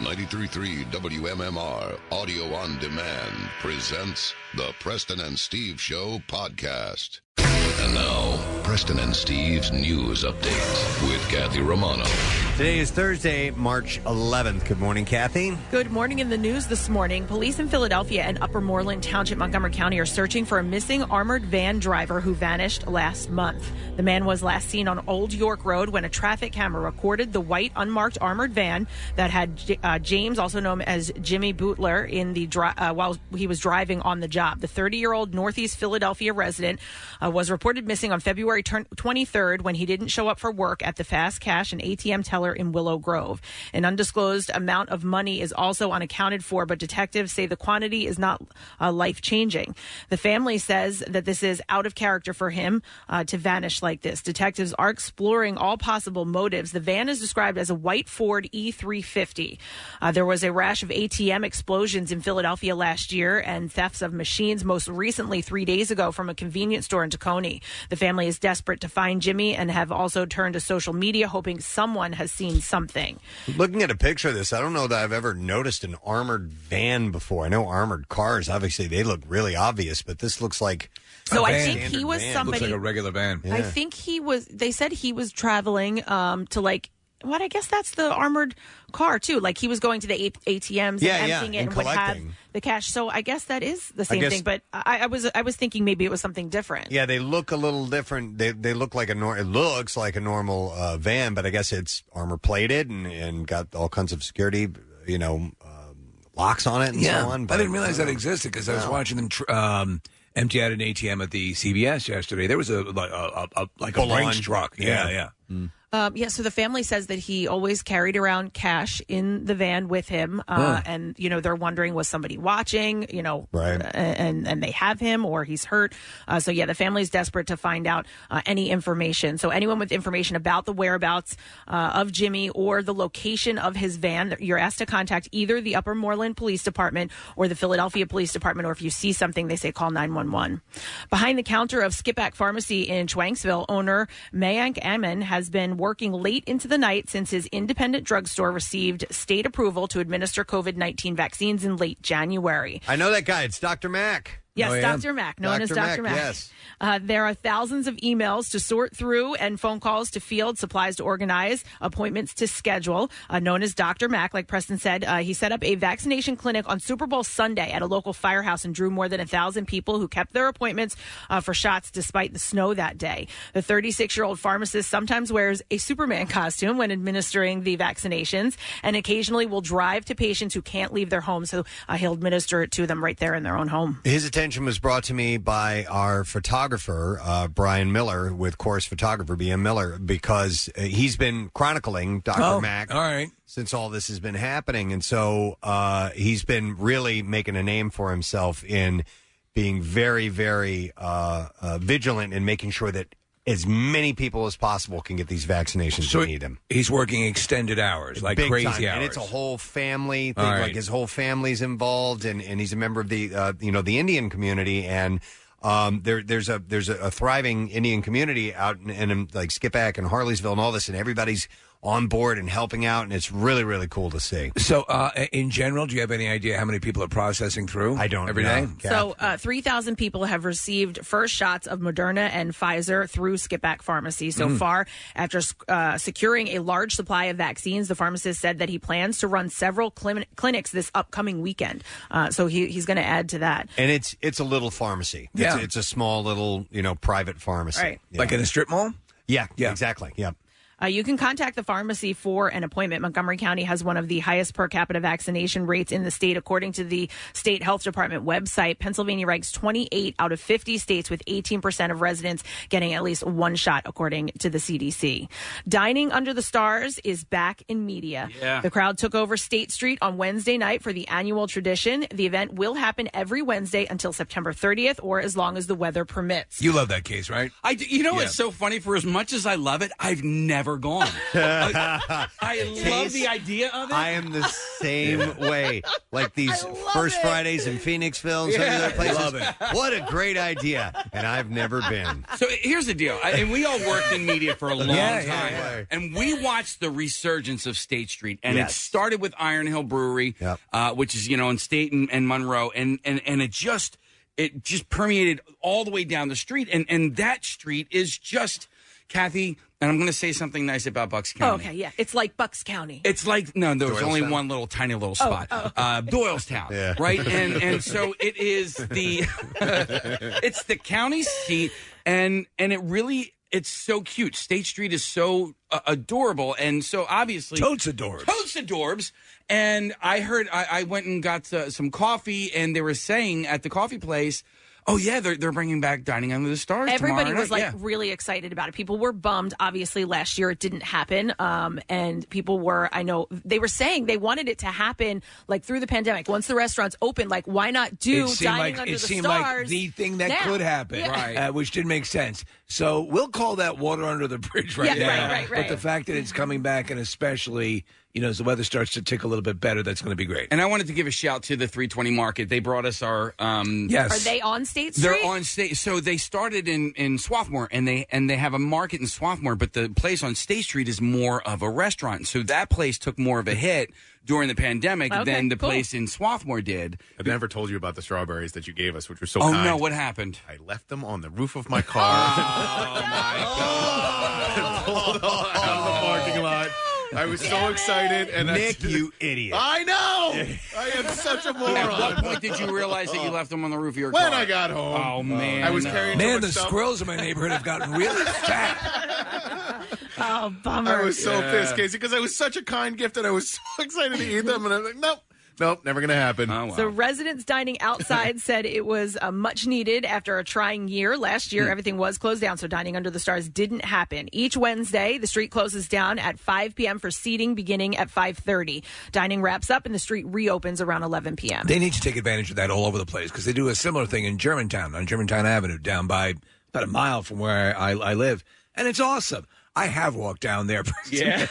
933 WMMR Audio on Demand presents the Preston and Steve Show podcast. And now, Preston and Steve's news update with Kathy Romano. Today is Thursday, March 11th. Good morning, Kathy. Good morning. In the news this morning, police in Philadelphia and Upper Moreland Township, Montgomery County, are searching for a missing armored van driver who vanished last month. The man was last seen on Old York Road when a traffic camera recorded the white unmarked armored van that had J- uh, James, also known as Jimmy Bootler, in the dri- uh, while he was driving on the job. The 30-year-old Northeast Philadelphia resident uh, was reported missing on February turn- 23rd when he didn't show up for work at the Fast Cash and ATM teller in Willow Grove. An undisclosed amount of money is also unaccounted for, but detectives say the quantity is not uh, life changing. The family says that this is out of character for him uh, to vanish like this. Detectives are exploring all possible motives. The van is described as a white Ford E350. Uh, there was a rash of ATM explosions in Philadelphia last year and thefts of machines, most recently three days ago from a convenience store in Tacony. The family is desperate to find Jimmy and have also turned to social media, hoping someone has seen something. Looking at a picture of this, I don't know that I've ever noticed an armored van before. I know armored cars, obviously, they look really obvious, but this looks like. So I I think he was somebody. Looks like a regular van. I think he was. They said he was traveling um, to like. What I guess that's the armored car too. Like he was going to the A- ATMs Yeah, and yeah, emptying it and and, would have collecting. the cash. So I guess that is the same guess- thing. But I, I was I was thinking maybe it was something different. Yeah, they look a little different. They they look like a nor- it looks like a normal uh, van, but I guess it's armor plated and, and got all kinds of security, you know, um, locks on it and so on. uh, I didn't realize that existed because I was No. watching them tr- um, empty out an ATM at the CBS yesterday. There was a like a, a, a like a Full Brinks on. truck. Yeah. Yeah, yeah. Um, yeah. So the family says that he always carried around cash in the van with him, uh, Huh. and you know they're wondering was somebody watching, you know, Right. uh, and and they have him or he's hurt. Uh, so yeah, the family's desperate to find out uh, any information. So anyone with information about the whereabouts uh, of Jimmy or the location of his van, you're asked to contact either the Upper Moreland Police Department or the Philadelphia Police Department. Or if you see something, they say call 911. Behind the counter of Skipack Pharmacy in Schwanksville, owner Mayank Ammon has been working late into the night since his independent drugstore received state approval to administer COVID 19 vaccines in late January. I know that guy. It's Dr. Mack. Yes, Oh, yeah? Dr. Mack, known as Dr. Dr. Mack, Mack. yes. Uh, there are thousands of emails to sort through and phone calls to field, supplies to organize, appointments to schedule. Uh, known as Dr. Mack, like Preston said, uh, he set up a vaccination clinic on Super Bowl Sunday at a local firehouse and drew more than a thousand people who kept their appointments uh, for shots despite the snow that day. The 36 year old pharmacist sometimes wears a Superman costume when administering the vaccinations and occasionally will drive to patients who can't leave their home, so uh, he'll administer it to them right there in their own home. His attention was brought to me by our photographer, uh, Brian Miller, with Chorus Photographer, BM Miller, because uh, he's been chronicling Dr. Oh, Mack all right. since all this has been happening. And so uh, he's been really making a name for himself in being very, very uh, uh, vigilant in making sure that as many people as possible can get these vaccinations So who need them. he's working extended hours, like Big crazy time. hours. And it's a whole family thing. All right. Like his whole family's involved, and, and he's a member of the uh, you know the Indian community, and um, there there's a there's a, a thriving Indian community out in, in um, like Skipack and Harleysville and all this, and everybody's on board and helping out, and it's really really cool to see. so uh, in general, do you have any idea how many people are processing through? I don't every day. know. So, uh, 3,000 people have received first shots of Moderna and Pfizer through Skipback Pharmacy so Mm. far. After uh, securing a large supply of vaccines, the pharmacist said that he plans to run several clin- clinics this upcoming weekend. Uh, so, he, he's going to add to that. And it's it's a little pharmacy. It's, Yeah. it's a small little you know private pharmacy, Right. Like in a strip mall. Yeah, yeah, exactly. Yep. Uh, you can contact the pharmacy for an appointment. Montgomery County has one of the highest per capita vaccination rates in the state, according to the state health department website. Pennsylvania ranks 28 out of 50 states, with 18% of residents getting at least one shot, according to the CDC. Dining under the stars is back in media. Yeah. The crowd took over State Street on Wednesday night for the annual tradition. The event will happen every Wednesday until September 30th, or as long as the weather permits. You love that case, right? I, d- you know Yeah. what's so funny? For as much as I love it, I've never ever gone. I, I love the idea of it. I am the same way. Like these first Fridays in Phoenixville and some of these Yeah. other places. Love it. What a great idea. And I've never been. So here's the deal, I, and we all worked in media for a long Yeah, yeah, time, yeah. and we watched the resurgence of State Street, and Yes. it started with Iron Hill Brewery, uh, which is you know in State and, and Monroe, and and and it just it just permeated all the way down the street, and and that street is just Kathy, and I'm going to say something nice about Bucks Oh, County. okay, yeah. It's like Bucks County. It's like no, there was Doylestown? only one little tiny little spot, oh. Uh, Doylestown, right? And and so it is the it's the county seat, and and it really it's so cute. State Street is so uh, adorable, and so obviously Totes adorbs. totes adorbs. And I heard I, I went and got uh, some coffee, and they were saying at the coffee place, "Oh yeah, they're they're bringing back Dining Under the Stars." tomorrow Everybody was night." like Yeah. really excited about it. People were bummed. Obviously, last year it didn't happen. Um, and people were, I know, they were saying they wanted it to happen like through the pandemic. Once the restaurants opened, like, why not do it seemed Dining like Under it the seemed Stars? like the thing that now? could happen, Yeah. uh, which didn't make sense. So we'll call that water under the bridge right Yeah, now. right, right, right. But the fact that it's coming back, and especially you know as the weather starts to tick a little bit better, that's going to be great. And I wanted to give a shout to the 320 Market. They brought us our um, Are they on State Street? They're on state, so they started in in Swarthmore, and they and they have a market in Swarthmore, but the place on State Street is more of a restaurant. So that place took more of a hit during the pandemic Okay, than the cool. place in Swarthmore did. I've never told you about the strawberries that you gave us, which were so oh kind. no, what happened? I left them on the roof of my Ah, car. Pulled out of the parking lot. I was so excited, and Nick, I, you idiot! I know. I am such a moron. At what point did you realize that you left them on the roof of your When car? I got home. Oh man, I was no. carrying so Man, much the stuff. squirrels in my neighborhood have gotten really fat. Oh, bummer. I was so pissed, Casey, because I was such a kind gift, and I was so excited to eat them, and I'm like, nope, nope, never gonna happen. Oh, So residents dining outside said it was uh, much needed after a trying year. Last year, everything was closed down, so dining under the stars didn't happen. Each Wednesday, the street closes down at 5 p.m. for seating, beginning at 5:30. Dining wraps up, and the street reopens around 11 p.m. They need to take advantage of that all over the place because they do a similar thing in Germantown on Germantown Avenue, down by about a mile from where I, I live, and it's awesome. I have walked down there. Yeah.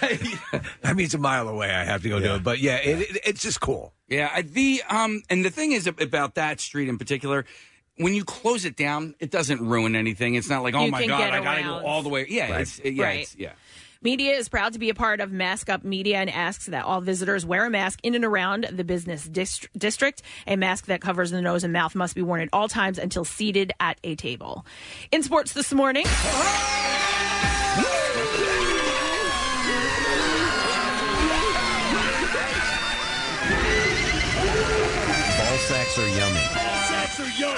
I mean it's a mile away. I have to go do it, but yeah, it, it, it's just cool. Yeah, I- the um, and the thing is ab- about that street in particular. When you close it down, it doesn't ruin anything. It's not like, oh You my can god, get I gotta around. go all the way. Yeah, Right. it's, yeah, Right. it's, yeah. Media is proud to be a part of Mask Up Media and asks that all visitors wear a mask in and around the business dist- district. A mask that covers the nose and mouth must be worn at all times until seated at a table. In sports this morning. Ball sacks are yummy.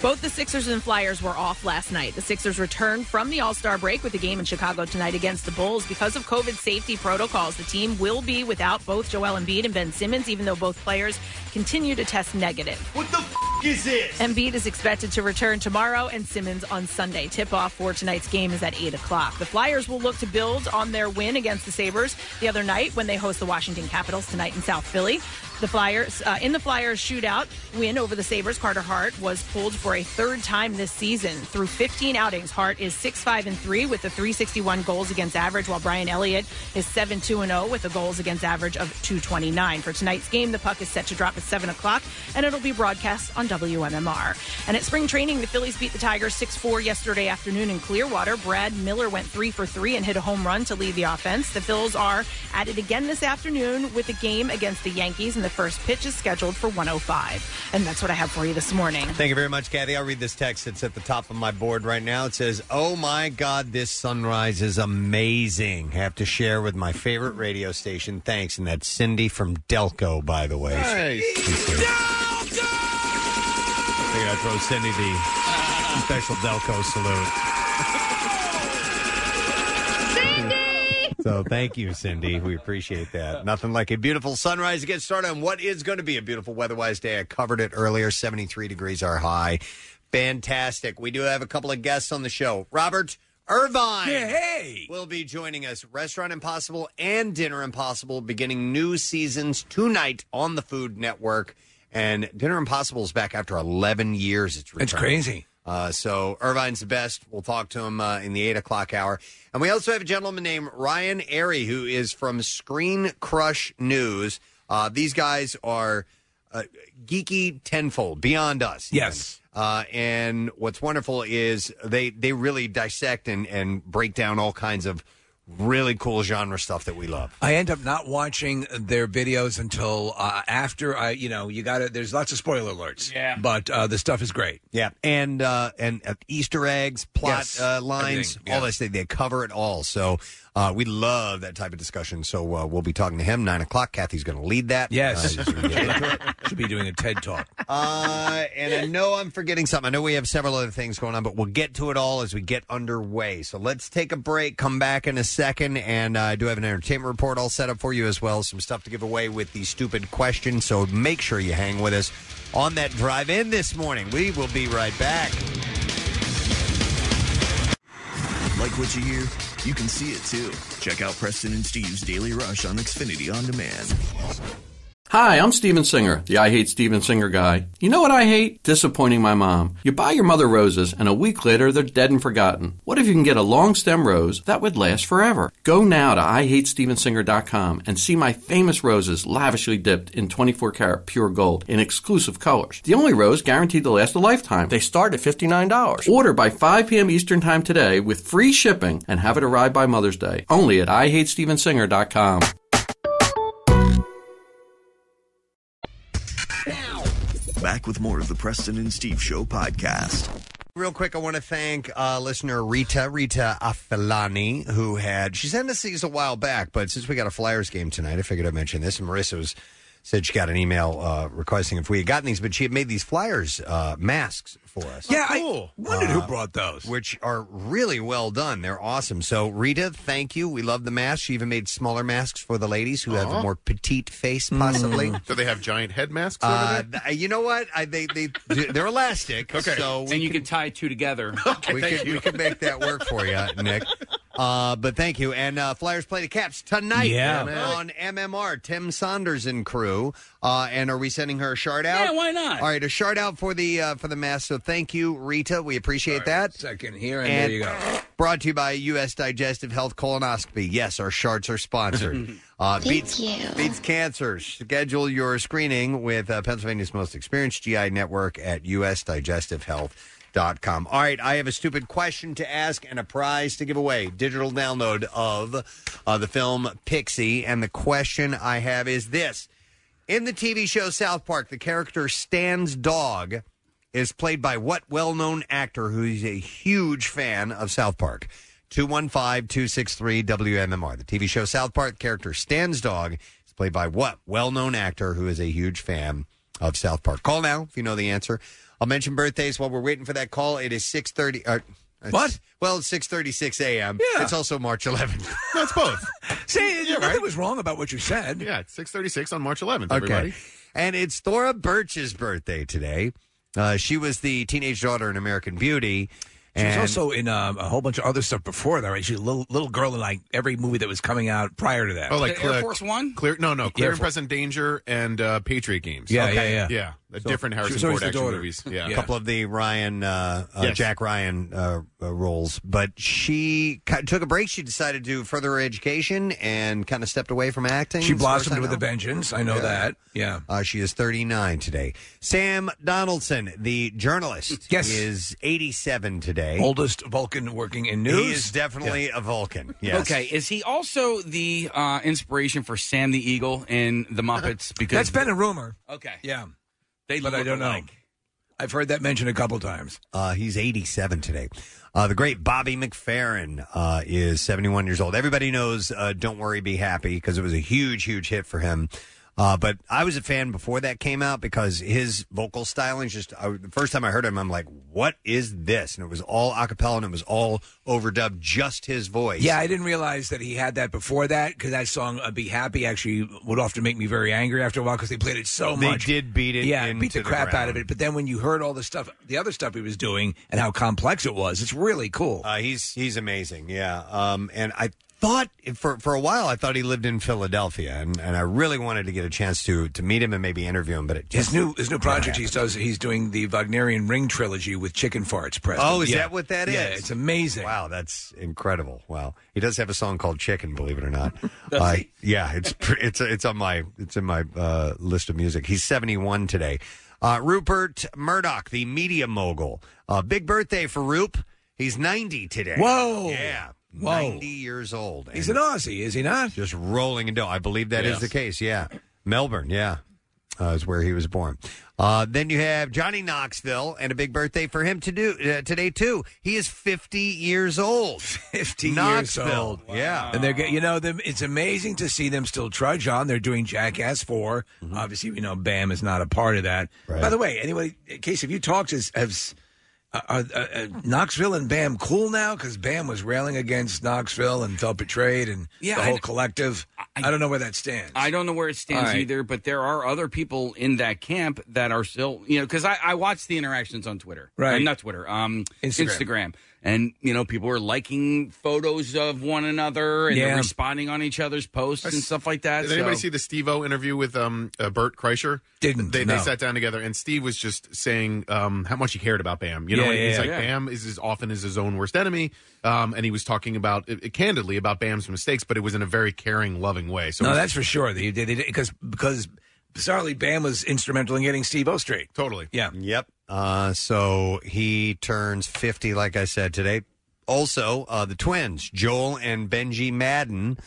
Both the Sixers and Flyers were off last night. The Sixers returned from the All Star break with a game in Chicago tonight against the Bulls. Because of COVID safety protocols, the team will be without both Joel Embiid and Ben Simmons, even though both players continue to test negative. What the f is this? Embiid is expected to return tomorrow and Simmons on Sunday. Tip off for tonight's game is at 8 o'clock. The Flyers will look to build on their win against the Sabres the other night when they host the Washington Capitals tonight in South Philly. The Flyers uh, in the Flyers shootout win over the Sabres. Carter Hart was pulled for a third time this season. Through 15 outings, Hart is 6-5 and 3 with a 361 goals against average, while Brian Elliott is 7-2 and 0 with a goals against average of 229. For tonight's game, the puck is set to drop at 7 o'clock, and it'll be broadcast on WMMR. And at spring training, the Phillies beat the Tigers 6-4 yesterday afternoon in Clearwater. Brad Miller went three for three and hit a home run to lead the offense. The Phils are at it again this afternoon with a game against the Yankees, and the first pitch is scheduled for 105. And that's what I have for you this morning. Thank you very much, Kathy. I'll read this text. It's at the top of my board right now. It says, Oh my God, this sunrise is amazing. Have to share with my favorite radio station. Thanks. And that's Cindy from Delco, by the way. I figured I'd throw Cindy the special Delco salute. So thank you, Cindy. We appreciate that. Nothing like a beautiful sunrise to get started on what is going to be a beautiful weather-wise day. I covered it earlier. 73 degrees are high. Fantastic. We do have a couple of guests on the show. Robert Irvine will be joining us. Restaurant Impossible and Dinner Impossible beginning new seasons tonight on the Food Network. And Dinner Impossible is back after 11 years. It's It's returning. crazy. Uh, so Irvine's the best. We'll talk to him uh, in the eight o'clock hour, and we also have a gentleman named Ryan Airy who is from Screen Crush News. Uh, these guys are uh, geeky tenfold beyond us. Yes. Uh, and what's wonderful is they they really dissect and and break down all kinds of really cool genre stuff that we love. I end up not watching their videos until uh, after I, you know, you got to There's lots of spoiler alerts. Yeah. But uh, the stuff is great. Yeah, and uh, and uh, Easter eggs, plot Yes, uh, lines, everything, all yeah. this. They, they cover it all. So uh, we love that type of discussion. So uh, we'll be talking to him nine o'clock. Kathy's going to lead that. Yes. Uh, so we can get into it. Should be doing a TED talk. Uh, and I know I'm forgetting something. I know we have several other things going on, but we'll get to it all as we get underway. So let's take a break, come back in a second, and uh, I do have an entertainment report all set up for you as well. as Some stuff to give away with the stupid question. So make sure you hang with us on that drive in this morning. We will be right back. Like what you hear? You can see it too. Check out Preston and Steve's Daily Rush on Xfinity On Demand. Hi, I'm Steven Singer, the I Hate Steven Singer guy. You know what I hate? Disappointing my mom. You buy your mother roses, and a week later they're dead and forgotten. What if you can get a long stem rose that would last forever? Go now to IHateStevenSinger.com and see my famous roses lavishly dipped in 24 karat pure gold in exclusive colors. The only rose guaranteed to last a lifetime. They start at $59. Order by 5 p.m. Eastern Time today with free shipping and have it arrive by Mother's Day. Only at IHateStevenSinger.com. Back with more of the Preston and Steve Show podcast. Real quick, I want to thank uh, listener Rita Rita Afilani, who had she sent us these a while back, but since we got a Flyers game tonight, I figured I'd mention this. And Marissa was said she got an email uh, requesting if we had gotten these, but she had made these Flyers uh, masks for us. Yeah, I wondered who Uh, brought those. Which are really well done. They're awesome. So, Rita, thank you. We love the masks. She even made smaller masks for the ladies who have a Aw. Mm. more petite face, possibly. Do they have giant head masks over Uh, there? th- you know what? I, they they they're elastic. Okay. so we and you can, tie two together. we could, we could make that work for you, Nick. Uh, but thank you. And uh, Flyers play the Caps tonight Yeah. on MMR. Tim Saunders and crew. Uh, and are we sending her a shard out? Yeah, why not? All right, a shard out for the uh, for the mask. So thank you, Rita. We appreciate that. Second here, and, And there you go. Brought to you by U.S. Digestive Health Colonoscopy. Yes, our shards are sponsored. Uh, Thank beats, you. beats cancer. Schedule your screening with uh, Pennsylvania's most experienced GI network at usdigestivehcom. All right, I have a stupid question to ask and a prize to give away. Digital download of uh, the film Pixie. And the question I have is this In the TV show South Park, the character Stan's dog is played by what well known actor who's a huge fan of South Park? 215 263 WMMR. The TV show South Park character Stan's dog is played by what well known actor who is a huge fan of South Park? Call now if you know the answer. I'll mention birthdays while we're waiting for that call. It is 630. Uh, what? Well, it's 636 a.m. Yeah. It's also March 11th. That's both. See, nothing was wrong about what you said. Yeah, it's 636 on March 11th, everybody. And it's Thora Birch's birthday today. Uh, she was the teenage daughter in American Beauty. She was and- also in um, a whole bunch of other stuff before that, right? She's a little, little girl in like every movie that was coming out prior to that. Oh, like clear, One? Clear, Oh, no, no, Clear Air and Force. Present Danger and uh, Patriot Games. Yeah, yeah, yeah. Yeah, the So- different She was Harrison always Ford the action daughter. movies. Yeah. a couple of the Ryan, uh, uh, Yes. Jack Ryan uh, uh, roles. But she ki took a break. She decided to further her education and kind of stepped away from acting. She as far as blossomed I with a know. vengeance. I know Yeah. that. Yeah. Uh, she is 39 today. Sam Donaldson, the journalist, Yes. is 87 today. Oldest Vulcan working in news. He is definitely a Vulcan. Yes. Okay. Is he also the uh, inspiration for Sam the Eagle in the Muppets? Because That's been a rumor. Okay. Yeah. They but I look don't know. alike. I've heard that mentioned a couple times. Uh, he's 87 today. Uh, the great Bobby McFerrin uh, is 71 years old. Everybody knows uh, Don't Worry, Be Happy because it was a huge, huge hit for him. Uh, but I was a fan before that came out because his vocal styling is just I, the first time I heard him, I'm like, what is this? And it was all a cappella and it was all overdubbed, just his voice. Yeah, I didn't realize that he had that before that because that song uh, "Be Happy" actually would often make me very angry after a while because they played it so They much. did beat it Yeah, beat into the, the crap out ground. of it. But then when you heard all the stuff, the other stuff he was doing, and how complex it was, it's really cool. Uh, he's he's amazing. Yeah. Um, and I thought for for a while I thought he lived in Philadelphia, and, and I really wanted to get a chance to to meet him and maybe interview him. But it just His new his new never project he happened. does he's doing the Wagnerian Ring trilogy with chicken farts. Preston. Oh, is Yeah. that what that is? Yeah, it's amazing. Wow, that's incredible. Wow, he does have a song called "Chicken," believe it or not. Uh, yeah, it's pr- it's it's on my it's in my uh, list of music. He's seventy one today. Uh, Rupert Murdoch, the media mogul. Uh, big birthday for Rupe. He's ninety today. Whoa. Yeah. Whoa. 90 years old. He's an Aussie, is he not? Just rolling in dough. I believe that is Yes. the case. Yeah. Melbourne. Yeah. Uh, is where he was born. Uh, then you have Johnny Knoxville, and a big birthday for him to do uh, today too. He is fifty years old. Fifty Knoxville. years old. Yeah, and they're get- you know them. It's amazing to see them still trudge on. They're doing Jackass 4 Obviously, you know Bam is not a part of that. By the way, anyway, case if you talked is have are uh, uh, Knoxville and Bam cool now? Because Bam was railing against Knoxville and felt betrayed, and Yeah, the I- whole collective. I, don't know where that stands. I don't know where it stands All right. either, but there are other people in that camp that are still, you know, because I, I watch the interactions on Twitter, Right. Uh, not Twitter, um, Instagram. Instagram. and you know, people are liking photos of one another and Yeah. they're responding on each other's posts and stuff like that. Did anybody so- see the Steve O interview with um, uh, Bert Kreischer? Didn't, they, no. they sat down together and Steve was just saying um, how much he cared about Bam. You know, Yeah, and yeah, he's yeah. like Yeah. Bam is as often as his own worst enemy, um, and he was talking about uh, candidly about Bam's mistakes, but it was in a very caring, loving way. So no, that's for sure. They did because because bizarrely, Bam was instrumental in getting Steve O straight. Totally. Yeah. Yep. Uh, so he turns 50, like I said today. Also, uh, the twins, Joel and Benji Madden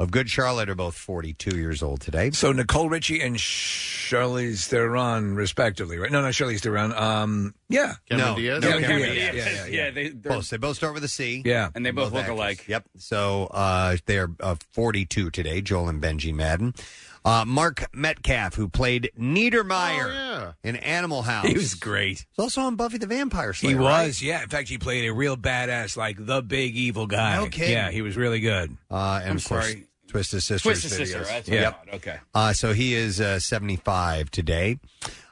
of Good Charlotte, are both 42 years old today. So Nicole Richie and Charlize Theron, respectively, right? No, not Charlize Theron. Um, yeah, no, no, Yeah, Cameron Cameron Diaz. Diaz. Yeah, yeah, yeah. they both. They both start with a C. Yeah. And they both look actors. alike. Yep. So uh, they're uh, 42 today. Joel and Benji Madden. Uh, Mark Metcalf, who played Oh, Niedermeyer in Animal House, He was great. He's also on Buffy the Vampire Slayer. He right? was, yeah. In fact, he played a real badass, like the big evil guy. No kidding. Yeah, he was really good. Uh, and I'm of course, sorry. Twisted Sisters. Twisted Sister, videos. that's what I yep. thought. Okay. Uh, so he is uh, 75 today.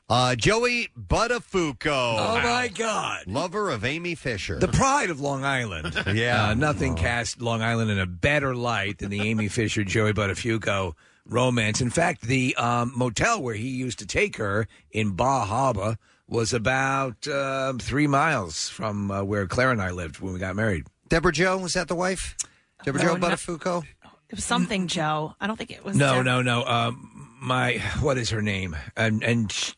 Uh, Joey Buttafuoco. Oh, my God. Lover of Amy Fisher. The pride of Long Island. Yeah. Uh, nothing cast Long Island in a better light than the Amy Fisher, Joey Buttafuoco romance. In fact, the um, motel where he used to take her in Bar Harbor was about um three miles from uh, where Claire and I lived when we got married. Deborah Joe, was that the wife? Deborah No, Joe no. Buttafuoco? It was something, Joe. I don't think it was. No, Deb- no, no. Um, my what is her name? And and sh-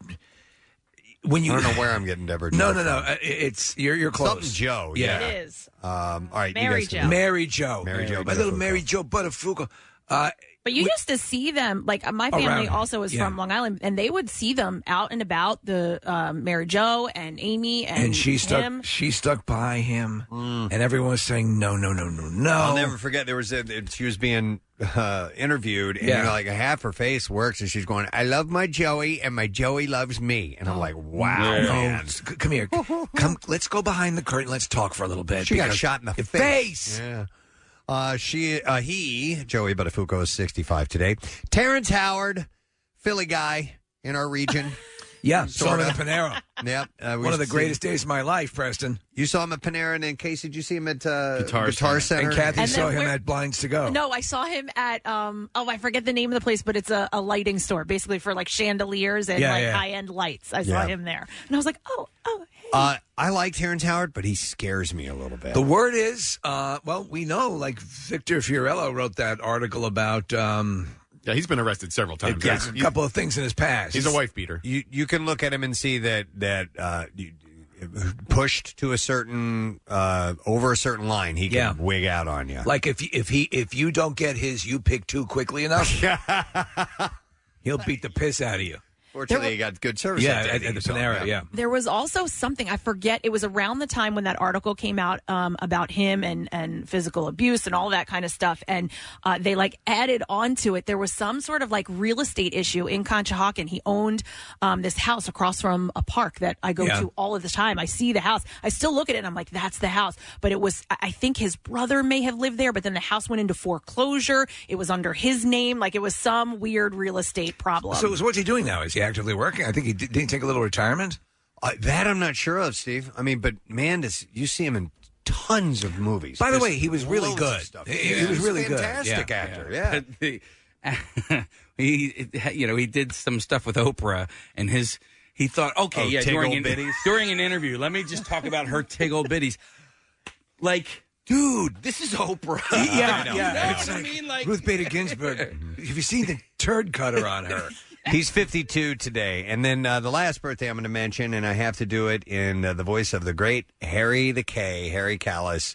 when you I don't know where I'm getting Deborah Joe. no, no, no. from. uh, It's you're you're close. Something Joe. Yeah. Yeah. It is. Um, all right. Mary you guys can- Jo. Mary Joe. Mary Jo My little Buttafuoco. Mary Joe Buttafuoco. Uh, But you used to see them. Like uh, my Around family here, also is yeah. from Long Island, and they would see them out and about the um, Mary Joe and Amy and, and, she stuck him. she stuck by him and everyone was saying no no no no Mm. no I'll never forget. There was a, it- she was being uh, interviewed, and Yeah. you know, like half her face works, and she's going, "I love my Joey, and my Joey loves me," and I'm like, "Wow, No, man." c- come here come let's go behind the curtain let's talk for a little bit She got because- shot in the Your face. Yeah. Uh, she, uh, he, Joey Buttafuoco is 65 today. Terrence Howard, Philly guy in our region. yeah saw Sorta. him at the Panera yep. Uh, we one used of to the see- greatest days of my life Preston You saw him at Panera, and then Casey, did you see him at uh, Guitar Guitar Center? and Kathy And then saw him we're- at Blinds to Go No, I saw him at um oh I forget the name of the place, but it's a, a lighting store basically for like chandeliers and Yeah, like yeah. high end lights. I saw Yeah. him there, and I was like, oh oh Uh, I like Terrence Howard, but he scares me a little bit. The word is, uh, well, we know, like Victor Fiorello wrote that article about um, yeah, he's been arrested several times. a couple of things in his past. He's a wife beater. you you can look at him and see that that uh, you- pushed to a certain uh, over a certain line, he can Yeah. wig out on you. Like if if he if you don't get his, you pick too quickly enough. he'll beat the piss out of you. Fortunately, he got good service. Yeah, out there at, that at the you saw, Panera. Yeah. There was also something I forget. It was around the time when that article came out um, about him and and physical abuse and all that kind of stuff. And uh, they like added on to it. There was some sort of like real estate issue in Conshohocken. He owned um, this house across from a park that I go Yeah. to all of the time. I see the house. I still look at it and I'm like, that's the house. But it was. I- I think his brother may have lived there, but then the house went into foreclosure. It was under his name. Like it was some weird real estate problem. So, so what's he doing now? Is he actively working? I think he did, did he take a little retirement. Uh, that I'm not sure of, Steve. I mean, but man, does you see him in tons of movies. By the Just way, he was really loads good. of stuff. He- he was He's a really good. fantastic Yeah, actor. yeah. yeah. he, you know, he did some stuff with Oprah, and his he thought, okay, Oh, yeah, during an, tiggle-bitties? during an interview, let me just talk about her tiggle bitties. Like, dude, this is Oprah. yeah, Like, you yeah. know It's what I like mean? Like, Ruth Bader Ginsburg. Have you seen the turd cutter on her? He's 52 today. And then uh, the last birthday I'm going to mention, and I have to do it in uh, the voice of the great Harry the K, Harry Callis.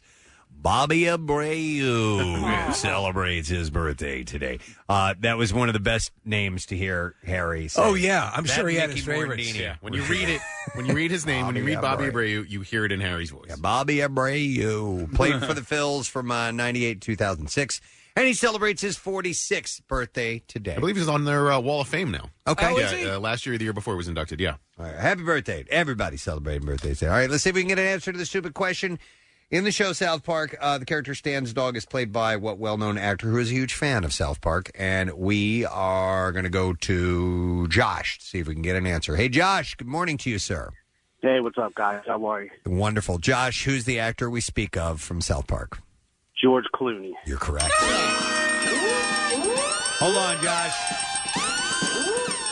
Bobby Abreu celebrates his birthday today. Uh, that was one of the best names to hear Harry say. Oh, yeah. I'm sure he had Mickey his favorites. Morandini. Yeah. When you read it, when you read his name, when you read Bobby Abreu, you hear it in Harry's voice. Bobby Abreu played for the Phils from uh, 98 2006. And he celebrates his 46th birthday today. I believe he's on their uh, Wall of Fame now. Okay. yeah, Uh, last year or the year before he was inducted. Yeah. All right. Happy birthday. Everybody celebrating birthdays. today. All right. Let's see if we can get an answer to the stupid question. In the show South Park, uh, the character Stan's dog is played by what well known actor who is a huge fan of South Park? And we are going to go to Josh to see if we can get an answer. Hey, Josh, good morning to you, sir. Hey, what's up, guys? How are you? Wonderful. Josh, who's the actor we speak of from South Park? George Clooney. You're correct. Hold on, Josh.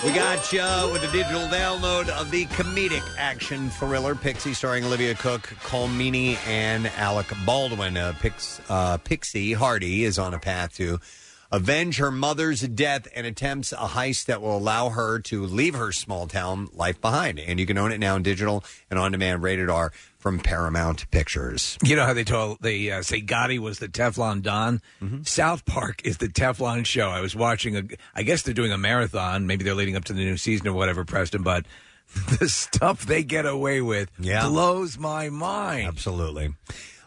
We got you with a digital download of the comedic action thriller Pixie, starring Olivia Cook, Cole Meany, and Alec Baldwin. Uh, Pix, uh, Pixie Hardy is on a path to avenge her mother's death and attempts a heist that will allow her to leave her small town life behind. And you can own it now in digital and on demand, rated R from Paramount Pictures. You know how they told they uh, say Gotti was the Teflon Don. Mm-hmm. South Park is the Teflon show. I was watching a. I guess they're doing a marathon. Maybe they're leading up to the new season or whatever, Preston. But the stuff they get away with blows my mind. Absolutely.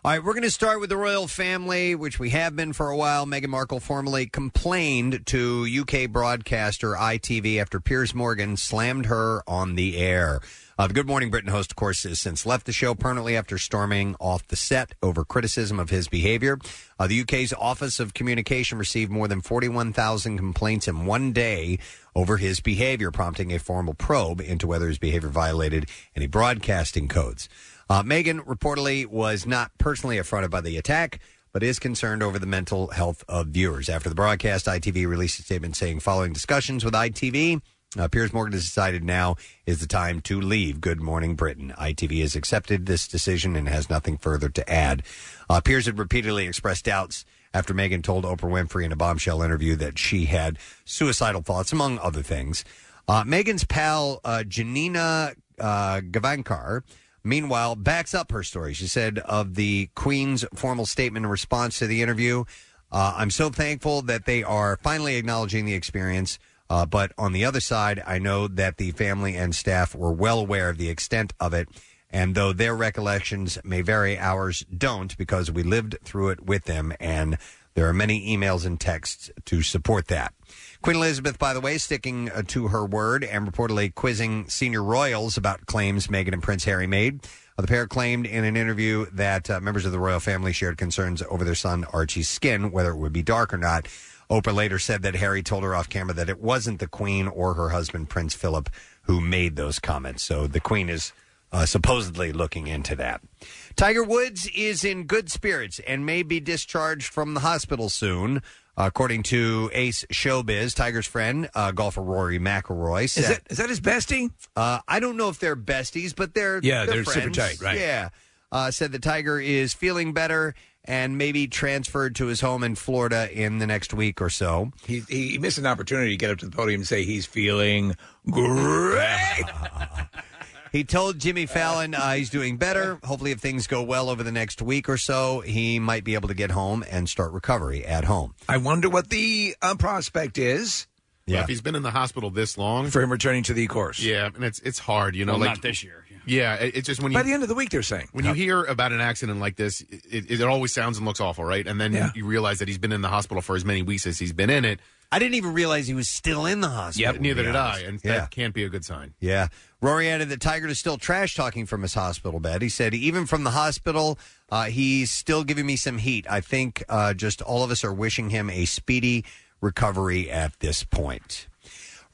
All right, we're going to start with the royal family, which we have been for a while. Meghan Markle formally complained to UK broadcaster ITV after Piers Morgan slammed her on the air. Uh, the Good Morning Britain host, of course, has since left the show permanently after storming off the set over criticism of his behavior. Uh, the UK's Office of Communication received more than 41,000 complaints in one day over his behavior, prompting a formal probe into whether his behavior violated any broadcasting codes. Uh, Megan reportedly was not personally affronted by the attack, but is concerned over the mental health of viewers. After the broadcast, ITV released a statement saying, following discussions with ITV, uh, Piers Morgan has decided now is the time to leave Good Morning Britain. ITV has accepted this decision and has nothing further to add. Uh, Piers had repeatedly expressed doubts after Megan told Oprah Winfrey in a bombshell interview that she had suicidal thoughts, among other things. Uh, Megan's pal, uh, Janina uh, Gavankar, meanwhile, backs up her story. She said of the Queen's formal statement in response to the interview, uh, I'm so thankful that they are finally acknowledging the experience. Uh, but on the other side, I know that the family and staff were well aware of the extent of it. And though their recollections may vary, ours don't because we lived through it with them. And there are many emails and texts to support that. Queen Elizabeth, by the way, sticking uh, to her word and reportedly quizzing senior royals about claims Meghan and Prince Harry made. Uh, the pair claimed in an interview that uh, members of the royal family shared concerns over their son Archie's skin, whether it would be dark or not. Oprah later said that Harry told her off camera that it wasn't the Queen or her husband, Prince Philip, who made those comments. So the Queen is uh, supposedly looking into that. Tiger Woods is in good spirits and may be discharged from the hospital soon. Uh, According to Ace Showbiz, Tiger's friend, uh, golfer Rory McIlroy, said, Is that is that his bestie? Uh, I don't know if they're besties, but they're Yeah, they're super friends. tight, right. Yeah, uh, said the Tiger is feeling better and maybe transferred to his home in Florida in the next week or so. He, he missed an opportunity to get up to the podium and say he's feeling great. He told Jimmy Fallon uh, he's doing better. Hopefully, if things go well over the next week or so, he might be able to get home and start recovery at home. I wonder what the uh, prospect is. Yeah. if he's been in the hospital this long for him returning to the course. Yeah, and it's it's hard, you know. Well, like not this year. Yeah, it- it's just when you By the end of the week, they're saying when you hear about an accident like this, it, it, it always sounds and looks awful, right? And then Yeah. you realize that he's been in the hospital for as many weeks as he's been in it. I didn't even realize he was still in the hospital. Yep, to be neither did I, honest. and Yeah. that can't be a good sign. Yeah. Rory added that Tiger is still trash talking from his hospital bed. He said, even from the hospital, uh, he's still giving me some heat. I think uh, just all of us are wishing him a speedy recovery at this point.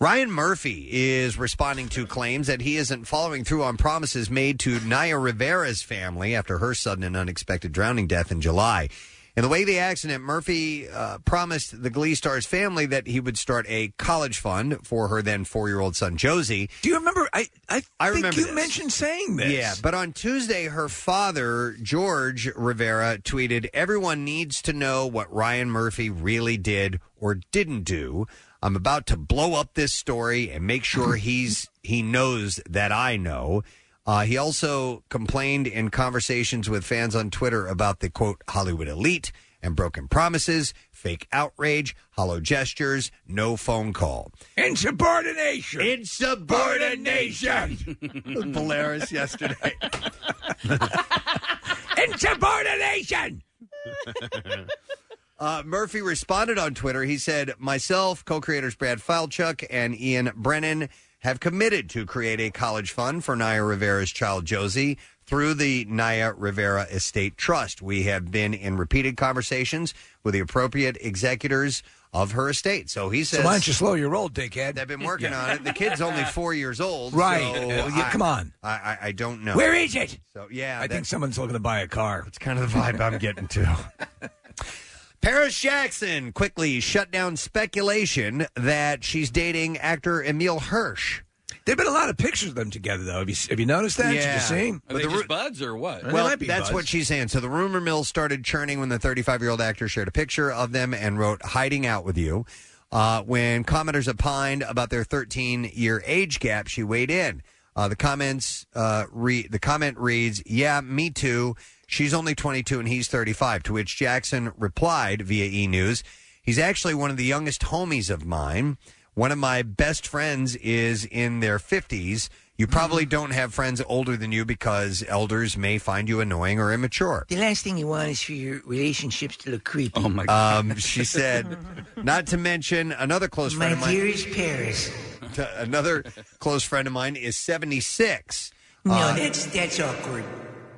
Ryan Murphy is responding to claims that he isn't following through on promises made to Naya Rivera's family after her sudden and unexpected drowning death in July. In the wake of the accident, Murphy uh, promised the Glee star's family that he would start a college fund for her then four year old son, Josie. Do you remember? I, I, I think remember you this. mentioned saying this. Yeah, but on Tuesday, her father, George Rivera, tweeted Everyone needs to know what Ryan Murphy really did or didn't do. I'm about to blow up this story and make sure he's he knows that I know. Uh, he also complained in conversations with fans on Twitter about the quote Hollywood elite and broken promises, fake outrage, hollow gestures, no phone call. Insubordination. Insubordination. Polaris yesterday. Insubordination. Uh, Murphy responded on Twitter. He said, Myself, co creators Brad Filechuk and Ian Brennan have committed to create a college fund for Naya Rivera's child Josie through the Naya Rivera Estate Trust. We have been in repeated conversations with the appropriate executors of her estate. So he So says, why don't you slow your roll, dickhead? They've been working on it. The kid's only four years old. Right. so Uh, yeah, I- come on. I, I, I don't know. Where is it? So, yeah. I that- think someone's looking to buy a car. It's kind of the vibe I'm getting too. Paris Jackson quickly shut down speculation that she's dating actor Emil Hirsch. There've been a lot of pictures of them together, though. Have you have you noticed that? Did you see? Are they just buds or what? Well, that's what she's saying. So the rumor mill started churning when the 35 year old actor shared a picture of them and wrote "Hiding Out with You." Uh, when commenters opined about their 13 year age gap, she weighed in. Uh, the comments uh, re- the comment reads, "Yeah, me too. She's only 22 and he's 35." To which Jackson replied via E News, "He's actually one of the youngest homies of mine." One of my best friends is in their 50s. Mm-hmm. You probably don't have friends older than you because elders may find you annoying or immature. The last thing you want is for your relationships to look creepy. Oh my Um, she said, not to mention another close My friend of mine. dearest Paris. T- Another close friend of mine is 76. No, Uh, that's that's awkward.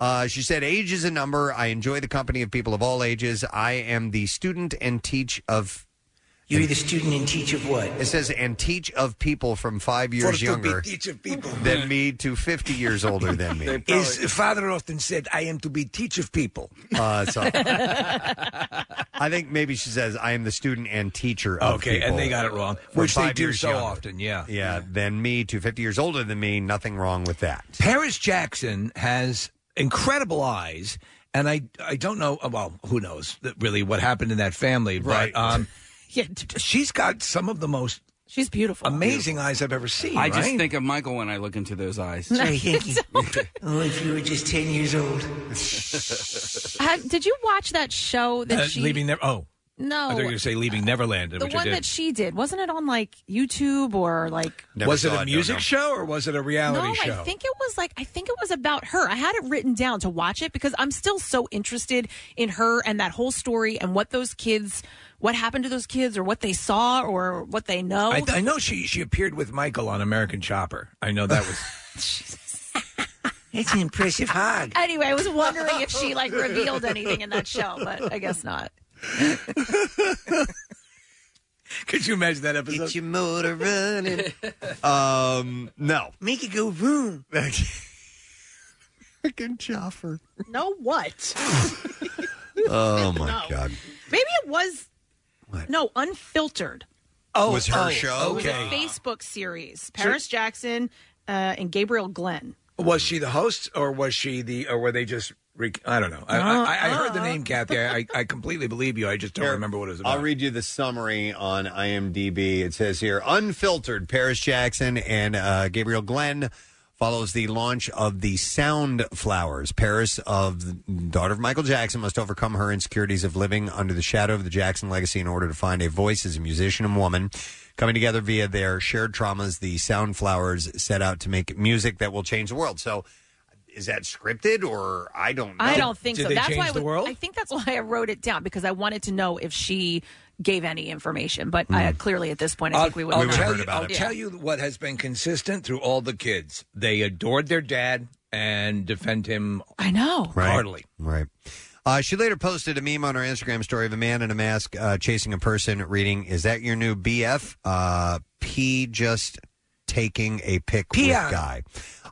Uh, she said, "Age is a number. I enjoy the company of people of all ages. I am the student and teach of." You're the student and teach of what? It says, "And teach of people from five years younger teacher people. than me to fifty years older than me." His father often said, "I am to be teacher people." Uh, so I think maybe she says, "I am the student and teacher." Of Okay, and people they got it wrong, from which they five do years so younger. often, yeah. yeah. Than me to fifty years older than me, nothing wrong with that. Paris Jackson has incredible eyes, and I I don't know. uh, Well, who knows that really what happened in that family? Right. But um, yeah, she's got some of the most. She's beautiful, amazing eyes I've ever seen. I just right? think of Michael when I look into those eyes. Sorry, thank you. oh, if you were just ten years old. Have, did you watch that show that Uh, she leaving never. Oh, I No, thought you were going to say leaving Neverland, the which one I did. that she did wasn't it on like YouTube or like? was it saw it, a don't music know. show or was it a reality No, show? I think it was like I think it was about her. I had it written down to watch it because I'm still so interested in her and that whole story and what those kids, what happened to those kids or what they saw or what they know. I, I know she she appeared with Michael on American Chopper. I know that was. That's an impressive hog. anyway, I was wondering if she like revealed anything in that show, but I guess not. Could you imagine that episode? Uh, Get your motor running. um, no. Make it go boom. Freaking Joffer. No, what? Oh my god. Maybe it was. No, unfiltered. Oh, Was her oh, show? It okay. was a Facebook series. Paris Jackson uh, and Gabriel Glenn. Was she the host or was she the or were they just? Re- I don't know. I, I, I I heard the Uh-huh. name Kathy. I, I- I completely believe you. I just don't remember what it was about. I'll read you the summary on IMDb. It says here unfiltered Paris Jackson and uh, Gabriel Glenn follows the launch of the Sound Flowers. Paris, of the daughter of Michael Jackson, must overcome her insecurities of living under the shadow of the Jackson legacy in order to find a voice as a musician and woman. Coming together via their shared traumas, the Sound Flowers set out to make music that will change the world. So, is that scripted or I don't know? I don't think so. that's why I was- I think that's why I wrote it down because I wanted to know if she gave any information. But I, clearly, at this point, I think we would. Hmm. I'll know. tell you, I'll tell you what has been consistent through all the kids. They adored their dad and defend him. I know. Right. Hardly. Right. Uh, she later posted a meme on her Instagram story of a man in a mask uh, chasing a person, reading, "Is that your new BF?" Uh, P just taking a pic with Peon. guy.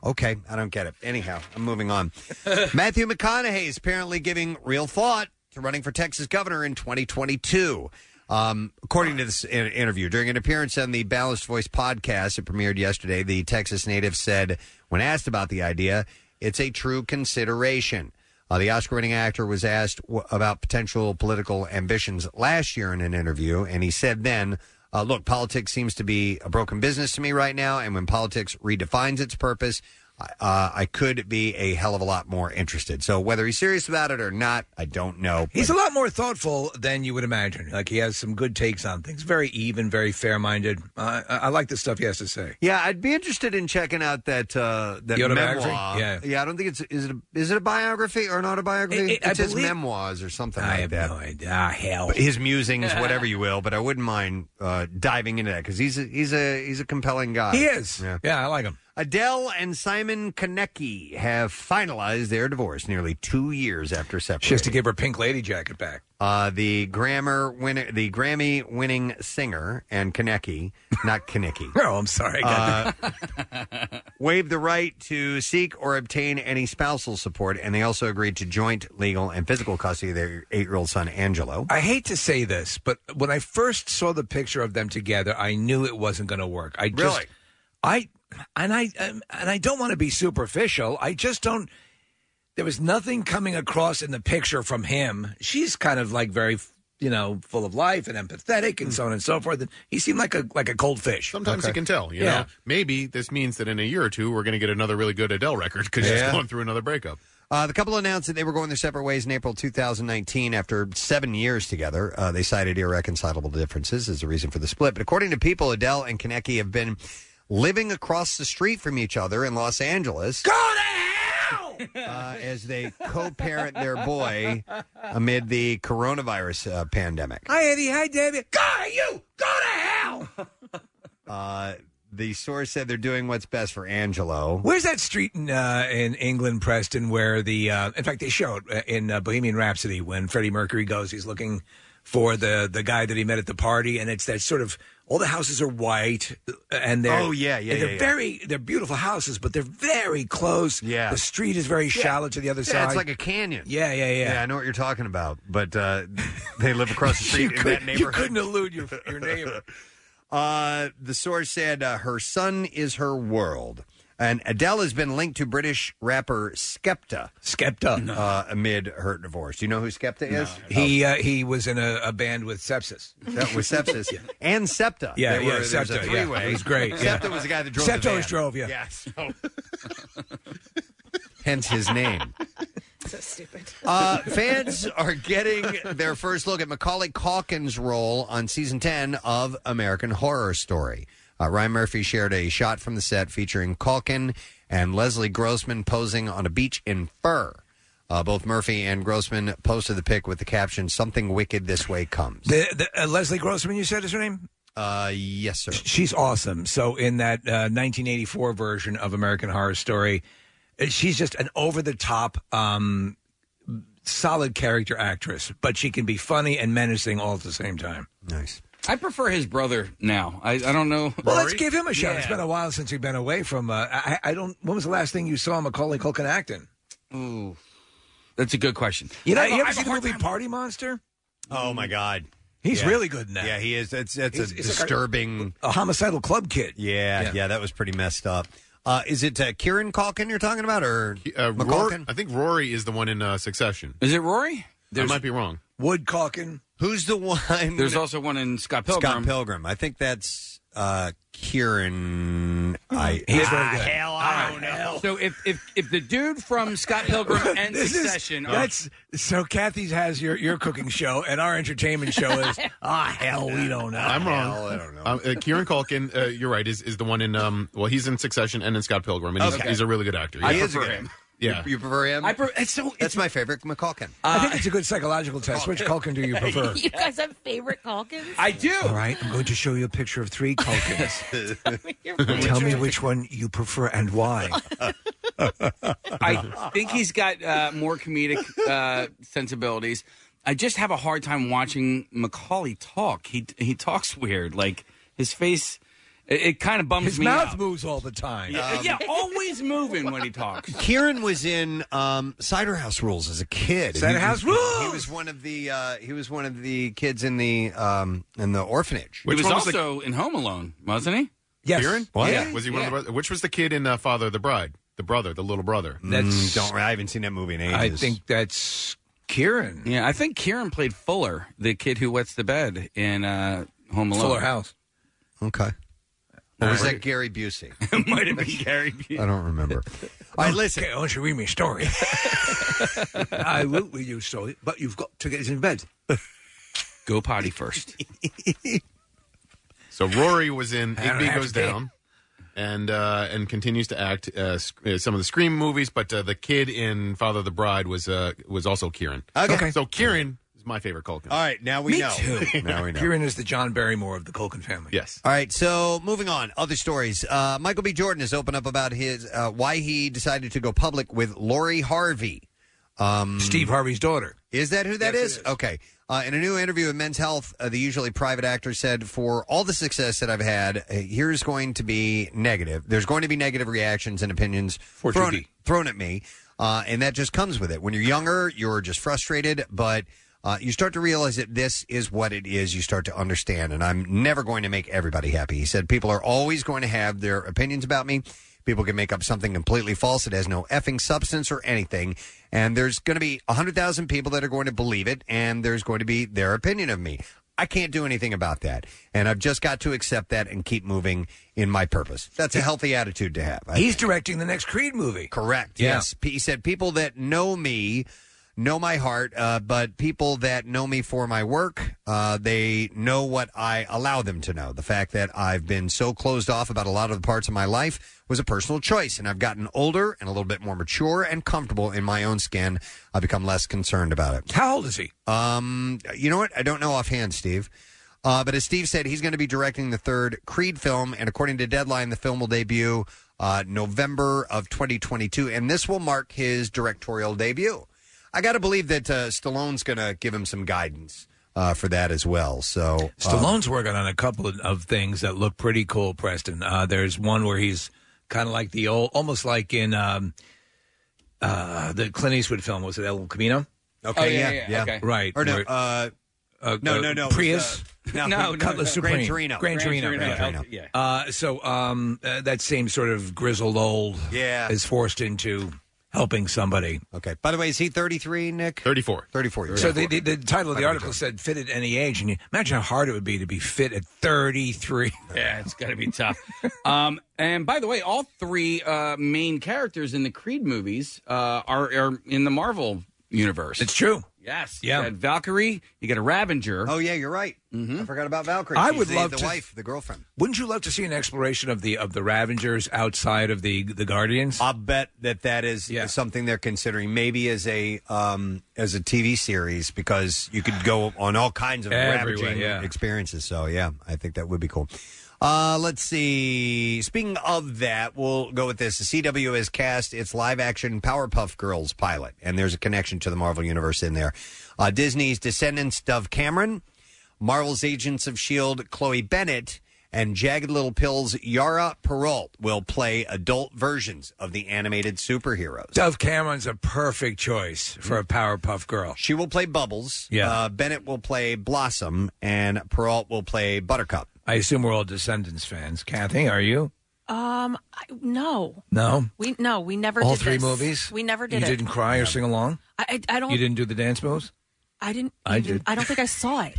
Okay, I don't get it. Anyhow, I'm moving on. Matthew McConaughey is apparently giving real thought to running for Texas governor in 2022. Um, according to this in- interview, during an appearance on the Balanced Voice podcast that premiered yesterday, the Texas native said, when asked about the idea, it's a true consideration. Uh, the Oscar winning actor was asked w- about potential political ambitions last year in an interview, and he said then, uh, Look, politics seems to be a broken business to me right now, and when politics redefines its purpose, I- uh, I could be a hell of a lot more interested. So, whether he's serious about it or not, I don't know. He's a lot more thoughtful than you would imagine. Like he has some good takes on things. Very even, very fair-minded. Uh, I, I like the stuff he has to say. Yeah, I'd be interested in checking out that uh, that The autobiography? memoir. Yeah. I don't think it's is it a, is it a biography or an autobiography? It- it- I it's his believe- memoirs or something I like have that. no idea. Ah, hell, his musings, whatever you will. But I wouldn't mind uh, diving into that because he's a, he's a he's a compelling guy. He is. Yeah. yeah, I like him. Adele and Simon Konecki have finalized their divorce nearly two years after separation. She has to give her pink lady jacket back. Uh, the grammar winner, the Grammy winning singer and Konecki, not Konecki. no, Oh, I'm sorry. I got waived the right to seek or obtain any spousal support, and they also agreed to joint legal and physical custody of their eight year old son, Angelo. I hate to say this, but when I first saw the picture of them together, I knew it wasn't going to work. I just, Really? I and I um, and I don't want to be superficial. I just don't. There was nothing coming across in the picture from him. She's kind of like very, you know, full of life and empathetic and so on and so forth. And he seemed like a like a cold fish. Hmm. Sometimes you can tell, you know. Maybe this means that in a year or two, we're going to get another really good Adele record because she's Yeah. going through another breakup. Uh, the couple announced that they were going their separate ways in April 2019 after seven years together. Uh, they cited irreconcilable differences as the reason for the split. But according to people, Adele and Konecki have been living across the street from each other in Los Angeles. Go to hell! Uh, as they co parent their boy amid the coronavirus uh, pandemic. Hi, Eddie. Hi, David. God, you go to hell. Uh, the source said they're doing what's best for Angelo. Where's that street in uh, in England, Preston, where the uh, in fact they show it uh, in uh, Bohemian Rhapsody when Freddie Mercury goes, he's looking for the the guy that he met at the party, and it's that sort of all the houses are white uh, and they're Oh, yeah, yeah, and they're yeah, yeah. very they're beautiful houses, but they're very close. Yeah, the street is very Yeah. shallow to the other Yeah, side. it's like a canyon. Yeah, yeah, yeah. I know what you're talking about, but uh, they live across the street you, in could, that neighborhood. you couldn't elude your your neighbor. Uh, the source said uh, her son is her world. And Adele has been linked to British rapper Skepta. Skepta. Uh, amid her divorce. Do you know who Skepta is? He uh, he was in a, a band with sepsis. That was sepsis. Yeah. And Septa. Yeah, They yeah, were- there was a Septa, yeah. three-way. It was great, yeah. Septa was the guy that drove Septa the van. always drove, yeah. so- Hence his name. So stupid. Uh, fans are getting their first look at Macaulay Calkin's role on season 10 of American Horror Story. Uh, Ryan Murphy shared a shot from the set featuring Calkin and Leslie Grossman posing on a beach in fur. Uh, both Murphy and Grossman posted the pic with the caption, Something Wicked This Way Comes. The, the, uh, Leslie Grossman, you said is her name. Uh, yes, sir. She's awesome. So in that uh, 1984 version of American Horror Story, uh, she's just an over the top, um, solid character actress, but she can be funny and menacing all at the same time. Nice. I prefer his brother now. I, I don't know. Well, let's give him a shot. It's Yeah. been a while since you've been away from. Uh, I, I don't. When was the last thing you saw Macaulay Culkin acting? Ooh, that's a good question. You know, I have a- you I ever have a seen the hard movie Party Monster? Oh my God, he's Yeah. really good in that. Yeah, he is. That's that's He's- a he's like a- disturbing. a homicidal club kid. Yeah, yeah, Yeah. that was pretty messed up. Uh, is it uh, Kieran Calkin you're talking about, or Uh, Rory, McCulkin? I think Rory is the one in uh, Succession. Is it Rory? I might be wrong. Wood Calkin. Who's the one? There's also one in Scott Pilgrim. Scott Pilgrim. I think that's uh, Kieran. I Oh, He's Ah, very good. hell, I don't know. So if if if the dude from Scott Pilgrim and This Succession, Is, that's so. Kathy's has your your cooking show, and our entertainment show is ah hell. We don't know. I'm wrong. I don't know. Um, uh, Kieran Culkin, uh, you're right, is, is the one in, um, well, he's in Succession and in Scott Pilgrim, and he's, Okay. he's a really good actor. I Yeah. prefer him. Yeah. You, you prefer him? I pre- it's Uh, so that's my favorite, McCalkin. I think it's a good psychological test. Which Culkin do you prefer? you guys have favorite Calkins? I do. All right, I'm going to show you a picture of three Culkins. You're Tell me which one you prefer and why. I think he's got uh, more comedic uh, sensibilities. I just have a hard time watching Macaulay talk. He he talks weird. Like his face, it, it kind of bums His me mouth out. moves all the time. Yeah, yeah, always moving when he talks. Kieran was in um, Cider House Rules as a kid. Cider He- House he- He was one of the uh, he was one of the kids in the um, in the orphanage. he was also in Home Alone, wasn't he? Yes. Kieran? What? Yeah. Was he one Yeah. of the bro- which was the kid in uh, Father of the Bride? The brother, the little brother. That's- don't I haven't seen that movie in ages. I think that's Kieran. Yeah, I think Kieran played Fuller, the kid who wets the bed in uh, Home Alone. Fuller House. Okay. Or was All right. that Gary Busey? it might have been Gary Busey. I don't remember. All right, listen. Okay, I want you to read me a story. I will read you a story, but you've got to get this in bed. Go potty first. So Rory was in I don't Igby have Goes to pee. Down, and uh, and continues to act uh, sc- uh, some of the Scream movies. But uh, the kid in Father of the Bride was uh, was also Kieran. Okay. so Kieran is my favorite Culkin. All right, now we Me know. too. Now we know. Kieran is the John Barrymore of the Culkin family. Yes. All right, so moving on, other stories. Uh, Michael B. Jordan has opened up about his uh, why he decided to go public with Lori Harvey, um, Steve Harvey's daughter. Is that who that is? Okay. Uh, in a new interview in Men's Health, uh, the usually private actor said, "For all the success that I've had, uh, here's going to be negative. There's going to be negative reactions and opinions thrown, thrown at me, uh, and that just comes with it. When you're younger, you're just frustrated, but." Uh, you start to realize that this is what it is. You start to understand, and I'm never going to make everybody happy. He said, People are always going to have their opinions about me. People can make up something completely false. It has no effing substance or anything. And there's going to be 100,000 people that are going to believe it, and there's going to be their opinion of me. I can't do anything about that. And I've just got to accept that and keep moving in my purpose. That's a healthy attitude to have. I- He's directing the next Creed movie. Correct. Yeah. Yes. P- He said, People that know me know my heart, uh, but people that know me for my work, uh, they know what I allow them to know. The fact that I've been so closed off about a lot of the parts of my life was a personal choice, and I've gotten older and a little bit more mature and comfortable in my own skin. I've become less concerned about it. How old is he? Um, you know what? I don't know offhand, Steve. Uh, but as Steve said, he's going to be directing the third Creed film, and according to Deadline, the film will debut uh, November of 2022, and this will mark his directorial debut. I got to believe that uh, Stallone's going to give him some guidance uh, for that as well. So uh, Stallone's working on a couple of- of things that look pretty cool, Preston. Uh, there's one where he's kind of like the old, almost like in um, uh, the Clint Eastwood film. Was it El Camino? Okay, Oh, yeah, yeah, yeah, yeah. okay. Right. Or no, where- uh, no, no, no, it was, Prius? uh, no, No, no, Cutlass no, Supreme. Gran Torino. Gran Gran Torino. Torino, right. Gran Torino. Uh, so um, uh, that same sort of grizzled old Yeah. is forced into helping somebody. Okay. By the way, is he 33, Nick? 34. 34 years So old. the, the, the title of Michael the B. article said "Fit at any age," and you imagine how hard it would be to be fit at thirty-three. Yeah, it's got to be tough. um, and by the way, all three uh, main characters in the Creed movies uh, are, are in the Marvel universe. It's true. Yes. Yeah. You got Valkyrie. You got a Ravenger. Oh yeah, you're right. I forgot about Valkyrie. Mm-hmm. I She's would the, love the to- wife, the girlfriend. Wouldn't you love to see an exploration of the of the Ravengers outside of the the Guardians? I bet that that is something they're considering, maybe as a um, as a TV series, because you could go on all kinds of Everywhere, ravaging yeah. experiences. So yeah, I think that would be cool. Uh, let's see. Speaking of that, we'll go with this. The CW has cast its live action Powerpuff Girls pilot, and there's a connection to the Marvel Universe in there. Uh, Disney's Descendants, Dove Cameron, Marvel's Agents of S.H.I.E.L.D., E Chloe Bennett, and Jagged Little Pill's Yara Peralt will play adult versions of the animated superheroes. Dove Cameron's a perfect choice for a Powerpuff Girl. She will play Bubbles. Yeah. Uh, Bennett will play Blossom, and Peralt will play Buttercup. I assume we're all Descendants fans. Kathy, are you? Um, I, no, No. we no, we never all did three this. movies. We never did You it. didn't cry or sing along. I, I, I don't. You didn't do the dance moves. I didn't. I even- did. I don't think I saw it.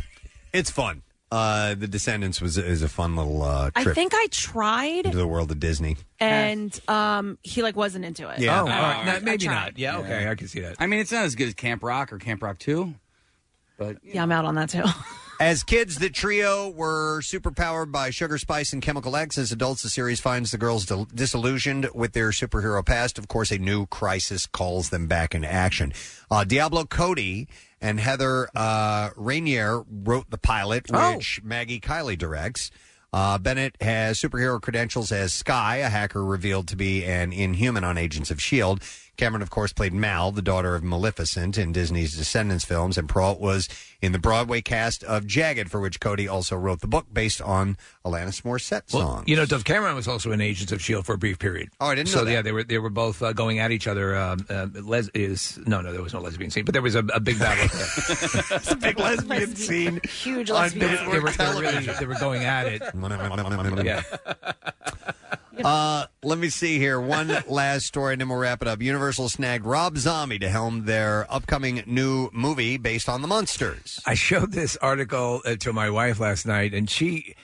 It's fun. Uh, the Descendants was is a fun little uh, I trip think I tried, into the world of Disney. and um, he like wasn't into it. Yeah. Oh, Uh, all Oh, right. all No, right. maybe I tried. not. Yeah, Okay. I can see that. I mean, it's not as good as Camp Rock or Camp Rock 2, but Yeah, I'm out on that too. As kids, the trio were superpowered by sugar, spice, and chemical X. As adults, the series finds the girls dil- disillusioned with their superhero past. Of course, a new crisis calls them back in action. Uh, Diablo Cody and Heather uh, Rainier wrote the pilot, Oh. which Maggie Kylie directs. Uh, Bennett has superhero credentials as Sky, a hacker revealed to be an inhuman on Agents of S.H.I.E.L.D. Cameron, of course, played Mal, the daughter of Maleficent, in Disney's Descendants films, and Peralt was in the Broadway cast of Jagged, for which Cody also wrote the book based on Alanis Morissette Well, song. you know, Dove Cameron was also in Agents of Shield E for a brief period. Oh, I didn't so, know that. yeah, they were they were both uh, going at each other. Um, uh, les- is no, no, there was no lesbian scene, but there was a, a big battle. It's a big lesbian scene. Huge On lesbian big- scene. they were, they were really they were going at it. yeah. Uh, let me see here. One last story, and then we'll wrap it up. Universal snagged Rob Zombie to helm their upcoming new movie based on the monsters. I showed this article uh, to my wife last night, and she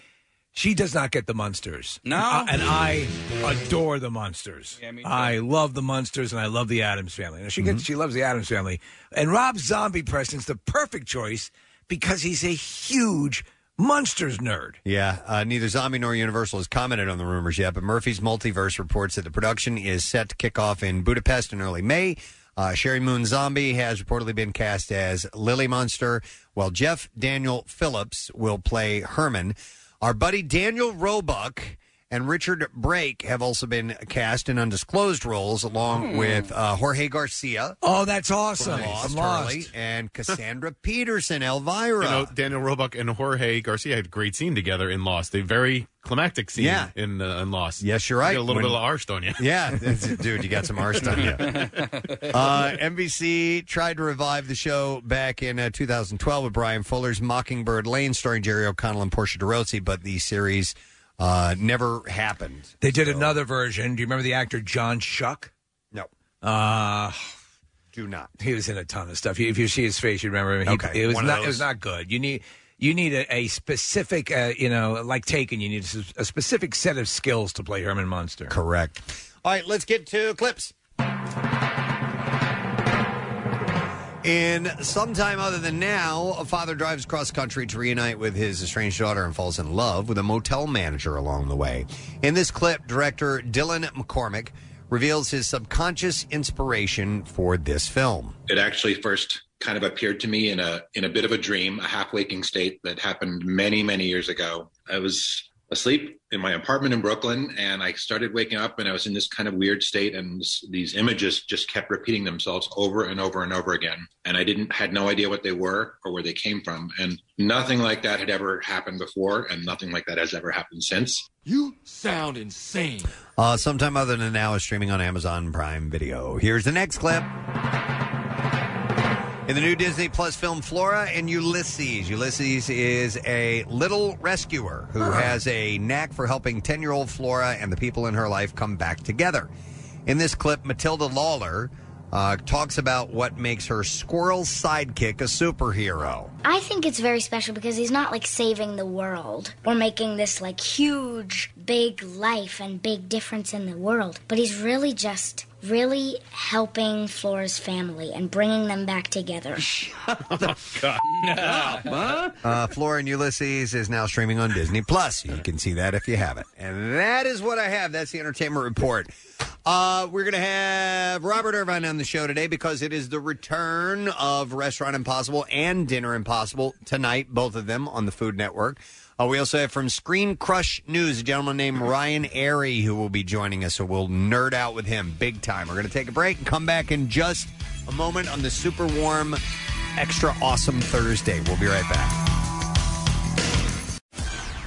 she does not get the monsters. No, and I adore the monsters. Yeah, me too. I love the monsters, and I love the Adams family. Now, she gets, she loves the Adams family, and Rob Zombie Preston's the perfect choice because he's a huge monsters nerd. Yeah, uh, neither Zombie nor Universal has commented on the rumors yet, but Murphy's Multiverse reports that the production is set to kick off in Budapest in early May. Uh, Sherry Moon Zombie has reportedly been cast as Lily Monster, while Jeff Daniel Phillips will play Herman. Our buddy Daniel Roebuck and Richard Brake have also been cast in undisclosed roles, along Hmm. with uh, Jorge Garcia. Oh, that's awesome! from Lost, I'm lost. Hurley, and Cassandra Peterson, Elvira. You know, Daniel Roebuck and Jorge Garcia had a great scene together in Lost. A very climactic scene Yeah. in, uh, in Lost. Yes, you're right. You got a little When- bit of arsed on you. Yeah, that's- dude, you got some arsed on you. Uh, NBC tried to revive the show back in uh, 2012 with Brian Fuller's Mockingbird Lane, starring Jerry O'Connell and Portia de Rossi, but the series uh, never happened. They did another version. Do you remember the actor John Shuck? No. Uh, Do not. He was in a ton of stuff. You- If you see his face, you remember him. He- Okay, It was one of not. It those. was not good. You need. You need a, a specific, uh, you know, like Taken. You need a, s- a specific set of skills to play Herman Munster. Correct. All right, let's get to clips. In some time other than now, a father drives across country to reunite with his estranged daughter and falls in love with a motel manager along the way. In this clip, director Dylan McCormick reveals his subconscious inspiration for this film. it actually first kind of appeared to me in a in a bit of a dream, a half waking state that happened many many years ago. I was asleep in my apartment in Brooklyn, and I started waking up, and I was in this kind of weird state, and s- these images just kept repeating themselves over and over and over again, and I didn't had no idea what they were or where they came from, and nothing like that had ever happened before, and nothing like that has ever happened since. You sound insane. Uh, sometime other than now is streaming on Amazon Prime Video. Here's the next clip. In the new Disney Plus film Flora and Ulysses, Ulysses is a little rescuer who has a knack for helping 10 year old Flora and the people in her life come back together. In this clip, Matilda Lawler uh, talks about what makes her squirrel sidekick a superhero. I think it's very special because he's not like saving the world or making this like huge, big life and big difference in the world, but he's really just really helping Flora's family and bringing them back together. Uh, Flora and Ulysses is now streaming on Disney Plus. You can see that if you haven't. And that is what I have. That's the Entertainment Report. Uh, we're going to have Robert Irvine on the show today because it is the return of Restaurant Impossible and Dinner Impossible tonight, both of them on the Food Network. Uh, we also have from Screen Crush News a gentleman named Ryan Airy who will be joining us. So we'll nerd out with him big time. We're going to take a break and come back in just a moment on the super warm, extra awesome Thursday. We'll be right back.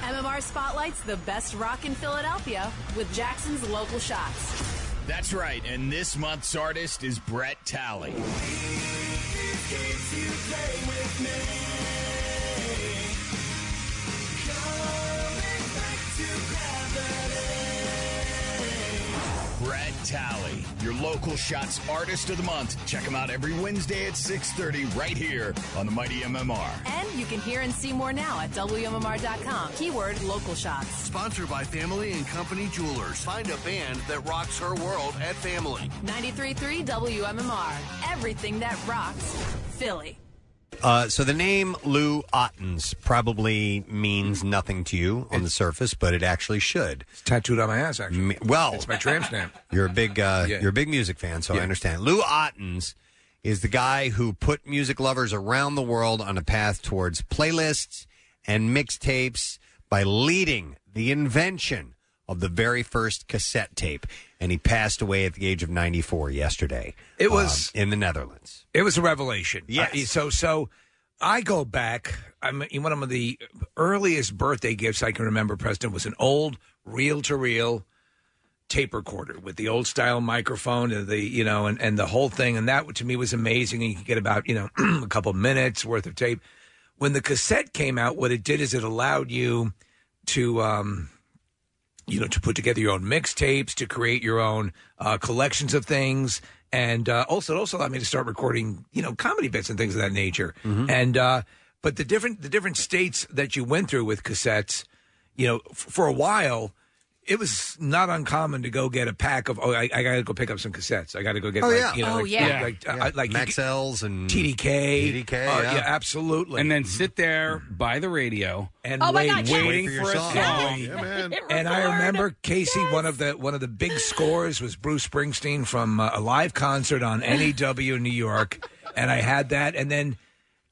MMR spotlights the best rock in Philadelphia with Jackson's local shots. That's right, and this month's artist is Brett Talley. Brett Talley, your local shots artist of the month. Check him out every Wednesday at 6:30 right here on the Mighty MMR. And you can hear and see more now at WMMR.com. Keyword local shots. Sponsored by Family and Company Jewelers. Find a band that rocks her world at Family. 93.3 WMMR. Everything that rocks. Philly. Uh, so the name Lou Ottens probably means nothing to you on the surface, but it actually should. It's tattooed on my ass, actually. well, It's my tramp stamp. You're a big, uh, Yeah. you're a big music fan, so I Yeah. understand. Lou Ottens is the guy who put music lovers around the world on a path towards playlists and mixtapes by leading the invention of the very first cassette tape, and he passed away at the age of 94 yesterday. It was- um, in the Netherlands. It was a revelation. Yes. Uh, so so I go back. I mean, one of the earliest birthday gifts I can remember, Preston, was an old reel to reel tape recorder with the old style microphone and the you know and, and the whole thing and that to me was amazing and you could get about you know a couple minutes worth of tape when the cassette came out what it did is it allowed you to um you know to put together your own mixtapes to create your own uh, collections of things and uh, also it also allowed me to start recording you know comedy bits and things of that nature Mm-hmm. and uh but the different the different states that you went through with cassettes you know f- for a while it was not uncommon to go get a pack of oh I, I gotta go pick up some cassettes I gotta go get Oh, like, yeah. you know Oh, like, yeah. like, Yeah. uh, I- like you get- Maxells Mm. and TDK TDK, Uh, yeah. yeah absolutely And then sit there by the radio and oh wait, my God, waiting for a song. And I remember Casey. One of the one of the big scores was Bruce Springsteen from uh, a live concert on NEW in New York, and I had that. And then,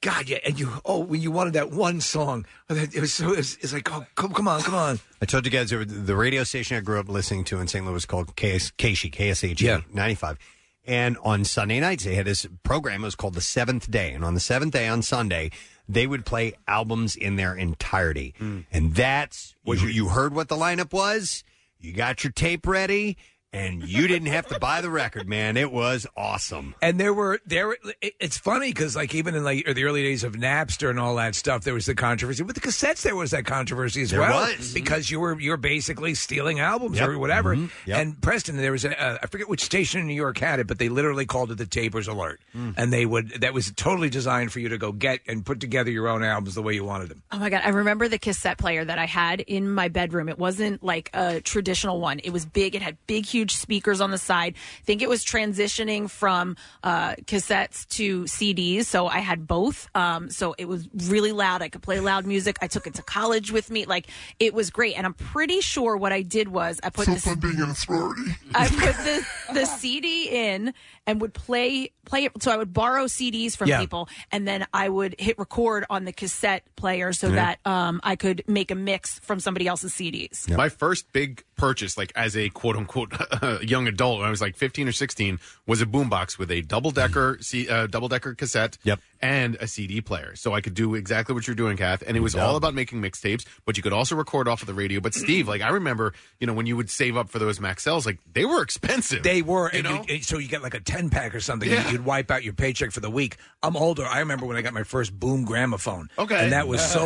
God, yeah, and you. Oh, when you wanted that one song, it was so. It's it's like, oh, come, come on, come on. I told you guys there was- the radio station I grew up listening to in St. Louis was called KS, KSHE, KSHE 95. E, And on Sunday nights, they had this program. It was called The Seventh Day. And on the seventh day on Sunday, they would play albums in their entirety. And that's what you, you heard what the lineup was. You got your tape ready, and you didn't have to buy the record, man. It was awesome. And there were there. it- It's funny because like even in like the early days of Napster and all that stuff, there was the controversy with the cassettes. There was that controversy as There well was. Mm-hmm. because you were you were basically stealing albums Yep. or whatever. Mhm. Yep. And Preston, there was a, uh, I forget which station in New York had it, but they literally called it the Tapers Alert, Mm. and they would that was totally designed for you to go get and put together your own albums the way you wanted them. Oh my god, I remember the cassette player that I had in my bedroom. It wasn't like a traditional one. It was big. It had big huge speakers on the side. I think it was transitioning from uh cassettes to CDs, so I had both. Um so it was really loud. I could play loud music. I took it to college with me. Like it was great. And I'm pretty sure what I did was I put this being an authority. I put the the CD in and would play play it. So I would borrow CDs from Yeah. people, and then I would hit record on the cassette player so Yeah. that um, I could make a mix from somebody else's CDs. My first big purchase, like as a quote unquote young adult, when I was like 15 or 16, was a boombox with a double decker C- uh, double decker cassette and a CD player. So I could do exactly what you're doing, Kath. And it was all about making mixtapes, but you could also record off of the radio. But Steve, like I remember, you know, when you would save up for those Maxells, like they were expensive. They were, and you- and eh, so you get like a ten pack or something. and Yeah. You'd wipe out your paycheck for the week. I'm older. I remember when I got my first boom gramophone. Okay. and that was so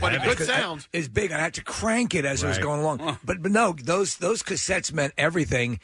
But a good Because sound. It's big. I had to crank it as it was Right. going along. But but no, those those cassettes meant everything.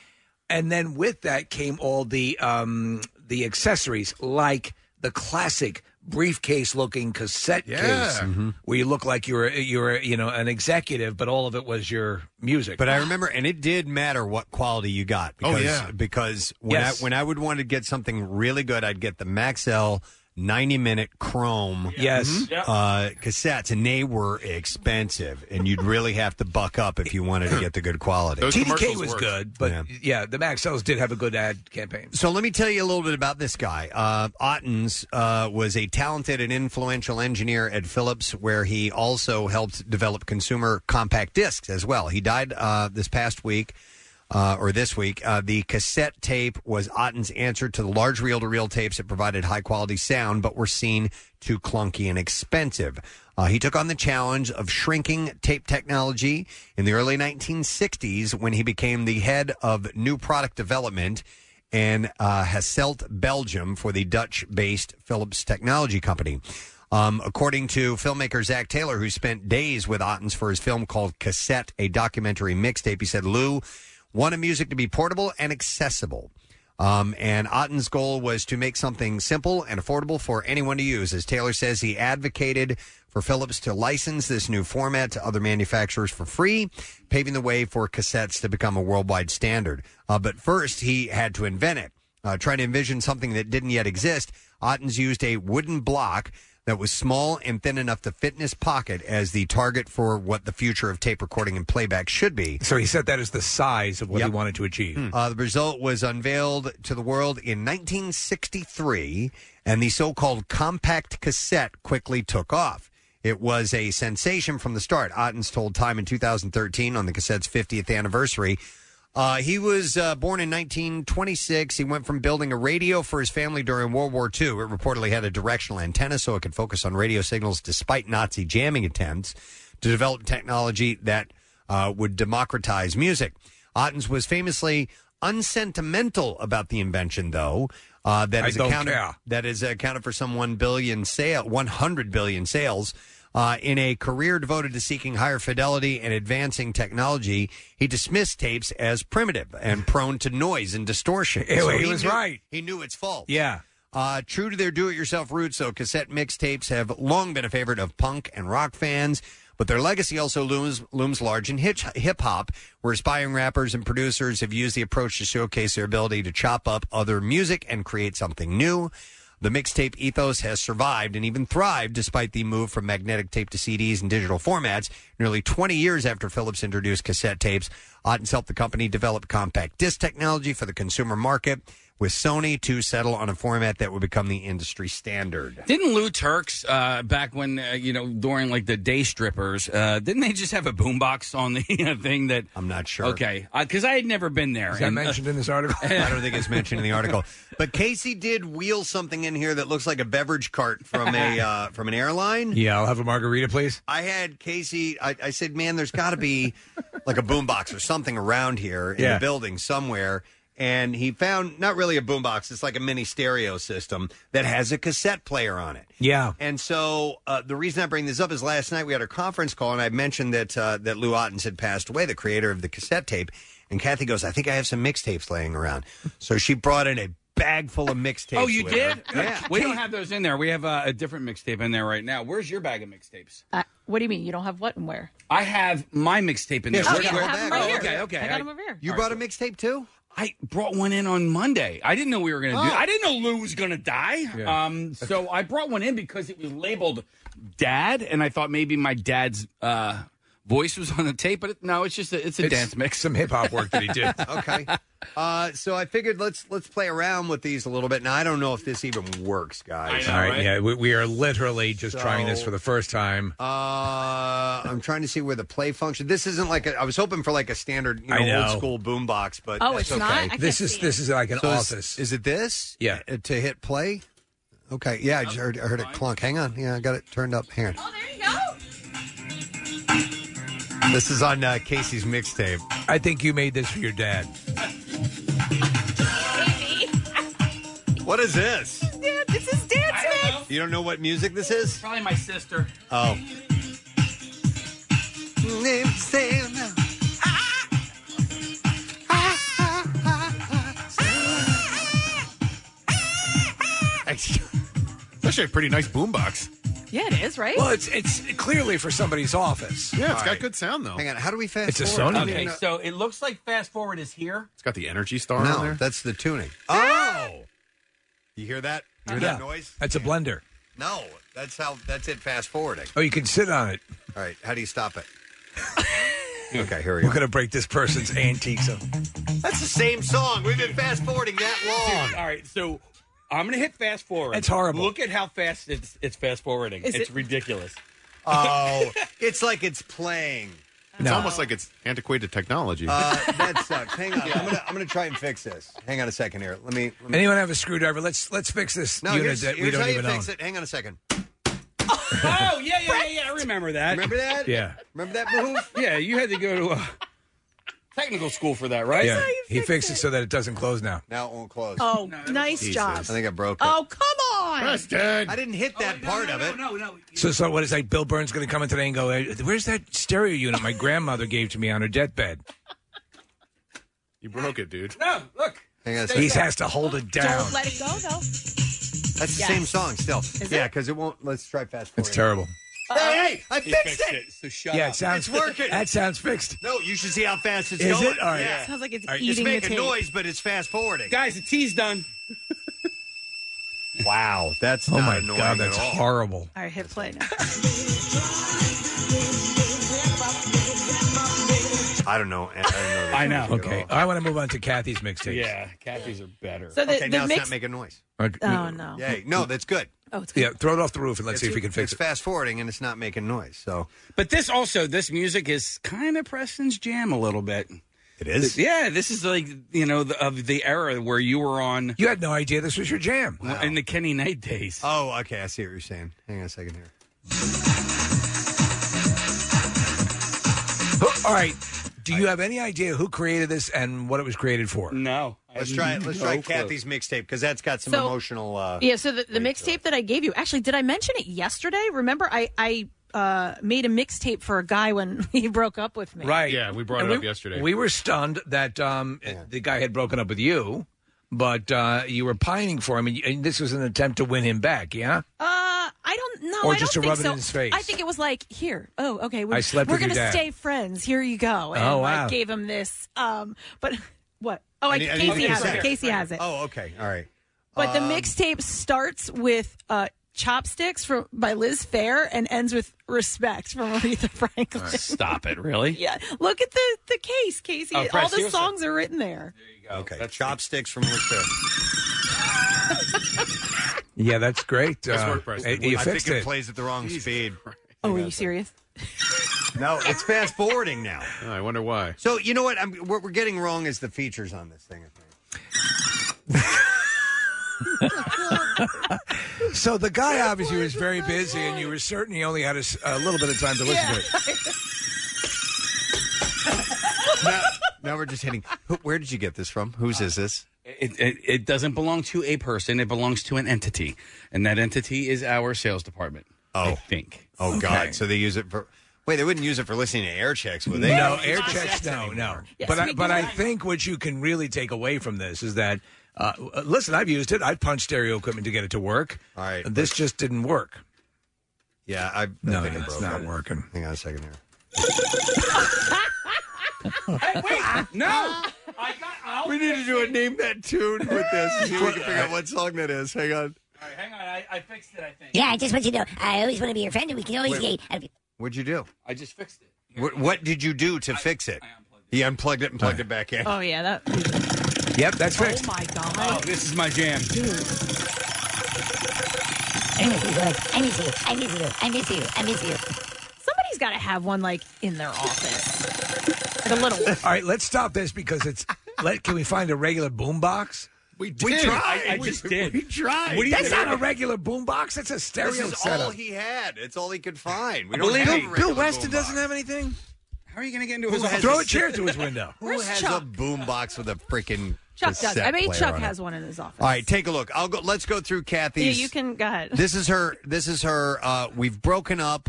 And then with that came all the um the accessories, like the classic briefcase looking cassette Yeah. case, Mhm. where you look like you're you're you know an executive, but all of it was your music. But I remember, and it did matter what quality you got. Oh, Because, yeah. Because when Yes. I when I would want to get something really good, I'd get the Maxell ninety minute Chrome Yes. Mhm. Yep. uh, cassettes, and they were expensive, and you'd really have to buck up if you wanted to get the good quality. TDK was good, but yeah. the Max Sells did have a good ad campaign. So let me tell you a little bit about this guy. Uh, Ottens uh, was a talented and influential engineer at Philips, where he also helped develop consumer compact discs as well. He died uh, this past week. Uh, or this week, uh, the cassette tape was Otten's answer to the large reel to reel tapes that provided high quality sound but were seen too clunky and expensive. Uh, he took on the challenge of shrinking tape technology in the early 1960s when he became the head of new product development in uh, Hasselt, Belgium, for the Dutch based Philips Technology Company. Um, according to filmmaker Zach Taylor, who spent days with Ottens for his film called Cassette, a documentary mixtape, he said, Lou wanted music to be portable and accessible. Um, and Otten's goal was to make something simple and affordable for anyone to use. As Taylor says, he advocated for Philips to license this new format to other manufacturers for free, paving the way for cassettes to become a worldwide standard. Uh, but first, he had to invent it. Uh, trying to envision something that didn't yet exist, Otten's used a wooden block that was small and thin enough to fit in his pocket as the target for what the future of tape recording and playback should be. So he said that is the size of what Yep. he wanted to achieve. Uh, the result was unveiled to the world in 1963, and the so called compact cassette quickly took off. It was a sensation from the start. Ottens told Time in 2013 on the cassette's 50th anniversary. Uh, he was uh, born in 1926. He went from building a radio for his family during World War II. It reportedly had a directional antenna so it could focus on radio signals despite Nazi jamming attempts to develop technology that uh, would democratize music. Ottens was famously unsentimental about the invention, though. Uh, that I is don't accounted care. that is accounted for some one billion sale, one hundred billion sales. Uh, in a career devoted to seeking higher fidelity and advancing technology, he dismissed tapes as primitive and prone to noise and distortion. Ew, So he was knew- right. He knew its fault. Yeah. Uh, true to their do-it-yourself roots, though, cassette mixtapes have long been a favorite of punk and rock fans. But their legacy also looms, looms large in hitch- hip hop, where aspiring rappers and producers have used the approach to showcase their ability to chop up other music and create something new. The mixtape ethos has survived and even thrived despite the move from magnetic tape to CDs and digital formats. Nearly 20 years after Philips introduced cassette tapes, Ottens helped the company develop compact disc technology for the consumer market, with Sony to settle on a format that would become the industry standard. Didn't Lou Turks uh, back when uh, you know during like the day strippers? Uh, didn't they just have a boombox on the uh, thing that I'm not sure. Okay, because I had never been there. Is that And, uh, mentioned in this article? I don't think it's mentioned in the article, but Casey did wheel something in here that looks like a beverage cart from a uh, from an airline. Yeah, I'll have a margarita, please. I had Casey. I, I said, "Man, there's got to be like a boombox or something around here in Yeah. the building somewhere." And he found not really a boombox; it's like a mini stereo system that has a cassette player on it. Yeah. And so uh, the reason I bring this up is last night we had a conference call, and I mentioned that uh, that Lou Ottens had passed away, the creator of the cassette tape. And Kathy goes, "I think I have some mixtapes laying around." So she brought in a bag full of mixtapes. Oh, you with her. did? We don't have those in there. We have uh, a different mixtape in there right now. Where's your bag of mixtapes? Uh, what do you mean? You don't have what and where? I have my mixtape in Yeah, there. Where- she's got where- a whole bag oh, over here. okay, okay. I got 'em over here. You brought a mixtape too? I brought one in on Monday. I didn't know we were going to do. Oh. I didn't know Lou was going to die. Um, so I brought one in because it was labeled "Dad," and I thought maybe my dad's uh, voice was on the tape, but it, no, it's just a, it's a It's dance mix, some hip hop work that he did. okay. Uh, so I figured let's let's play around with these a little bit. Now I don't know if this even works, guys. All right, yeah, we, we are literally just So- trying this for the first time. Uh, I'm trying to see where the play function. This isn't like a, I was hoping for like a standard, you know, I know. old school boombox, but Oh, that's it's okay. not? I can't This is- see it. this is like an So is- office. Is, it this? Yeah. Uh, To hit play. Okay. Yeah, I just heard, I heard it clunk. Hang on. Yeah, I got it turned up. Hang on. Oh, there you go. This is on uh, Casey's mixtape. I think you made this for your dad. What is this? Dad, this is dance mix. You don't know what music this is? Probably my sister. Oh. That's actually a pretty nice boombox. Yeah, it is, right? Well, it's it's clearly for somebody's office. Yeah, it's All got right. good sound though. Hang on, how do we fast? It's a forward? Sony. I Okay, mean, uh, so it looks like fast forward is here. Ah! It's got the energy star no, on there. that's the tuning. Oh, you hear that? You hear Yeah. that noise? That's a blender. No, that's how. That's it. Fast forwarding. Oh, you can sit on it. All right, how do you stop it? okay, here we We're gonna break this person's antique. So That's the same song. We've been fast forwarding that long. All right, so I'm going to hit fast forward. That's horrible. Look at how fast it's it's fast forwarding. Is it's it- ridiculous. Oh, it's like it's playing. It's almost like it's antiquated technology. Uh, that sucks. Hang on. I'm gonna I'm gonna try and fix this. Hang on a second here. Let me. Let me anyone have a screwdriver? Let's let's fix this no, unit here's, that we here's don't how even you own. fix it. Hang on a second. oh yeah, yeah, yeah, yeah. I remember that. Remember that? Yeah. Remember that move? yeah, you had to go to a technical school for that, right? Yeah, he fixed it. so that it doesn't close now. Now it won't close. Oh, nice Jesus. job. I think I broke it. Oh, come on. Preston. I didn't hit that part of it. Oh, No, no, So, so what is like? Bill Burns going to come in today and go, "Hey, "Where's that stereo unit my grandmother gave to me on her deathbed?" You broke it, dude. No, look. Hang on a He second. has to hold it down. Don't let it go, though. That's the Yes. same song still. it? yeah, because it won't. Let's try fast forward. It's terrible. Hey, hey, I Uh-huh. He fixed, fixed it. it, so shut yeah, up. it sounds It's working. That sounds fixed. No, you should see how fast it's Is going. it? All right. Yeah. Sounds like it's All right, It's eating the making tape. noise, but it's fast forwarding. Guys, the tea's done. Wow, that's oh not my annoying god, at that's all. horrible. All right, hit play now. I don't know. I don't know. I know. Okay. I want to move on to Kathy's mixtapes. Yeah, Kathy's are better. So the- okay, the now it's mix- not making noise. Okay. Oh, no. Yay. No, that's good. Oh, it's Mm. Yeah, throw it off the roof and let's see if we can fix it's it. It's fast forwarding and it's not making noise. So But this also, this music is kind of Preston's jam a little bit. It is. Yeah, this is like you know the, of the era where you were on. You had no idea this was your jam in the Kenny Knight days. Oh, okay. I see what you're saying. Hang on a second here. Who- All right. Do you have any idea who created this and what it was created for? No. Let's try it. Let's Mm-hmm. Oh, try Kathy's mixtape because that's got some So- emotional. Uh, yeah, so the, the mixtape that I gave you, actually, did I mention it yesterday? Remember, I, I uh, made a mixtape for a guy when he broke up with me. Right. Yeah, we brought And it up yesterday. We were stunned that um, the guy had broken up with you, but uh, you were pining for him, and, you- and this was an attempt to win him back, yeah? Uh, I don't know. Or I just don't to think rub it so. in his face. I think it was like, here, oh, okay, we're, I slept we're with your gonna dad. stay friends. Here you go. And Oh, I wow. gave him this. Um, but what? Oh, I, need- need Casey the has cassette. it. Casey has it. Oh, okay. All right. But Um, the mixtape starts with uh, "Chopsticks" from by Liz Fair and ends with "Respect" from Aretha Franklin. Stop it, really? Yeah, look at the the case, Casey. Oh, All Press, the here's the- songs are written there. Okay. Chopsticks from Liz Fair. Yeah, that's great. Nice Uh, work, Preston. hey, You I fixed think it it. plays at the wrong speed. Oh, are you serious? No, it's fast forwarding now. Oh, I wonder why. So you know what? I'm, what we're getting wrong is the features on this thing. So the guy obviously was very busy, and you were certain he only had a, s- a little bit of time to listen to it. now, now we're just hitting. Who, where did you get this from? Whose is this? It, it, it doesn't belong to a person. It belongs to an entity, and that entity is our sales department. Oh, I think. Oh God! So they use it for. Wait, they wouldn't use it for listening to air checks, would they? No, air checks. No, no. Yes, but we I, but I can. think what you can really take away from this is that. Uh, uh, listen, I've used it. I've punched stereo equipment to get it to work. All right, this just didn't work. Yeah, I no, think it it's broke. not working. Hang on a second here. wait, no. I got out. We need to do a name that tune with this. See if we can figure out what song that is. Hang on. Hang on, I, I fixed it. I think. Yeah, I just want you to know, I always want to be your friend, and we can always Wait. get. What'd you do? I just fixed it. What, what did you do to fix it? He unplugged it and plugged it back in. Oh yeah, that. Uh, Yep, that's Oh my god. Oh, this is my jam. I miss you, love. I miss you. I miss you. I miss you. I miss you. Somebody's got to have one like in their office. The little. All right, let's stop this because it's. Let can we find a regular boom box? We did. tried. I- I just did. We tried. What do you that's mean? not a regular boom box. That's a stereo This is setup. all he had. It's all he could find. We I don't believe have Bill- a Bill regular Weston boombox. doesn't have anything. How are you going to get into Who his has office? Who has a boombox with a freaking Chuck does. I cassette mean, player Chuck on it? has one in his office. All right, take a look. I'll go. Let's go through Yeah, Kathy's. you can go ahead. This is her. This is her. Uh, we've broken up,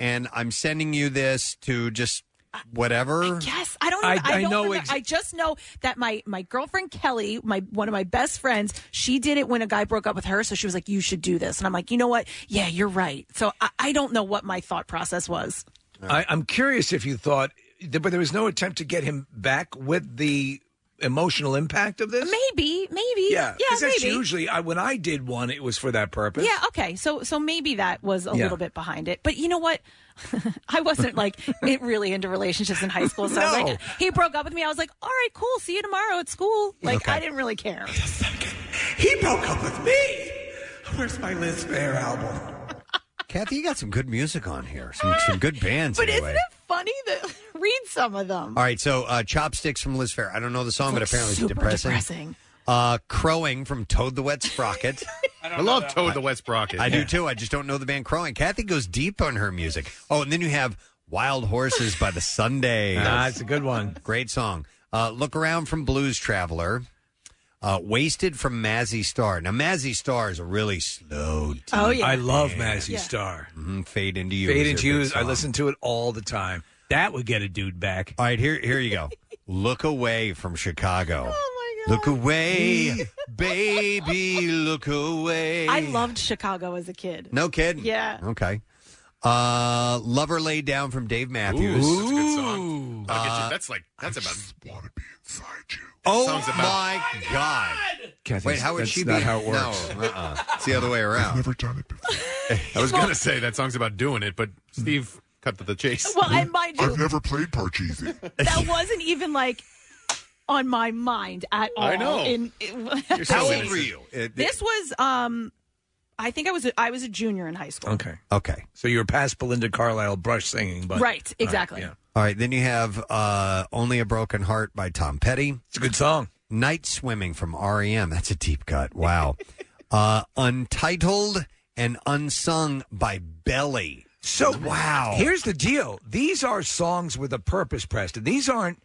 and I'm sending you this to just whatever. Yes, I don't. I- Even, I, I don't know remember- ex- I just know that my my girlfriend Kelly, my one of my best friends, she did it when a guy broke up with her. So she was like, "You should do this," and I'm like, "You know what? Yeah, you're right." So I, I don't know what my thought process was. I, I'm curious if you thought, but there was no attempt to get him back with the emotional impact of this. Maybe, maybe, Yeah, yeah, because that's maybe. usually I, when I did one, it was for that purpose. Yeah, okay. So so maybe that was a Yeah. little bit behind it. But you know what? I wasn't like it really into relationships in high school. So I was No. like he broke up with me. I was like, "All right, cool. See you tomorrow at school." Like I didn't really care. He broke up with me. Where's my Liz Fair album? Kathy, you got some good music on here. Some some good bands. But anyway. isn't it funny that read some of them? All right, so uh, chopsticks from Liz Fair. I don't know the song, but It's apparently super it's depressing. depressing. Uh, crowing from Toad the Wet Sprocket. I, love Toad the Wet Sprocket. I do too. I just don't know the band Crowing. Kathy goes deep on her music. Oh, and then you have Wild Horses by the Sundays. Ah, it's a good one. Great song. Uh, Look around from Blues Traveler. Uh, Wasted from Mazzy Star. Now Mazzy Star is a really slow. Oh, deep yeah. I love band. Mazzy Yeah. Star. Mhm, Fade into you. Fade is a into big you. I song. listen to it all the time. That would get a dude back. All right, here here you go. Look away from Chicago. Oh, Look away, baby, look away. I loved Chicago as a kid. No kidding. Yeah. Okay. Uh Lover Laid Down from Dave Matthews. Ooh, that's a good song. That'll get you- Uh, that's like that's about. Oh Song's about- my God. Kathy, Wait, how would that's she not be? how it works. No, uh-uh. It's the other way around. I was gonna say that song's about doing it, but Steve cut to the chase. Well, and mind you- I've never played Parcheesi. That wasn't even like on my mind at all. I know. In- it- You're so How old innocent. were you? Uh, It- This was um, I think I was a, I was a junior in high school. Okay. Okay. So you're past Belinda Carlisle brush singing, but right. Exactly. All right, then you have uh, "Only a Broken Heart" by Tom Petty. It's a good song. "Night Swimming" from REM. That's a deep cut. Wow. uh, "Untitled" and "Unsung" by Belly. So wow. Here's the deal: these are songs with a purpose, Preston. These aren't.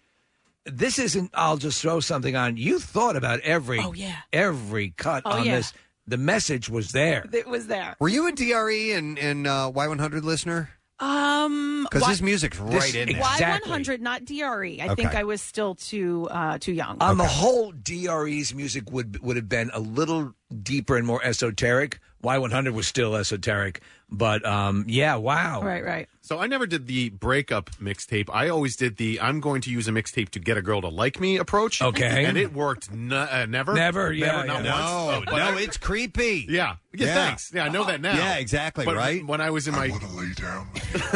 This isn't. I'll just throw something on. You thought about every. Oh, yeah. Every cut Oh, on yeah. this. The message was there. It was there. Were you a DRE and and uh, Y100 listener? Um, 'Cause why- this music's This- right in there. Y100, not DRE. I think Okay. I was still too uh, too young. On the whole, DRE's music would would have been a little deeper and more esoteric. Y100 was still esoteric, but um, yeah, wow. right. So I never did the breakup mixtape. I always did the I'm going to use a mixtape to get a girl to like me approach. Okay. and it worked. N- uh, never, Never, yeah, never, not yeah. No. once. but No, I- it's creepy. Yeah. yeah, Yeah. thanks. Yeah, I know that now. Yeah, exactly, But right? When I was in my, lay down.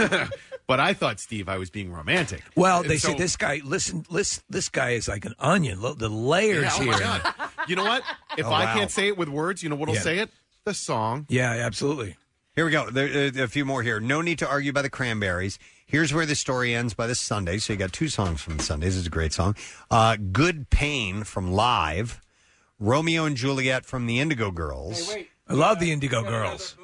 but I thought Steve, I was being romantic. Well, And they so- say this guy. Listen, listen, this guy is like an onion. Look, the layers Yeah, oh here. my God. You know what? If Oh, I wow. can't say it with words, you know what'll Yeah. say it? The song. Yeah, absolutely. Here we go. There, uh, a few more here. No need to argue by the Cranberries. Here's where the story ends by the Sundays. So you got two songs from the Sundays. It's a great song. Uh, Good Pain from Live. Romeo and Juliet from the Indigo Girls. I love the Indigo Girls.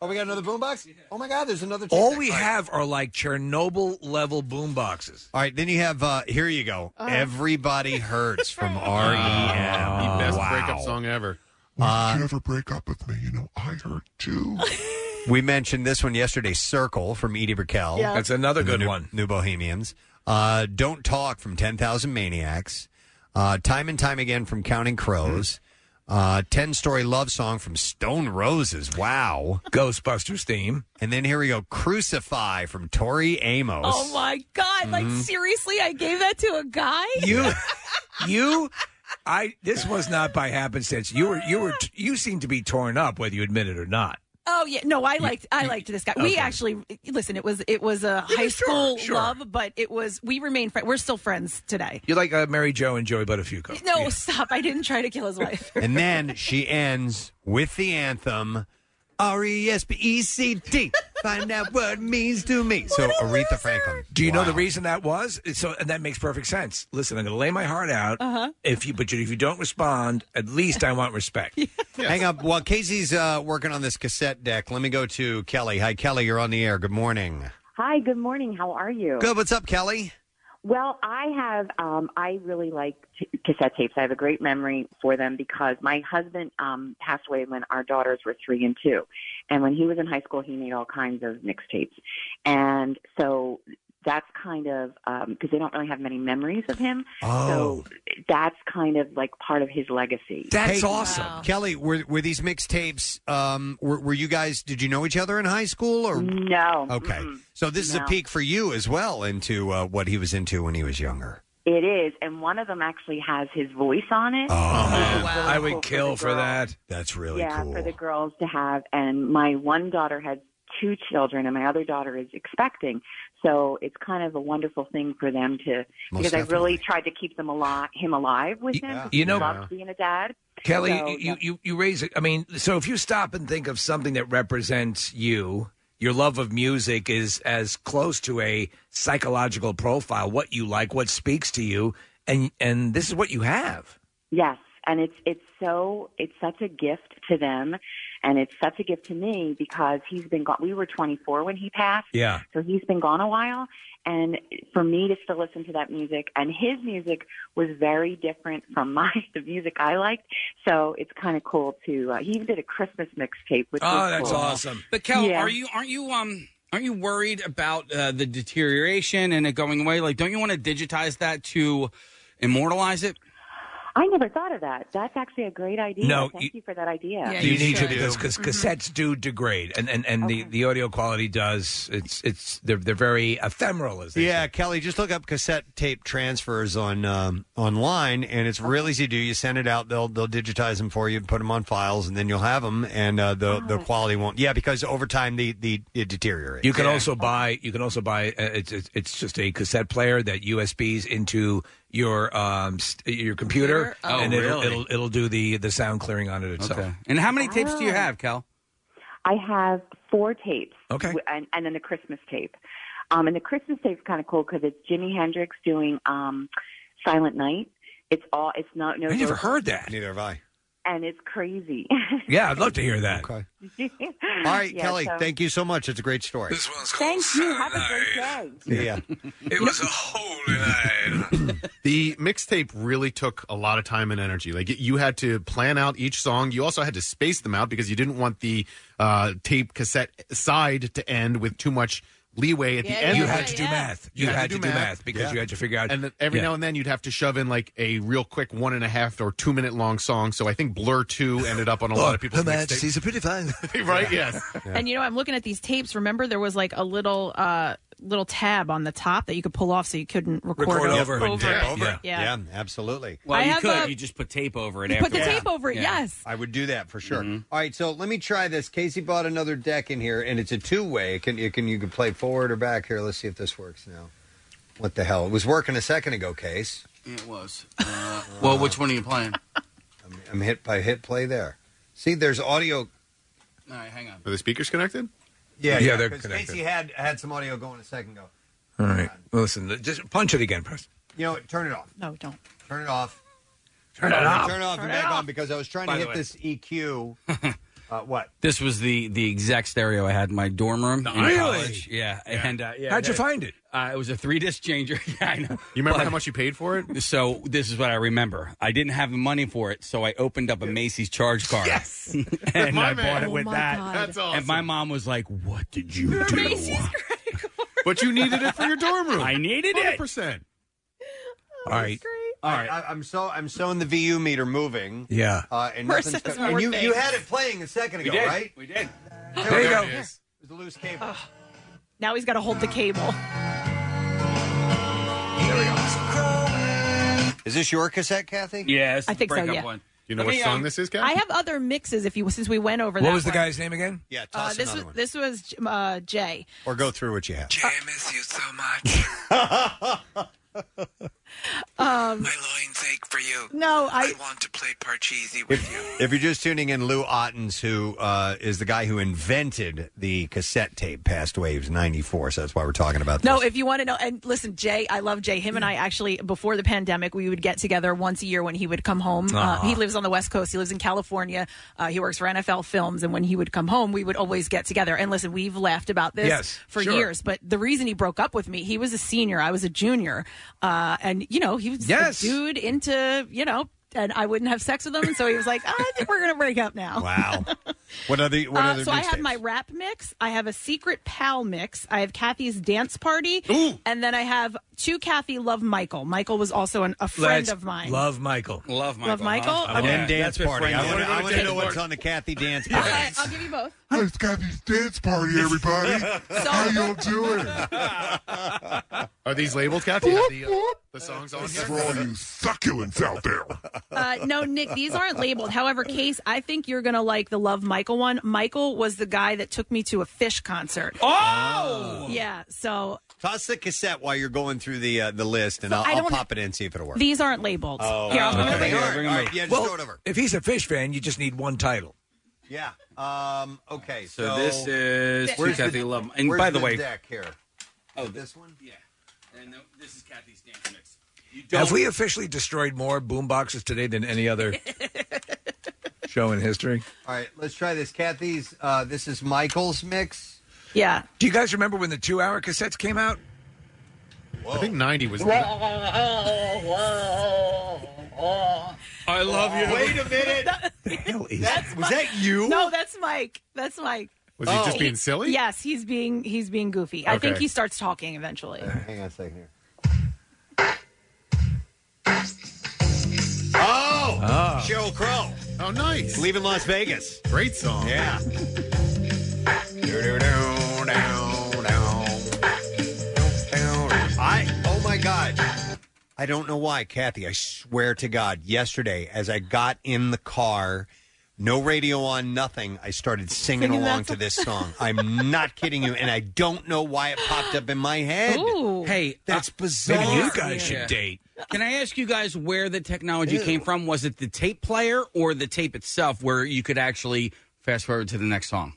Oh, we got another boombox? Oh my God, there's another. All we have are like Chernobyl level boom boxes. All right, then you have uh here you go. Everybody hurts from E REM. the best Wow. breakup song ever. Uh, did you ever break up with me? You know, I hurt too. We mentioned this one yesterday, Circle from Edie Brickell. Yeah. That's another And the good New- one. New Bohemians. Uh, Don't Talk from 10,000 Maniacs. Uh, time and Time Again from Counting Hmm. Crows. Uh, 10 Story Love Song from Stone Roses. Wow. Ghostbusters theme. And then here we go, Crucify from Tori Amos. Oh my god! Like Mhm. seriously, I gave that to a guy. You, you, I. This was not by happenstance. You were, you were, you seemed to be torn up, whether you admit it or not. Oh yeah, no, I liked I liked this guy. We actually listen. It was it was a high school sure. love, but it was we remain friends. We're still friends today. You're like uh, Mary Joe and Joey Buttafuoco. No, stop! I didn't try to kill his wife. And then she ends with the anthem R E S P E C T. Find out what it means to me. So Aretha Franklin. Do you know the reason that was? So, and that makes perfect sense. Listen, I'm going to lay my heart out. Uh-huh. If you, but if you don't respond, at least I want respect. Hang up. While Casey's uh, working on this cassette deck, let me go to Kelly. Hi, Kelly. You're on the air. Good morning. Hi, good morning. How are you? Good. What's up, Kelly? Well, I have, um, I really like t- cassette tapes. I have a great memory for them because my husband um, passed away when our daughters were three and two. And when he was in high school, he made all kinds of mixtapes. And so that's kind of, because they don't really have many memories of him. Oh. So that's kind of like part of his legacy. Hey, Kelly. Were were these mixtapes? Um, were, were you guys? Did you know each other in high school or No. Okay, Mm-mm. so this is No. a peek for you as well into uh, what he was into when he was younger. It is. And one of them actually has his voice on it. Oh. I would kill for that. That's really yeah, cool. for the girls to have. And my one daughter has two children, and my other daughter is expecting. So it's kind of a wonderful thing for them to Most uh, because I really tried to keep them alive, him alive with him. 'cause you he know- loves being a dad, Kelly, So, you, you you raise it. I mean, so if you stop and think of something that represents you, your love of music is as close to a psychological profile. What you like, what speaks to you, and and this is what you have. Yes, and it's it's so it's such a gift to them, and it's such a gift to me because he's been gone. We were 24 when he passed. Yeah. So he's been gone a while, and for me to still listen to that music, and his music was very different from my the music I liked. So it's kind of cool to. Uh, he even did a Christmas mixtape, which Oh, was cool. But Kel, Yeah. are you aren't you um aren't you worried about uh, the deterioration and it going away? Like, don't you want to digitize that to immortalize it? I never thought of that. That's actually a great idea. No, Thank you, for that idea. you, need to do this because Mm-hmm. cassettes do degrade, and and, and the, the audio quality does. It's it's they're they're very ephemeral. As they Yeah, Kelly, just look up cassette tape transfers on um, online, and it's real easy to do. You send it out; they'll they'll digitize them for you, put them on files, and then you'll have them. And uh, the Ah. the quality won't. Yeah, because over time the the it deteriorates. You can also buy. You can also buy. uh, It's it's, it's just a cassette player that USBs into your um st- your computer, Oh, and it'll, really? it'll it'll do the the sound clearing on it itself. Okay. And how many tapes do you Oh. have, Cal? I have four tapes. Okay. W- And, and then the Christmas tape. Um, and the Christmas tape's kind of cool because it's Jimi Hendrix doing um, Silent Night. It's all. It's not. No. I never joke. heard that. Neither have I. And it's crazy. Yeah, I'd love to hear that. Okay. All All right, Kelly, thank you so much. It's a great story. Thank you. Have a great day. Yeah. it was a holy night. the mixtape really took a lot of time and energy. Like you had to plan out each song. You also had to space them out because you didn't want the uh, tape cassette side to end with too much leeway at Yeah, the end. You yeah, had to do yeah. math. You had to do math because you had to figure out- And then every Yeah. now and then you'd have to shove in like a real quick one and a half or two minute long song. So I think Blur Two ended up on a lot of people's mixtapes. a pretty fun. right? Yes. And you know, I'm looking at these tapes. Remember, there was like a little uh, little tab on the top that you could pull off, so you couldn't record, Record o- over and tape it. over. Yeah. Yeah, absolutely. Well, I you have could. a- you just put tape over it. You put the afterwards. tape over it. Yes. I would do that for sure. Mm-hmm. All right, so let me try this. Casey bought another deck in here, and it's a two way. It can you can you can play forward or back here? Let's see if this works now. What the hell? It was working a second ago, Case. It was. Uh, well, which one are you playing? I'm hit by hit play there. See, there's audio. All right, hang on. Are the speakers connected? Yeah, Yeah, yeah, they're 'cause connected. Casey had had some audio going a second ago. All right, listen. Just punch it again, press. You know, what? turn it off. No, don't. Turn it off. Turn it Turn off. Turn it off Turn and it back off. on because I was trying By to the hit way. this EQ. uh, what? This was the the exact stereo I had in my dorm room in Really? college. Yeah, Yeah. and uh, yeah, How'd you that- find it? Uh, it was a three disc changer. yeah, I know. You remember how much you paid for it? So this is what I remember. I didn't have the money for it, so I opened up a Macy's charge card. Yes, and My I man. bought it Oh with my that. God. That's And my mom was like, "What did you do?" but you needed it for your dorm room. I needed it. 100%. All right. All right. I, I'm so I'm showing the VU meter moving. Yeah. Uh, and Versus nothing's co- more and you, you things. had it playing a second We ago, did. right? We did. There we you go. It is. It was a loose cable. Now he's got to hold the cable. Is this your cassette, Kathy? Yes. I think so. Yeah. You know Let what me, song um, this is, Kathy? I have other mixes. If you since we went over. What that was the one. guy's name again? Yeah, Uh, this was this was uh, Jay. Or go through what you have. Jay, I miss you so much. Um, loins ache for you. No, I- want to play Parcheesi If, if you're just tuning in, Lou Ottens, who uh, is the guy who invented the cassette tape, passed away. He was 94, so that's why we're talking about this. No, if you want to know, and listen, Jay, I love Jay. Him and I actually, before the pandemic, we would get together once a year when he would come home. Uh, Aw. he lives on the West Coast. He lives in California. Uh, he works for NFL Films, and when he would come home, we would always get together. And listen, we've laughed about this Yes, for sure. years. But the reason he broke up with me, he was a senior, I was a junior, uh, and you know, he was Yes. a dude into you know. And I wouldn't have sex with him, and so he was like, "Ah, "I think we're gonna break up now." Wow. What other? What Oh. Uh, other so I have mixtapes? my rap mix. I have a secret pal mix. I have Kathy's dance party, and then I have two Kathy love Michael. Michael was also an, a friend of mine. Love Michael. Love Michael, Love Michael? huh? And then Yeah, dance that's what party. Frank- I want, that's I what want to Frank know what's Lord- on the Kathy dance party. I'll give you both. Hi, it's Kathy's dance party, everybody. How y'all doing? Are these labeled, Kathy? Have the, uh, the songs on here? For all you succulents out there. Uh, no, Nick, these aren't labeled. However, Case, I think you're gonna like the Love Michael one. Michael was the guy that took me to a Fish concert. Oh! yeah. So Toss the cassette while you're going through the uh, the list, and So I I'll, I'll don't- pop it in and see if it'll work. these aren't labeled. Oh, Here, I'll okay. come over Bring here. them over, bring them over. Yeah, just well, throw it over. If he's a fish fan, you just need one title. Yeah. Um, okay. So, So this is Where's Kathy the- Love- and where's by the way- deck here. Oh, this one. Yeah, and no, this is Kathy's dance mix. You Have we officially destroyed more boomboxes today than any other show in history? All right, let's try this. Kathy's. Uh, this is Michael's mix. Yeah. Do you guys remember when the two-hour cassettes came out? I think 90 was I love you. Wait a minute. That's was that you? No, that's Mike. That's Mike. Oh. Was he just being silly? Yes, he's being he's being goofy. I think Okay. he starts talking eventually. Hang on a second here. Oh, Oh. Cheryl Crow. Oh, nice. Leaving Las Vegas. Great song. Yeah. I oh my god. I don't know why, Kathy. I swear to God, yesterday as I got in the car, no radio on, nothing, I started singing, Singing that along to song. this song. I'm not kidding you, and I don't know why it popped up in my head. Uh, Hey, that's bizarre. Maybe you guys should date. Can I ask you guys where the technology Ew. came from? Was it the tape player or the tape itself where you could actually fast forward to the next song?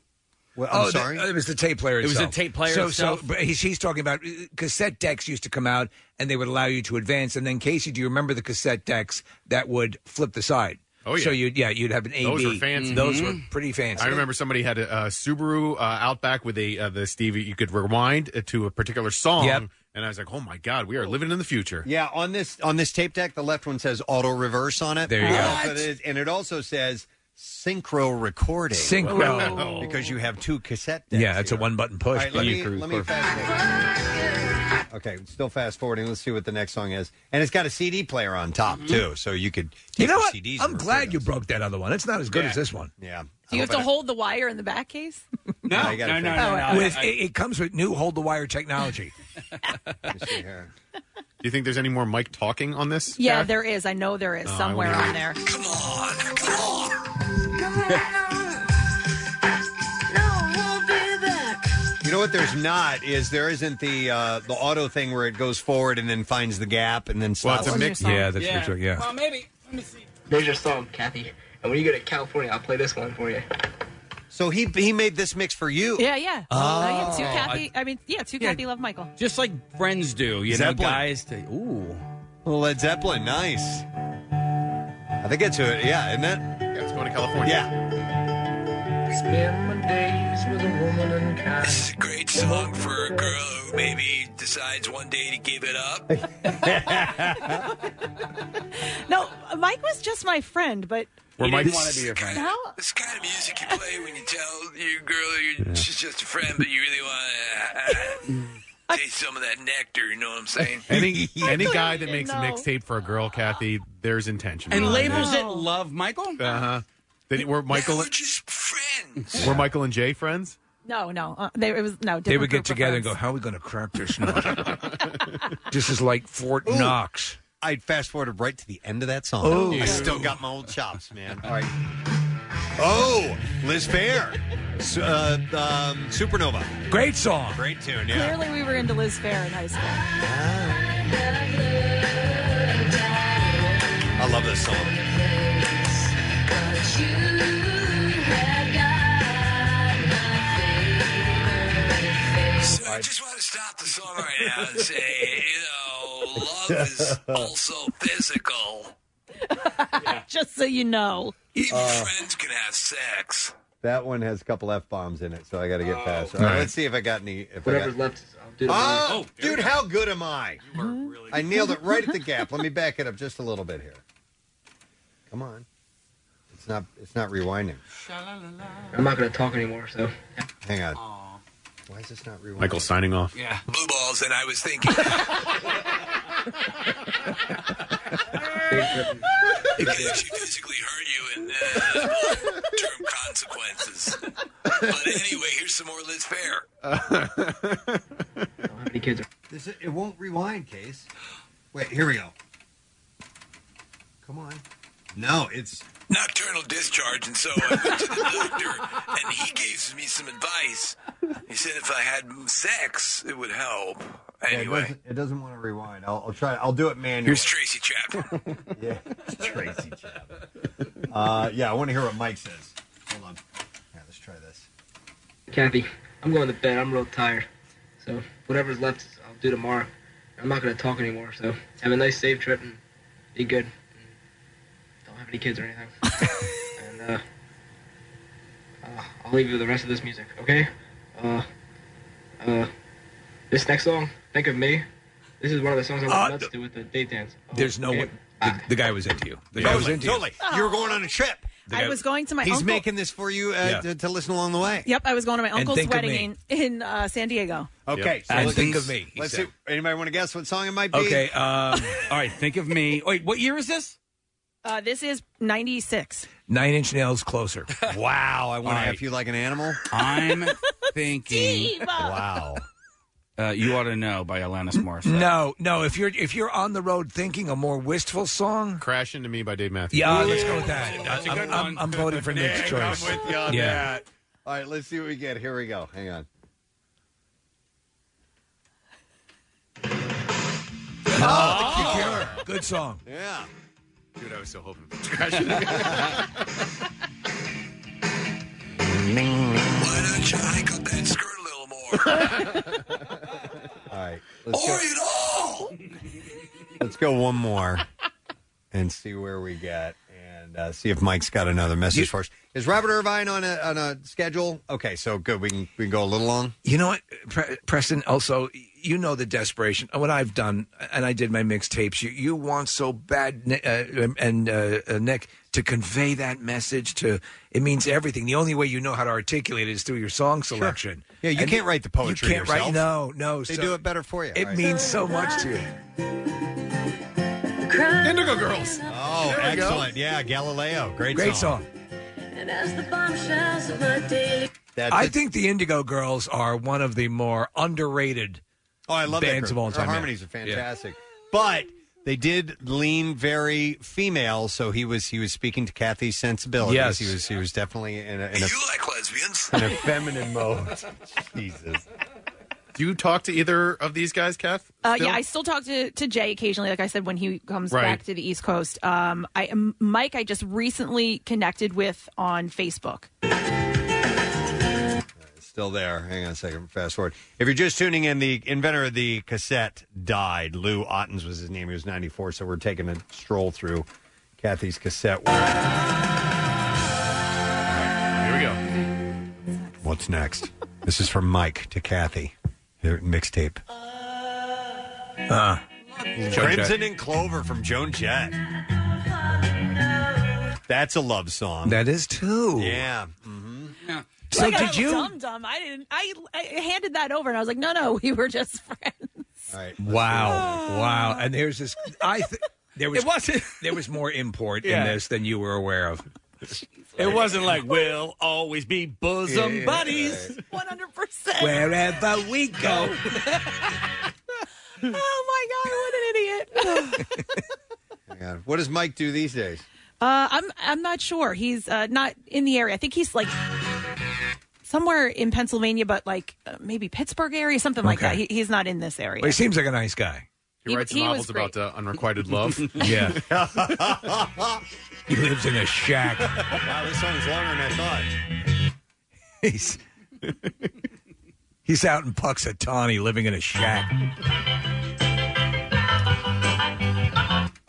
Well, oh, the- uh, it was the tape player. It was itself. the tape player So, itself? so but he's, he's talking about uh, cassette decks used to come out, and they would allow you to advance. And then, Casey, do you remember the cassette decks that would flip the side? Oh, yeah. So you yeah you'd have an AB. Those were fancy. Mm-hmm. Those were pretty fancy. I remember somebody had a, uh Subaru uh, Outback with a uh, the Stevie. You could rewind uh, to a particular song, Yep. and I was like, "Oh my God, we are living in the future." Yeah, on this on this tape deck, the left one says auto reverse on it. There you go. Uh, but it- and it also says synchro recording. Synchro. because you have two cassette decks. Yeah, it's a one button All push. right, but let you me, could let me record- fast forward. Okay, still fast forwarding. Let's see what the next song is, and it's got a CD player on top too, so you could. Take Mm-hmm. You know the what? CDs I'm glad you broke that other one. It's not as good Yeah. as this one. Yeah. Do you have to hold the wire in the back case? No, I gotta no, no, figure no, it out. no, With, I- it, it comes with new hold the wire technology. Do you think there's any more Mike talking on this? Yeah, there is. I know there is Oh, I somewhere wonder- on there. Come on, come on. You know what? There's not is there isn't the uh, the auto thing where it goes forward and then finds the gap and then stops. Well, maybe. Let me see. There's your song, Kathy. And when you go to California, I'll play this one for you. So he he made this mix for you. Yeah, yeah. Oh. yeah, two Kathy. I, mean, yeah, two Kathy Love Michael. Just like friends do, you Zeppelin. know, guys. To, ooh. Led Zeppelin, nice. I think it's a yeah, isn't it? Yeah, it's going to California. Yeah. Spend my days with a woman and This is a great song for a girl who maybe decides one day to give it up. No, Mike was just my friend, but Well, You Mike- didn't No, This kind of music you play when you tell your girl you're, she's just a friend, but you really want to taste some of that nectar. You know what I'm saying? Any any clearly guy that didn't makes a know. mixtape for a girl, Kathy, there's intention. And labels it Love Michael? Uh huh. Then were Michael we're just friends. Were Michael and Jay friends? no, no. Uh, they, it was no. They would get different group of together and go, friends. "How are we going to crack this nut? this is like Fort Knox." I'd fast forwarded right to the end of that song. Oh. I still got my old chops, man. All right. Oh, Liz Fair, Su- uh, um, Supernova. Great song. Great tune. Yeah. Clearly, we were into Liz Fair in high school. I love this song. So I just want to stop the song right now and say, you know, love is also physical. just so you know. Even Uh. friends can have sex. Oh. That one has a couple f bombs in it, so I got to get past. All All right, right. let's see if I got any. If I Whatever's got... left, I'll do the Oh, mine. Oh, dude, how good am I? I nailed it right at the gap. Let me back it up just a little bit here. Come on, it's not it's not rewinding. I'm not going to talk anymore, so. Hang on. Why is this not rewinding? Michael signing off. Yeah. Blue balls, and I was thinking. it can actually physically hurt you and uh, long term consequences. But anyway, here's some more Liz Fair. This, it won't rewind, Case. Wait, here we go. Come on. No, it's Nocturnal discharge, and so I went to the doctor, and he gave me some advice. He said if I had sex, it would help. yeah, it Anyway, doesn't- it doesn't, want to rewind. I'll, I'll try. I'll do it manually. here's Tracy Chapman. yeah, Tracy Chapman. Uh, yeah, I want to hear what Mike says. Hold on. Yeah, let's try this. Kathy, I'm going to bed. I'm real tired. So whatever's left, I'll do tomorrow. I'm not going to talk anymore. So have a nice, safe trip and be good. Don't have any kids or anything. and uh, uh, I'll leave you with the rest of this music, Oh, okay? Uh, uh, this next song, Think of Me. This is one of the songs I Uh, went nuts to with the date dance. There's no one. The, the guy was into you. The guy was Totally, into you. totally. You were going on a trip. The I guy- was going to my He's uncle. making this for you uh, Yeah. to, to listen along the way. Yep, I was going to my And uncle's think of wedding in, in uh, San Diego. Okay, Yep. And let's- think of me, he Let's said. see. Anybody want to guess what song it might be? Okay. Um, all right. Think of me. Wait, what year is this? Uh, this is 96. Nine Inch Nails closer. wow, I wanna F you like an animal. I'm thinking. Wow. Uh, you ought to know by Alanis Morissette. No, no. If you're if you're on the road thinking a more wistful song, "Crash Into Me" by Dave Matthews. Yeah, let's go with that. That's a I'm- good I'm, one. I'm voting for Nick's Nick, I'm choice. with you on yeah. that. All right, let's see what we get. Here we go. Hang on. Oh, The Cure. Good song. Yeah. Dude, I was so hoping for Crash Into Me. Why don't you hike up that skirt a little more? All right. Let's or go, at all! let's go one more and see where we get and uh, see if Mike's got another message for us. Is Robert Irvine on a uh, on a schedule? Okay, so good. We can we can go a little long. You know what, Pre- Preston? Also, you know the desperation. What I've done, and I did my mixtapes. You, you want so bad, Ni- uh, and uh, uh, Nick, to convey that message. To it means everything. The only way you know how to articulate it is through your song selection. Yeah, you And can't write the poetry You can't yourself. write. Oh, No, no. They do it better for you. It Right. means so much to you. Indigo Girls. Oh, There we go. excellent. Oh, Yeah, Galileo. Great, Great song. song. That's I it. think the Indigo Girls are one of the more underrated. Oh, I love that bands group. of all Their time. yeah. harmonies are Yeah. fantastic. But they did lean very female, so he was he was speaking to Kathy's sensibilities. Yes. he was he was definitely in a, in a like lesbians? in a feminine Uh, mode. Jesus. Do you talk to either of these guys, Kath? Uh, Phil? yeah, I still talk to, to Jay occasionally. Like I said, when he comes Right. back to the East Coast, um, I M- Mike, I just recently connected with on Facebook. Still there. Hang on a second. Fast forward. If you're just tuning in, the inventor of the cassette died. Lou Ottens was his name. He was 94. So we're taking a stroll through Kathy's cassette. Here we go. What's next? this is from Mike to Kathy. Their mixtape. Uh, Crimson and Clover from Joan Jett. That's a love song. That is too. Yeah. So Like, I did was you- Dumb, dumb. I didn't. I, I handed that over, and I was like, no, no, we were just friends. Wow, wow! And there's this. I th- there was It wasn't- there was more import Yeah. in this than you were aware of. It wasn't like we'll always be bosom Yeah. buddies. One hundred percent. Wherever we go. oh my god, what an idiot! Hang on. What does Mike do these days? Uh, I'm I'm not sure. He's uh, not in the area. I think he's like somewhere in Pennsylvania, but like uh, maybe Pittsburgh area, something like that. Okay. He, he's not in this area. Well, he seems like a nice guy. He- writes he novels was great. about uh, unrequited love. yeah, he lives in a shack. Wow, this song is longer than I thought. He's he's out in Puxatawny, living in a shack.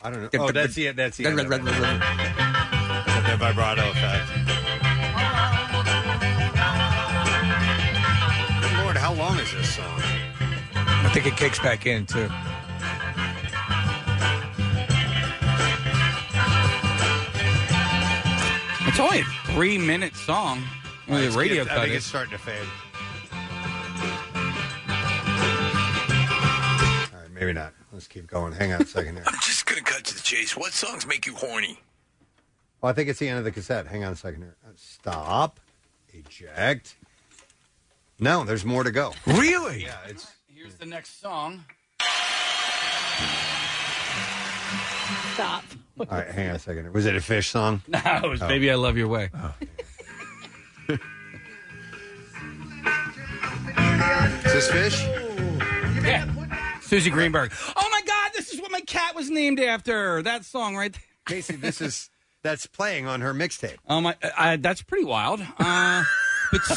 I don't know. Oh, that's the that's the end of it. That vibrato effect. Good Lord, how long is this song? I think it kicks back in too. It's only a three minute song. Only the radio I cut think is. it's starting to fade. All right, maybe not. Let's keep going. Hang on a second here. I'm just going to cut to the chase. What songs make you horny? Well, I think it's the end of the cassette. Hang on a second here. Uh, Stop. Eject. No, there's more to go. Really? Yeah, it's Here's the next song. Stop. all right. Hang on a second. here. Was it a fish song? No, it was Oh. Baby I Love Your Way. Is this fish? Yeah. Susie Greenberg. Oh my God, this is what my cat was named after. That song right there. Casey, this is that's playing on her mixtape. Oh my, I, that's pretty wild. Uh, but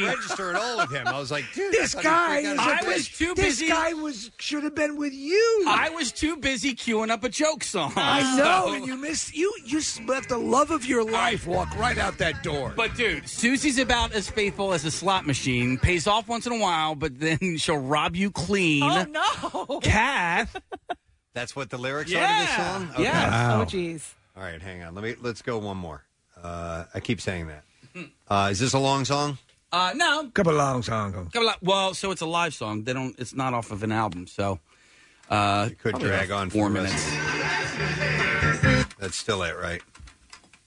I didn't register at all with him. I was like, dude, This I thought guy, he freaked is out. I a was bitch. too this busy- guy was should have been with you. I was too busy queuing up a joke song. I So- know, and you missed you. You s- let the love of your life walk right out that door. But dude, Susie's about as faithful as a slot machine. Pays off once in a while, but then she'll rob you clean. Oh no, Kath. That's what the lyrics Yeah. are to this song. Yes. Wow. Oh, jeez. All right, hang on. Let me let's go one more. Uh, I keep saying that. Uh, is this a long song? Uh, no. Couple of long songs. ago. Couple of- Well, so it's a live song. They don't. It's not off of an album, so uh, Could probably drag about on four for the rest minutes. of- That's still it, right?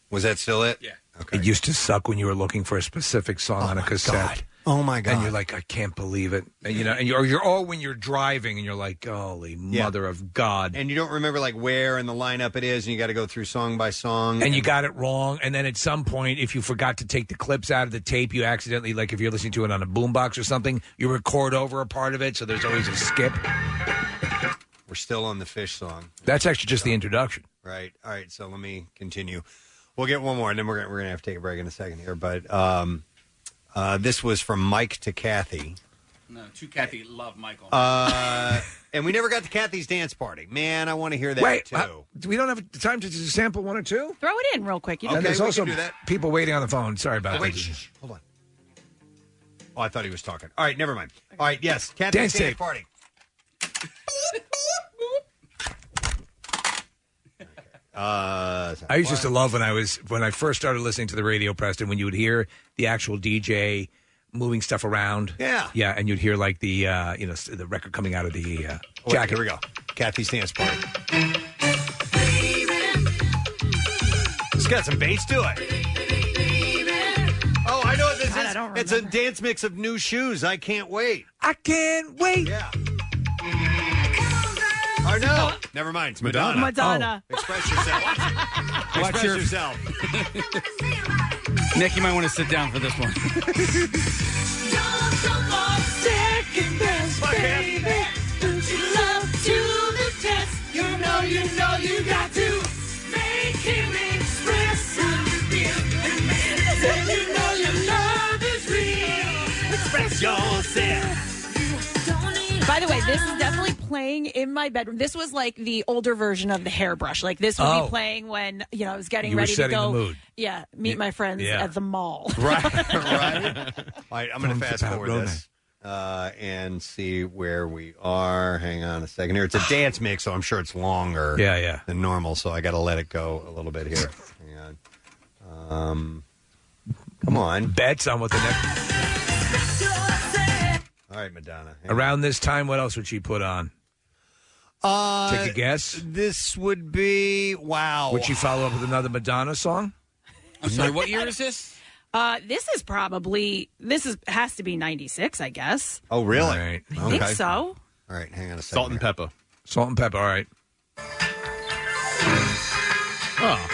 Was that still it? Yeah. It used to suck when you were looking for a specific song on a cassette. Oh my God. And you're like, I can't believe it. And, you know, and you're, you're all when you're driving and you're like, holy mother of God. And you don't remember like where in the lineup it is, and you got to go through song by song. and you got it wrong. And then at some point, if you forgot to take the clips out of the tape, you accidentally, like if you're listening to it on a boombox or something, you record over a part of it. So there's always a skip. We're still on the fish song. That's actually just the introduction. Right. All right. So let me continue. We'll get one more, and then we're gonna, we're gonna have to take a break in a second here. But um, uh, this was from Mike to Kathy. No, two Kathy love Michael. Uh, and we never got to Kathy's dance party. Man, I want to hear that Wait, too. uh, do we don't have time to, to sample one or two? Throw it in real quick. You and Okay, there's we also can do that. people waiting on the phone. Sorry about Wait, that. shh, shh, hold on. Oh, I thought he was talking. All right, never mind. All right, yes, Kathy's Dance dance, tape. party. Uh, I used just to love when I was when I first started listening to the radio, Preston. When you would hear the actual DJ moving stuff around, Yeah. yeah, and you'd hear like the uh, you know s- the record coming out of the uh, Wait, jacket. here we go. Kathy's dance party. It's got some bass to it. Oh, I know what this is. it's a dance mix of new shoes. I can't wait. I can't wait. Yeah. Oh no! Never mind. It's Madonna. Madonna. Express yourself. Watch Express your- yourself. Nick, you might want to sit down for this one. Second best, baby. Don't you love to the test? You know, you know, you got to make him express how you feel. Say you know your love is real. Express yourself. By the way, this is definitely playing in my bedroom. This was like the older version of the hairbrush. Like this would Oh. be playing when you know I was getting You were ready setting to go. the mood. Yeah, meet my friends yeah. at the mall. All right, I'm going to fast forward this uh, and see where we are. Hang on a second here. It's a dance mix, so I'm sure it's longer Yeah, yeah. than normal, so I got to let it go a little bit here. Hang on. Um, come on. Bets on what the next. All right, Madonna. Around this time, what else would she put on? Uh, Take a guess. This would be wow. Would she follow up with another Madonna song? I'm sorry, what year is this? Uh, this is probably this is has to be '96, I guess. Oh, really? I think so. All right, hang on a second. Salt and pepper. Salt and pepper. All right.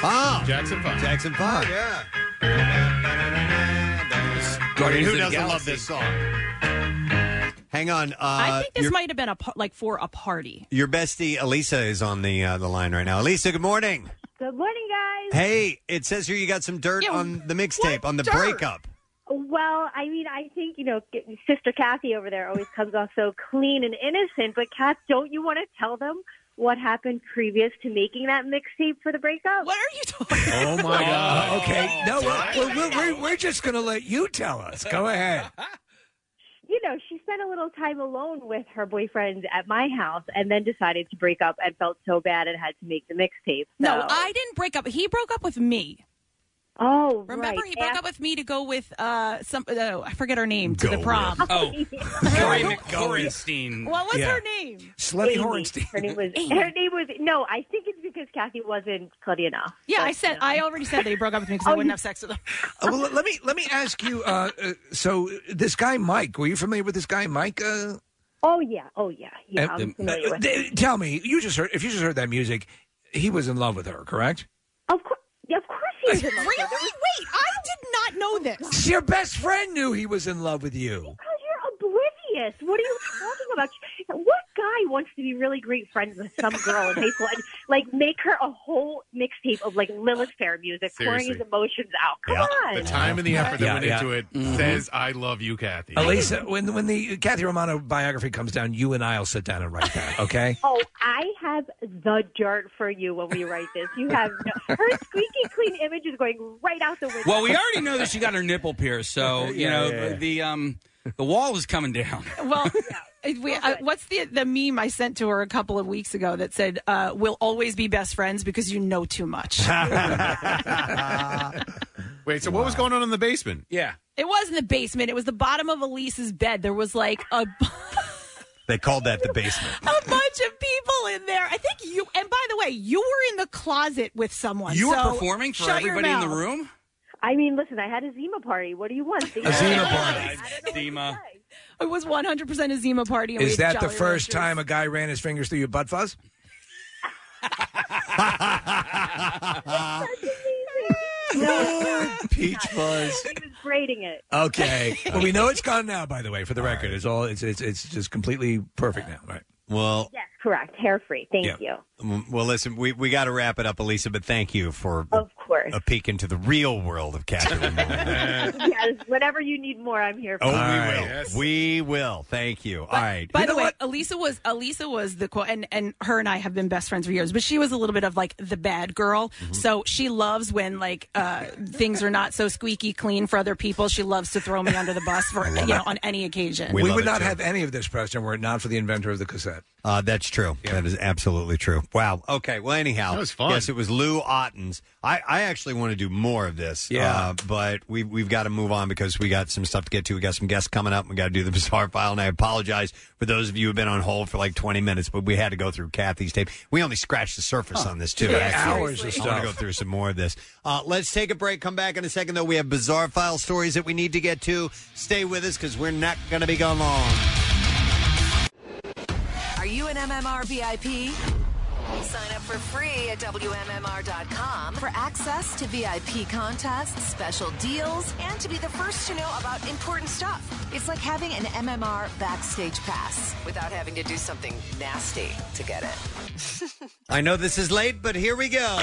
Oh, Jackson Five. Jackson Five. Yeah. Guardians who of the doesn't love Galaxy. this song? Hang on. Uh, I think this your, might have been a par- like for a party. your bestie Elisa is on the uh, the line right now. Elisa, good morning. Good morning, guys. Hey, it says here you got some dirt Yeah, on the mixtape on the dirt? breakup. Well, I mean, I think, you know, Sister Kathy over there always comes off so clean and innocent, but Kath, don't you want to tell them what happened previous to making that mixtape for the breakup? What are you talking Oh my God. Okay. No, we're, we're, we're, we're just going to let you tell us. Go ahead. You know, she spent a little time alone with her boyfriend at my house and then decided to break up and felt so bad and had to make the mixtape. No, so- I didn't break up. He broke up with me. Oh, Remember, right. he broke up with me to go with uh some. Oh, I forget her name to the prom. Corey McHorenstein. What was her name? Slutty Horenstein. Her name was. Her name was. No, I think it's because Kathy wasn't slutty enough. Yeah, I said I already said that he broke up with me because I wouldn't have sex with him. Uh, well, let me let me ask you. Uh, uh, so uh, this guy Mike, were you familiar with this guy Mike? Uh, Oh yeah. Oh yeah. Yeah. uh, I'm familiar uh, with. th- Tell me, you just heard if you just heard that music, he was in love with her, correct? Of course. Yeah, of course he Oh, was. in love with her. Really? Wait, I did not know this. Your best friend knew he was in love with you. Because you're oblivious. What are you talking about? What guy wants to be really great friends with some girl in high school and like make her a whole mixtape of like Lilith Fair music, pouring his Seriously. emotions out? Come on. The time and the effort that went Yeah, yeah. Mm-hmm. into it says, "I love you, Kathy." Elisa, when when the Kathy Romano biography comes down, you and I'll sit down and write that. Okay. Oh, I have the dirt for you when we write this. You have no, her squeaky clean image is going right out the window. Well, we already know that she got her nipple pierced, so you Yeah, know yeah, yeah. the um the wall is coming down. Well, we, uh, what's the the meme I sent to her a couple of weeks ago that said, uh, "We'll always be best friends because you know too much." Wait, so what was going on in the basement? Yeah, it was in the basement. It was the bottom of Elise's bed. There was like a They called that the basement. a bunch bunch of people in there. I think you. And by the way, you were in the closet with someone. You were so performing for shut your everybody in the mouth. room. I mean, listen, I had a Zima party. What do you want? Zima Dima. It was 100% a Zima party. And we Is had that the Jolly first Ranchers. time a guy ran his fingers through your butt fuzz? Peach fuzz. He was braiding it. Okay. well, we know it's gone now. By the way, for the record, it's all it's it's it's just completely perfect now. Right. Well, Yes, correct. Hair free. Thank Yeah. you. Mm, Well, listen, we, we got to wrap it up, Elisa, but thank you for Of course. a peek into the real world of Catherine. yes, whenever you need more, I'm here for oh, you. we will. We will. Thank you. All right. By the way, Elisa was Elisa was the quote, and and her and I have been best friends for years. But she was a little bit of like the bad girl, so she loves when like uh, things are not so squeaky clean for other people. She loves to throw me under the bus for you know on any occasion. We, would not have any of this, Preston, were it not for the inventor of the cassette. Uh, that's true. That is absolutely true. Wow. Okay. Well, anyhow, That was fun. Yes, it was Lou Otten's. I, I actually want to do more of this. Yeah. Uh, but we we've got to move on because we got some stuff to get to. We got some guests coming up. We got to do the bizarre file, and I apologize for those of you who've been on hold for like twenty minutes, but we had to go through Kathy's tape. We only scratched the surface Huh. on this too. Yeah, actually. hours of I want stuff. to go through some more of this. Uh, let's take a break. Come back in a second, though. We have bizarre file stories that we need to get to. Stay with us because we're not going to be gone long. Are you an MMR VIP? Sign up for free at WMMR.com for access to VIP contests, special deals, and to be the first to know about important stuff. It's like having an MMR backstage pass without having to do something nasty to get it. I know this is late, but here we go.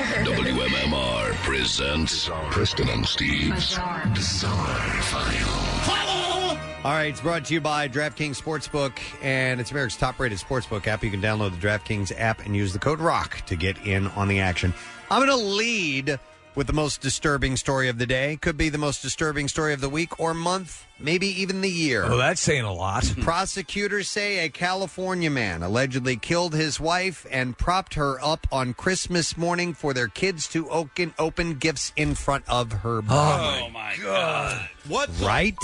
WMMR presents Preston and Steve's Bizarre, File. All right, it's brought to you by DraftKings Sportsbook, and it's America's top rated sportsbook app. You can download the DraftKings app and use the code ROCK to get in on the action. I'm going to lead with the most disturbing story of the day. Could be the most disturbing story of the week or month, maybe even the year. Well, Oh, that's saying a lot. Prosecutors say a California man allegedly killed his wife and propped her up on Christmas morning for their kids to open, open gifts in front of Oh, her mom. my God! What? Right?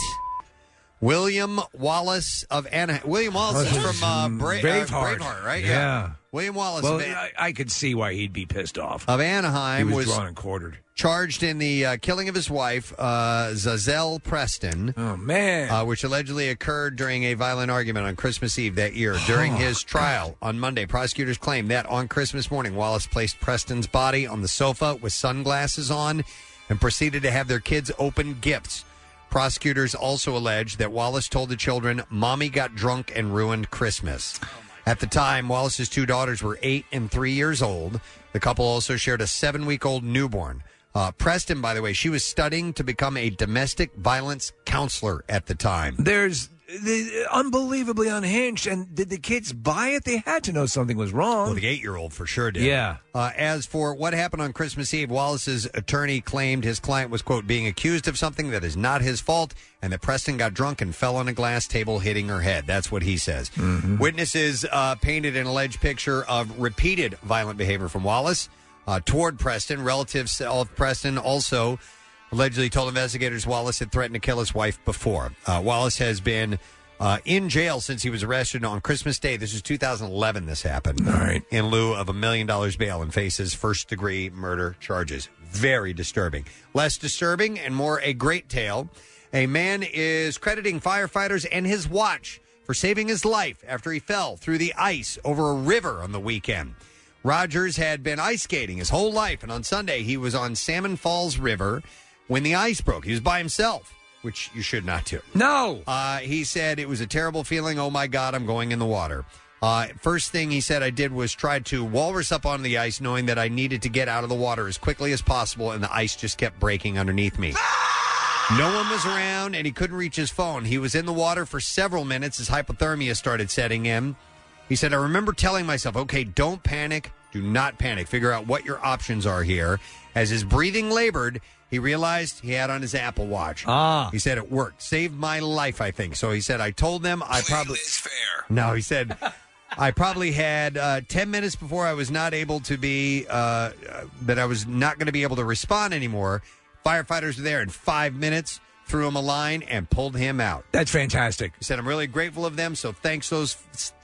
William Wallace of Anaheim. William Wallace is from uh, Bra- uh, Oh, Braveheart. Braveheart, right? Yeah. William Wallace Well, of, An- I, I could see why he'd be pissed off. of Anaheim he was, was, drawn and quartered. charged in the uh, killing of his wife, uh, Zazel Preston. Oh man! Uh, which allegedly occurred during a violent argument on Christmas Eve that year. During Oh, his trial on Monday, prosecutors claimed that on Christmas morning, Wallace placed Preston's body on the sofa with sunglasses on and proceeded to have their kids open gifts. Prosecutors also alleged that Wallace told the children, "Mommy got drunk and ruined Christmas." At the time, Wallace's two daughters were eight and three years old. The couple also shared a seven week old newborn. Uh, Preston, by the way, she was studying to become a domestic violence counselor at the time. There's the, uh, unbelievably unhinged. And did the kids buy it? They had to know something was wrong. Well, the eight year old for sure did. Yeah. Uh, as for what happened on Christmas Eve, Wallace's attorney claimed his client was, quote, being accused of something that is not his fault and that Preston got drunk and fell on a glass table, hitting her head. That's what he says. Witnesses uh, painted an alleged picture of repeated violent behavior from Wallace uh, toward Preston. Relatives of Preston also allegedly told investigators Wallace had threatened to kill his wife before. Uh, Wallace has been uh, in jail since he was arrested on Christmas Day. This was 2011. This happened. All right. In lieu of a million dollars bail and faces first degree murder charges. Very disturbing. Less disturbing and more a great tale. A man is crediting firefighters and his watch for saving his life after he fell through the ice over a river on the weekend. Rogers had been ice skating his whole life, and on Sunday he was on Salmon Falls River when the ice broke. He was by himself, which you should not do. No. Uh, he said it was a terrible feeling. Oh my God, I'm going in the water. Uh, first thing he said I did was try to walrus up onto the ice, knowing that I needed to get out of the water as quickly as possible, and the ice just kept breaking underneath me. No one was around and he couldn't reach his phone. He was in the water for several minutes as hypothermia started setting in. He said, I remember telling myself, okay, don't panic. Do not panic. Figure out what your options are here. As his breathing labored, he realized he had on his Apple Watch. Uh-huh. Ah. He said, it worked. Saved my life, I think. So he said, I told them I probably. No, he said, I probably had uh, 10 minutes before I was not able to be, uh, uh, that I was not going to be able to respond anymore. Firefighters were there in five minutes. threw him a line, and pulled him out. That's fantastic. He said, "I'm really grateful of them, so thanks those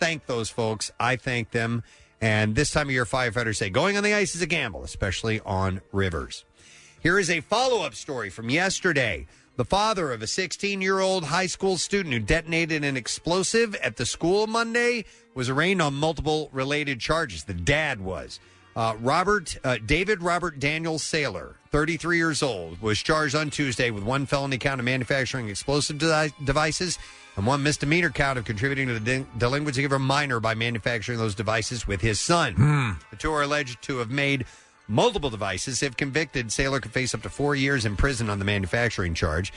thank those folks. I thank them." And this time of year, firefighters say going on the ice is a gamble, especially on rivers. Here is a follow up story from yesterday. The father of a 16 year old high school student who detonated an explosive at the school Monday was arraigned on multiple related charges. The dad was. Uh, Robert uh, David Robert Daniel Saylor, 33 years old, was charged on Tuesday with one felony count of manufacturing explosive de- devices and one misdemeanor count of contributing to the de- delinquency of a minor by manufacturing those devices with his son. The two are alleged to have made multiple devices. If convicted, Saylor could face up to four years in prison on the manufacturing charge.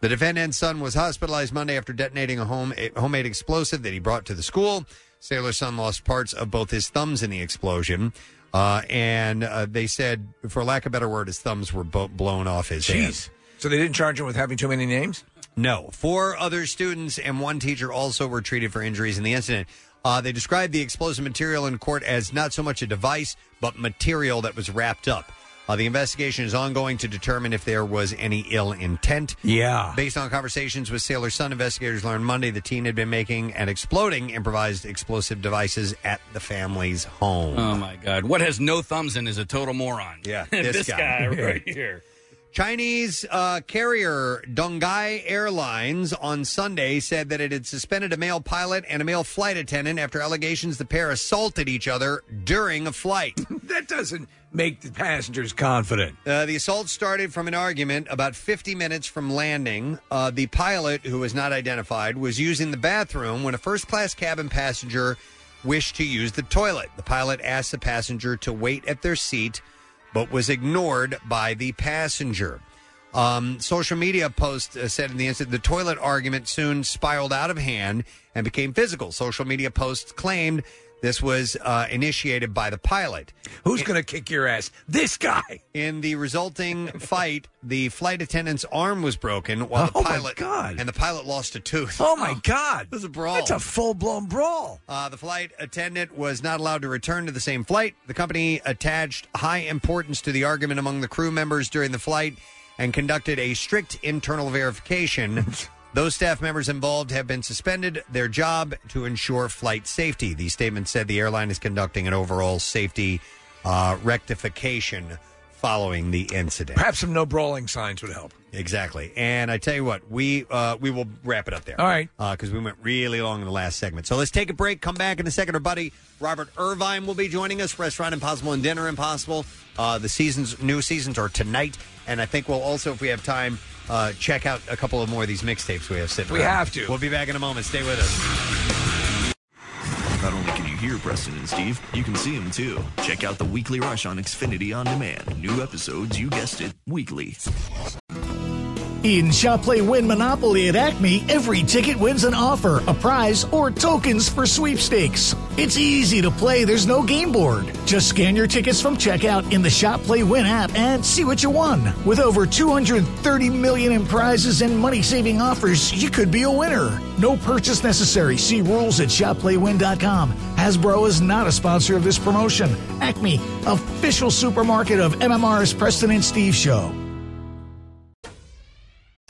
The defendant's son was hospitalized Monday after detonating a, home, a homemade explosive that he brought to the school. Saylor's son lost parts of both his thumbs in the explosion. Uh, and uh, they said, for lack of a better word, his thumbs were bo- blown off his hands. So they didn't charge him with having too many names? No. Four other students and one teacher also were treated for injuries in the incident. Uh, they described the explosive material in court as not so much a device, but material that was wrapped up. Uh, the investigation is ongoing to determine if there was any ill intent. Yeah. Based on conversations with Sailor Sun, investigators learned Monday the teen had been making and exploding improvised explosive devices at the family's home. Oh my God! What has no thumbs in is a total moron. Yeah, this, this guy. guy. right here. Chinese uh, carrier Donghai Airlines on Sunday said that it had suspended a male pilot and a male flight attendant after allegations the pair assaulted each other during a flight. that doesn't make the passengers confident. Uh, the assault started from an argument about 50 minutes from landing. Uh, the pilot, who was not identified, was using the bathroom when a first class cabin passenger wished to use the toilet. The pilot asked the passenger to wait at their seat, but was ignored by the passenger. Um, social media post uh, said in the incident the toilet argument soon spiraled out of hand and became physical. Social media posts claimed this was uh, initiated by the pilot. Who's going to kick your ass? This guy. In the resulting fight, the flight attendant's arm was broken while the pilot God. and the pilot lost a tooth. Oh my God! It was a brawl. That's a full blown brawl. Uh, the flight attendant was not allowed to return to the same flight. The company attached high importance to the argument among the crew members during the flight and conducted a strict internal verification. Those staff members involved have been suspended their job to ensure flight safety. The statement said the airline is conducting an overall safety uh, rectification following the incident. Perhaps some no brawling signs would help. Exactly. And I tell you what, we uh, we will wrap it up there. All right. Because we went really long in the last segment. So let's take a break, come back in a second. Our buddy Robert Irvine will be joining us. Restaurant Impossible and Dinner Impossible. Uh, the seasons, new seasons are tonight. And I think we'll also, if we have time, uh, check out a couple of more of these mixtapes we have sitting We around. have to. We'll be back in a moment. Stay with us. Not only can you hear Preston and Steve, you can see them too. Check out the Weekly Rush on Xfinity On Demand. New episodes, you guessed it, weekly. In Shop Play Win Monopoly at Acme, every ticket wins an offer, a prize, or tokens for sweepstakes. It's easy to play, there's no game board. Just scan your tickets from checkout in the Shop Play Win app and see what you won. With over 230 million in prizes and money saving offers, you could be a winner. No purchase necessary. See rules at shopplaywin.com. Hasbro is not a sponsor of this promotion. Acme, official supermarket of MMR's Preston and Steve Show.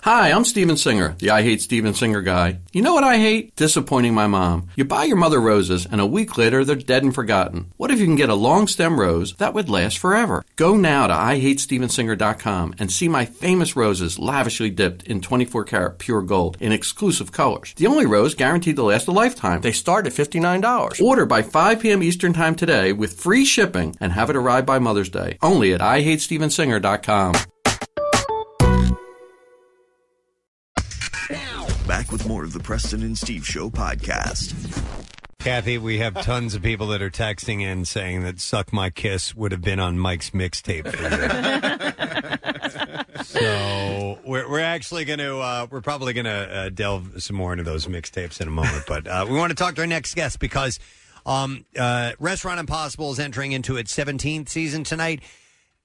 Hi, I'm Steven Singer, the I Hate Steven Singer guy. You know what I hate? Disappointing my mom. You buy your mother roses, and a week later they're dead and forgotten. What if you can get a long stem rose that would last forever? Go now to IHateStevenSinger.com and see my famous roses lavishly dipped in 24 karat pure gold in exclusive colors. The only rose guaranteed to last a lifetime. They start at $59. Order by 5 p.m. Eastern Time today with free shipping and have it arrive by Mother's Day. Only at IHateStevenSinger.com. Back with more of the Preston and Steve Show podcast. Kathy, we have tons of people that are texting in saying that "Suck My Kiss" would have been on Mike's mixtape. for you. so we're we're actually going to uh, we're probably going to uh, delve some more into those mixtapes in a moment. But uh, we want to talk to our next guest because um, uh, Restaurant Impossible is entering into its 17th season tonight,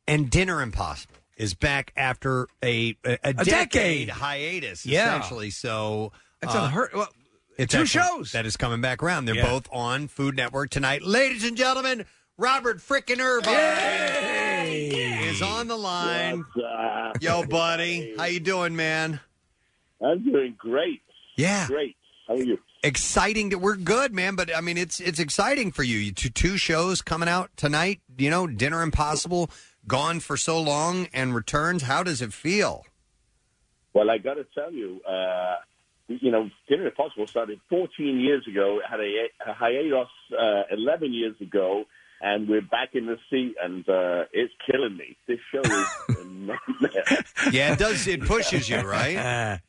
and Dinner Impossible is back after a a, a A decade. hiatus. Yeah. essentially. So That's uh, unheard. Well, it's two actually- shows. that is coming back around. They're Yeah. both on Food Network tonight, ladies and gentlemen. Robert frickin' Irvine uh, is on the line. Yo, buddy, how you doing, man? I'm doing great. Yeah. Great. How are you? Exciting that we're good, man. But I mean, it's it's exciting for you. you two, two shows coming out tonight. You know, Dinner Impossible, gone for so long, and returns. How does it feel? Well, I got to tell you, uh, you know, Dinner Impossible started 14 years ago. It had a, a hiatus uh, 11 years ago, and we're back in the seat, and uh, it's killing me. This show is a nightmare. Yeah, it does. It pushes you, right?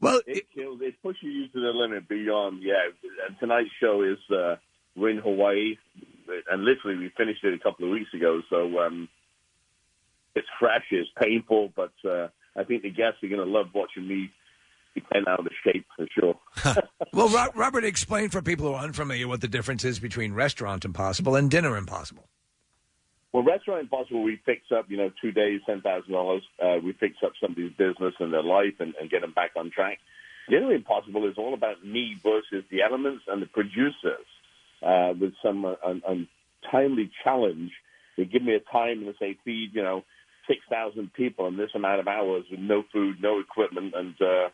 Well, it, kills. It pushes you to the limit beyond. Yeah, and tonight's show is uh, we're in Hawaii, and literally we finished it a couple of weeks ago. So um, it's fresh, it's painful, but uh, I think the guests are going to love watching me get out of shape for sure. Well, Ro- Robert, explain for people who are unfamiliar what the difference is between Restaurant Impossible and Dinner Impossible. Well, Restaurant Impossible, we fix up, you know, two days, $10,000. Uh, we fix up somebody's business and their life and, and get them back on track. Dinner Impossible is all about me versus the elements and the producers uh, with some uh, un- untimely challenge. They give me a time and they say, feed, you know, 6,000 people in this amount of hours with no food, no equipment, and uh,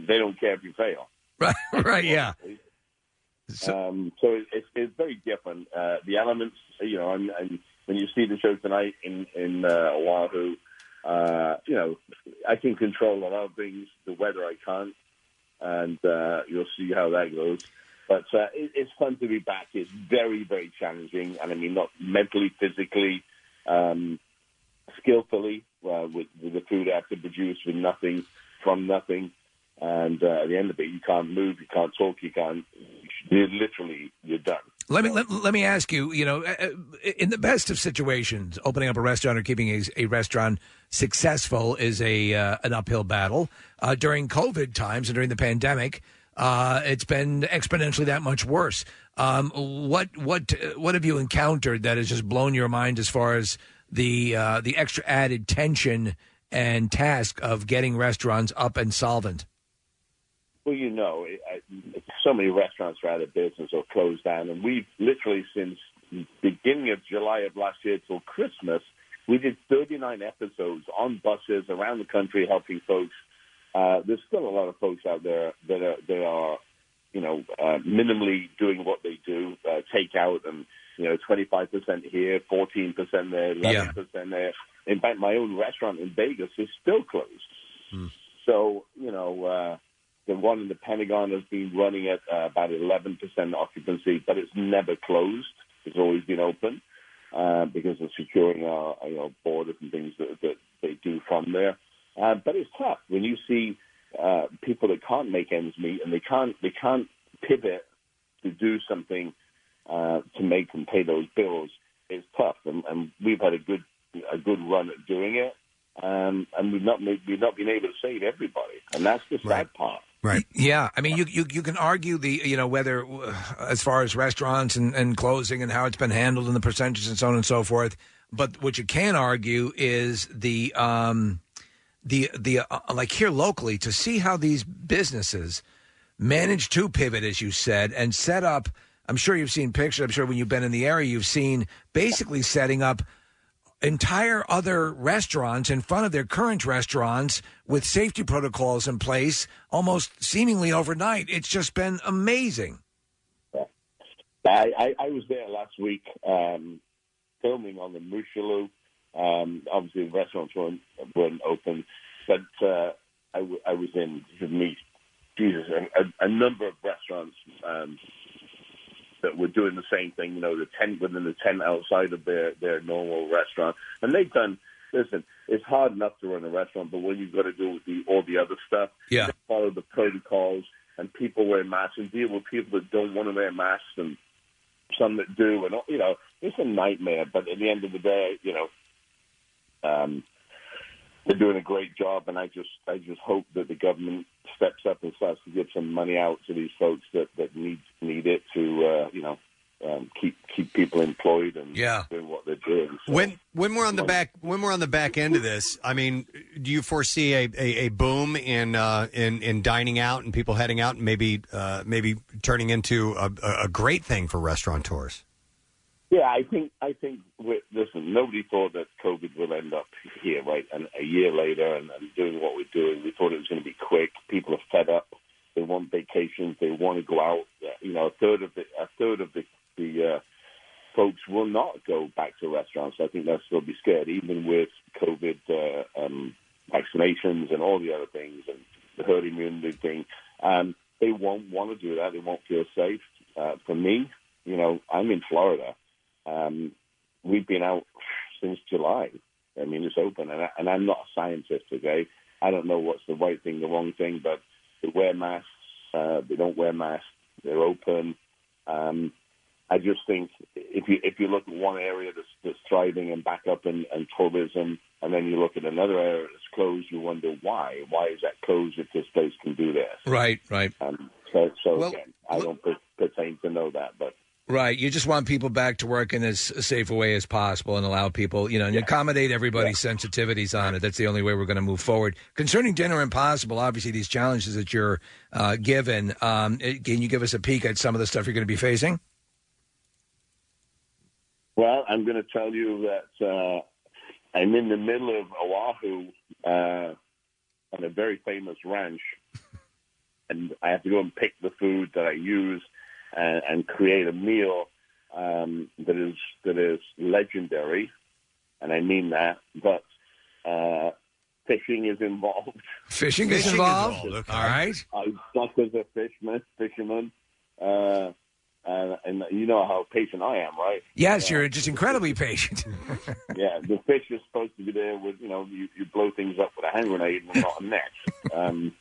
they don't care if you fail. Right, right, yeah. So, um, so it, it's, it's very different. Uh, the elements, you know, and, and when you see the show tonight in in uh, Oahu, uh, you know, I can control a lot of things. The weather, I can't, and uh, you'll see how that goes. But uh, it, it's fun to be back. It's very, very challenging, and I mean, not mentally, physically, um, skillfully uh, with, with the food I have to produce with nothing, from nothing. And uh, at the end of it, you can't move, you can't talk, you can't. You're literally, you're done. Let me let, let me ask you. You know, uh, uh, in the best of situations, opening up a restaurant or keeping a, a restaurant successful is a uh, an uphill battle. Uh, during COVID times and during the pandemic, uh, it's been exponentially that much worse. Um, what what uh, what have you encountered that has just blown your mind as far as the uh, the extra added tension and task of getting restaurants up and solvent? Well, you know, it- I- so many restaurants are out of business or closed down, and we've literally since the beginning of July of last year till Christmas, we did 39 episodes on buses around the country helping folks. Uh, there's still a lot of folks out there that are, that are you know, uh, minimally doing what they do, uh, take out and, you know, 25% here, 14% there, 11% there. In fact, my own restaurant in Vegas is still closed. So, you know, uh, the one in the Pentagon has been running at uh, about 11% occupancy, but it's never closed. It's always been open uh, because of securing our you know, borders and things that, that they do from there. Uh, but it's tough when you see uh, people that can't make ends meet and they can't they can't pivot to do something uh, to make and pay those bills. It's tough, and, and we've had a good a good run at doing it, um, and we've not made, we've not been able to save everybody, and that's the sad part. Right. Yeah. I mean, you, you you can argue the you know whether uh, as far as restaurants and, and closing and how it's been handled and the percentages and so on and so forth. But what you can argue is the um, the the uh, like here locally to see how these businesses manage to pivot, as you said, and set up. I'm sure you've seen pictures. I'm sure when you've been in the area, you've seen basically setting up entire other restaurants in front of their current restaurants with safety protocols in place almost seemingly overnight. It's just been amazing. I, I, I was there last week um, filming on the Mushalu. Um, obviously, the restaurants weren't, weren't open, but uh, I, w- I was in to meet Jesus a, a, a number of restaurants um, that were doing the same thing. You know, the tent within the tent outside of their their normal restaurant, and they've done. Listen, it's hard enough to run a restaurant, but when you've got to deal with the all the other stuff, Yeah. they follow the protocols and people wear masks and deal with people that don't want to wear masks and some that do and all- you know it's a nightmare but at the end of the day you know um they're doing a great job and i just i just hope that the government steps up and starts to give some money out to these folks that that need need it to uh you know um, keep keep people employed and Yeah. doing what they're doing So- When when we're on the back when we're on the back end of this, I mean, do you foresee a, a, a boom in uh, in in dining out and people heading out and maybe uh, maybe turning into a, a a great thing for restaurateurs? Yeah, I think I think we listen. Nobody thought that COVID would end up here, right? And a year later, and, and doing what we're doing, we thought it was going to be quick. People are fed up. They want vacations. They want to go out. You know, a third of the a third of the the uh, folks will not go back to restaurants. I think they'll still be scared, even with COVID uh, um, vaccinations and all the other things and the herd immunity thing. Um, they won't want to do that. They won't feel safe. Uh, for me, you know, I'm in Florida. Um, we've been out since July. I mean, it's open, and, I, and I'm not a scientist, okay? I don't know what's the right thing, the wrong thing, but they wear masks, uh, they don't wear masks, they're open. Um, I just think if you if you look at one area that's, that's thriving and back up in, in tourism, and then you look at another area that's closed, you wonder why. Why is that closed if this place can do this? Right, right. Um, so, so again, I don't per- pertain to know that, but Right. You just want people back to work in as safe a way as possible and allow people, you know, and accommodate everybody's sensitivities on it. That's the only way we're going to move forward. Concerning Dinner Impossible, obviously these challenges that you're uh, given, um, it- can you give us a peek at some of the stuff you're going to be facing? Well, I'm going to tell you that uh, I'm in the middle of Oahu uh, on a very famous ranch, and I have to go and pick the food that I use and, and create a meal um, that is that is legendary, and I mean that. But uh, fishing is involved. Fishing is Fishing is involved? involved, okay. All right. I stuck as a fisherman. Fisherman. Uh, and, and you know how patient I am, right? Yes, you're just incredibly patient. yeah, the fish is supposed to be there with you know you, you blow things up with a hand grenade and not a net. Um,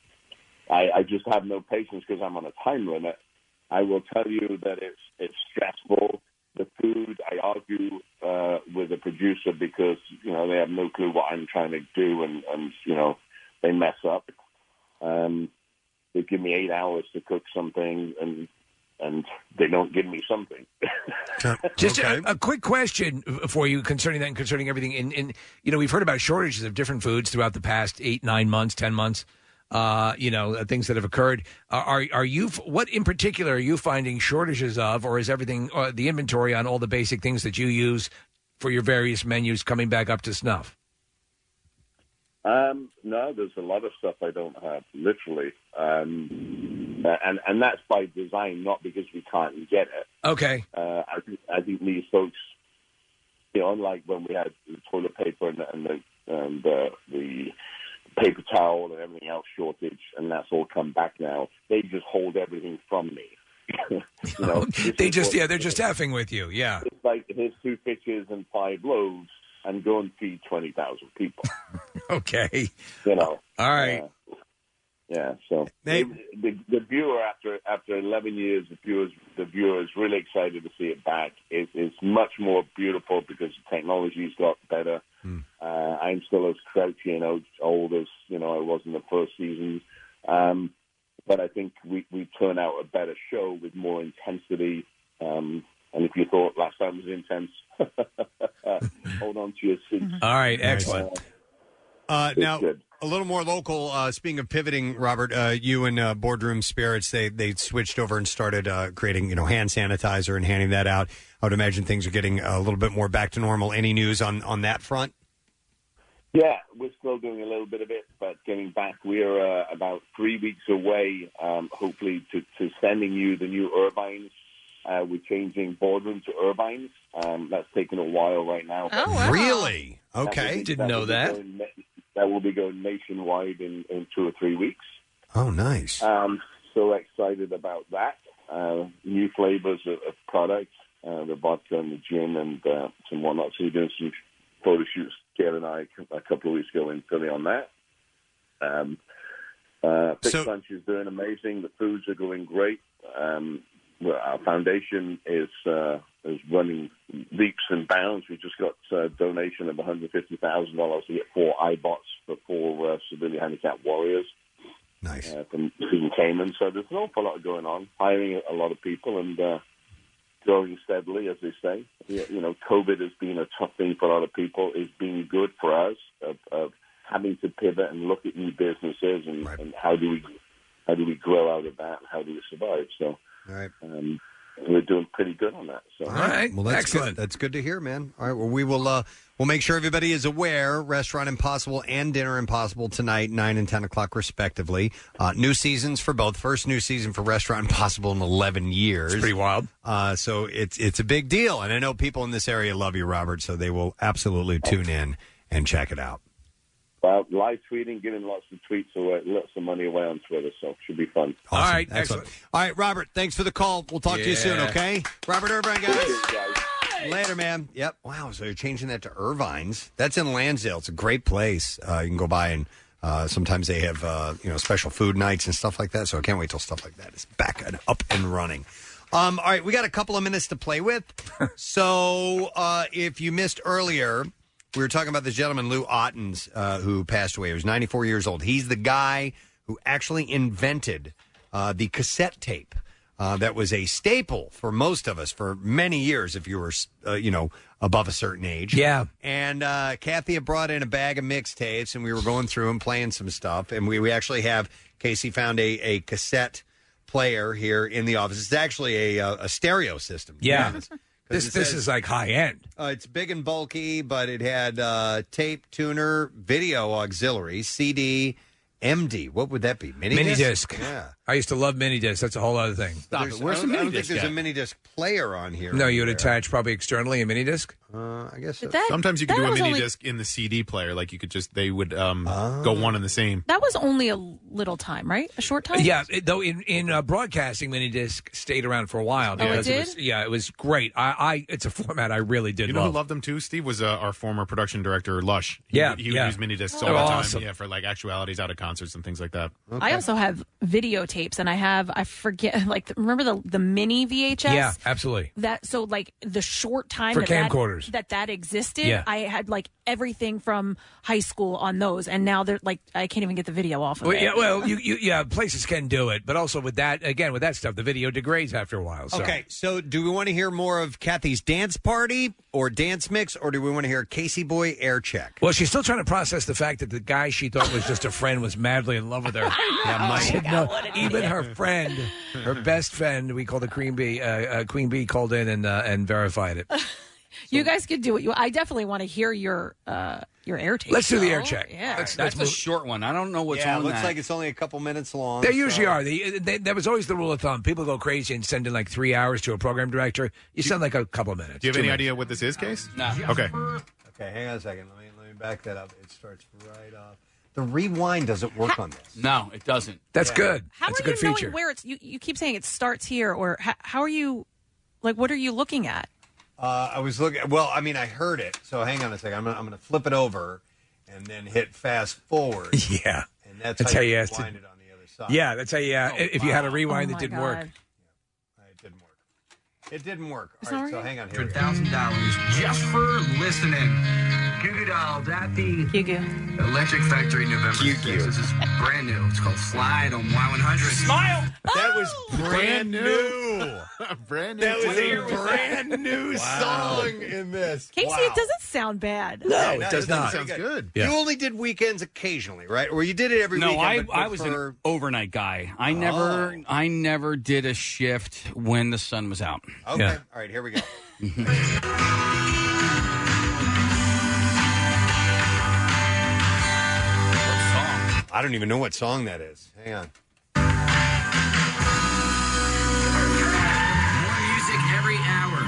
I, I just have no patience because I'm on a time limit. I will tell you that it's it's stressful. The food, I argue uh, with the producer because you know they have no clue what I'm trying to do, and, and you know they mess up. Um, they give me eight hours to cook something, and and they don't give me something. Just a, a quick question for you concerning that and concerning everything. In, in you know, we've heard about shortages of different foods throughout the past eight, nine months, ten months. Uh, you know, uh, things that have occurred. Are are- are you what in particular are you finding shortages of, or is everything uh, the inventory on all the basic things that you use for your various menus coming back up to snuff? Um, no, there's a lot of stuff I don't have, literally, um, and and that's by design, not because we can't get it. Okay. Uh, I think I think these folks, you know, unlike when we had the toilet paper and, and the and the, the paper towel and everything else shortage, and that's all come back now. They just hold everything from me. you know, this They is just what- yeah, they're just effing with you. Yeah. It's like here's two fishes and five loaves, and go and feed twenty thousand people. Okay. You know. All right. Yeah, so the, the viewer after after 11 years, the viewers the viewer is really excited to see it back. It, it's much more beautiful because the technology's got better. Hmm. Uh, I'm still as crouchy and old, old as you know I was in the first season, um, but I think we we turn out a better show with more intensity. Um, and if you thought last time was intense, hold on to your seat. All right, excellent. Uh, It's now, good. a little more local. Uh, speaking of pivoting, Robert, uh, you and uh, Boardroom Spirits, they they switched over and started uh, creating, you know, hand sanitizer and handing that out. I would imagine things are getting a little bit more back to normal. Any news on on that front? Yeah, we're still doing a little bit of it, but getting back, we're uh, about three weeks away, um, hopefully, to, to sending you the new Irvines. Uh, we're changing boardroom to Irvines. Um, that's taken a while right now. Oh, wow. Really? Okay. Didn't know that. that will be going nationwide in, in two or three weeks. Oh, nice. Um, so excited about that. Uh, new flavors of, of products, uh, the vodka and the gin and uh, some whatnot. So we're doing some photo shoots, Gail and I, a couple of weeks ago in Philly on that. Um, uh, Fish Lunch is doing amazing. The foods are going great. Um, well, our foundation is uh, is running leaps and bounds. We just got a donation of $150,000 to get four iBots for four uh, severely handicapped warriors nice. uh, from Stephen Cayman. So there's an awful lot going on, hiring a lot of people and uh, growing steadily, as they say. You you know, COVID has been a tough thing for a lot of people. It's been good for us of, of having to pivot and look at new businesses and, and how do we how do we grow out of that? and How do we survive? So All right. um, we're doing pretty good on that. So. All right. Well, that's Excellent. good. That's good to hear, man. All right. Well, we will uh, we'll make sure everybody is aware. Restaurant Impossible and Dinner Impossible tonight, nine and ten o'clock respectively. Uh, new seasons for both. First new season for Restaurant Impossible in eleven years. It's pretty wild. Uh, so it's it's a big deal, and I know people in this area love you, Robert. So they will absolutely tune in and check it out. Well, live tweeting, giving lots of tweets away, lots of money away on Twitter, so it should be fun. All right. Excellent. All right, Robert. Thanks for the call. We'll talk to you soon. Yeah. Okay, Robert Irvine, guys. Later, man. Yep. Wow. So you're changing that to Irvine's. That's in Lansdale. It's a great place. Uh, you can go by and uh, sometimes they have uh, you know special food nights and stuff like that. So I can't wait till stuff like that is back and up and running. Um, all right, we got a couple of minutes to play with. so uh, if you missed earlier, we were talking about this gentleman, Lou Ottens, uh, who passed away. He was 94 years old. He's the guy who actually invented uh, the cassette tape. Uh, that was a staple for most of us for many years if you were, uh, you know, above a certain age. Yeah. And uh, Kathy had brought in a bag of mixtapes, and we were going through and playing some stuff. And we, we actually have Casey found a, a cassette player here in the office. It's actually a, uh, a stereo system. Yeah. 'Cause This- it this is, like, high-end. Uh, it's big and bulky, but it had uh, tape tuner, video auxiliary, CD, MD. What would that be? Mini, Mini disc. Yeah. I used to love mini disc. That's a whole other thing. There's- I don't, I don't think there's a mini disc player on here. No, you would attach probably externally a mini disc. Uh, I guess But that- Sometimes you could that do a was mini only- disc in the CD player. Like you could just they would um, Oh. go one and the same. That was only a little time, right? A short time? Yeah, it- though in in uh, broadcasting, mini disc stayed around for a while. Oh, it because did? was, yeah, it was great. I, I it's a format I really did You know love. who loved them too? Steve was uh, our former production director, Lush. He, Yeah, he would yeah. use mini Oh. discs They're all the time. awesome. Yeah, for like actualities out of concerts and things like that. I also have videotapes, and I have I forget like the, remember the the mini VHS. Yeah, absolutely. That so like the short time For that that- camcorders. that that existed, Yeah. I had like everything from high school on those, and now they're like I can't even get the video off of Well, it. yeah, well, you, you, yeah, places can do it, but also with that, again, with that stuff, the video degrades after a while. So. Okay, so do we want to hear more of Kathy's dance party or dance mix, or do we want to hear Casey Boy air check? Well, she's still trying to process the fact that the guy she thought was just a friend was madly in love with her. Yeah, Mike. She said, no, even her friend, her best friend, we called the Queen Bee. Uh, uh, Queen Bee called in and uh, and verified it. you guys could do it. You, I definitely want to hear your uh your air tape. Let's do the though. air check. Oh, Yeah, Let's- That's a let's short one. I don't know what's yeah, on looks that. like it's only a couple minutes long. They usually so- are. They, uh, they, that was always the rule of thumb. People go crazy and send in like three hours to a program director. You send like a couple minutes. Do you have two any minutes. idea what this is, Case? No. Okay. Uh, Okay, hang on a second. Let me let me back that up. It starts right off. The rewind doesn't work on this. No, it doesn't. That's good. How are you knowing where it's? You, you keep saying it starts here, or how, how are you? Like, what are you looking at? Uh, I was looking. Well, I mean, I heard it. So hang on a second. I'm gonna, I'm going to flip it over and then hit fast forward. Yeah, and that's, That's how, how you you have rewind to- it on the other side. Yeah, that's how you. Oh, Uh, if you had a rewind that didn't work. It didn't work. It's All right, not so right. hang on here. we go. dollars just for listening. Goo Goo Dolls at the Electric Factory November. sixth. This is brand new. It's called Slide on Y100. Smile. That was Oh! brand new. brand new. That was a brand new song in this. Casey, Wow. it doesn't sound bad. Yeah, that sound sound good. You only did weekends occasionally, right? Or you did it every no, weekend. I, but- but I was for- an overnight guy. Oh. I never I never did a shift when the sun was out. Okay. All right, here we go. I don't even know what song that is. Hang on. More music every hour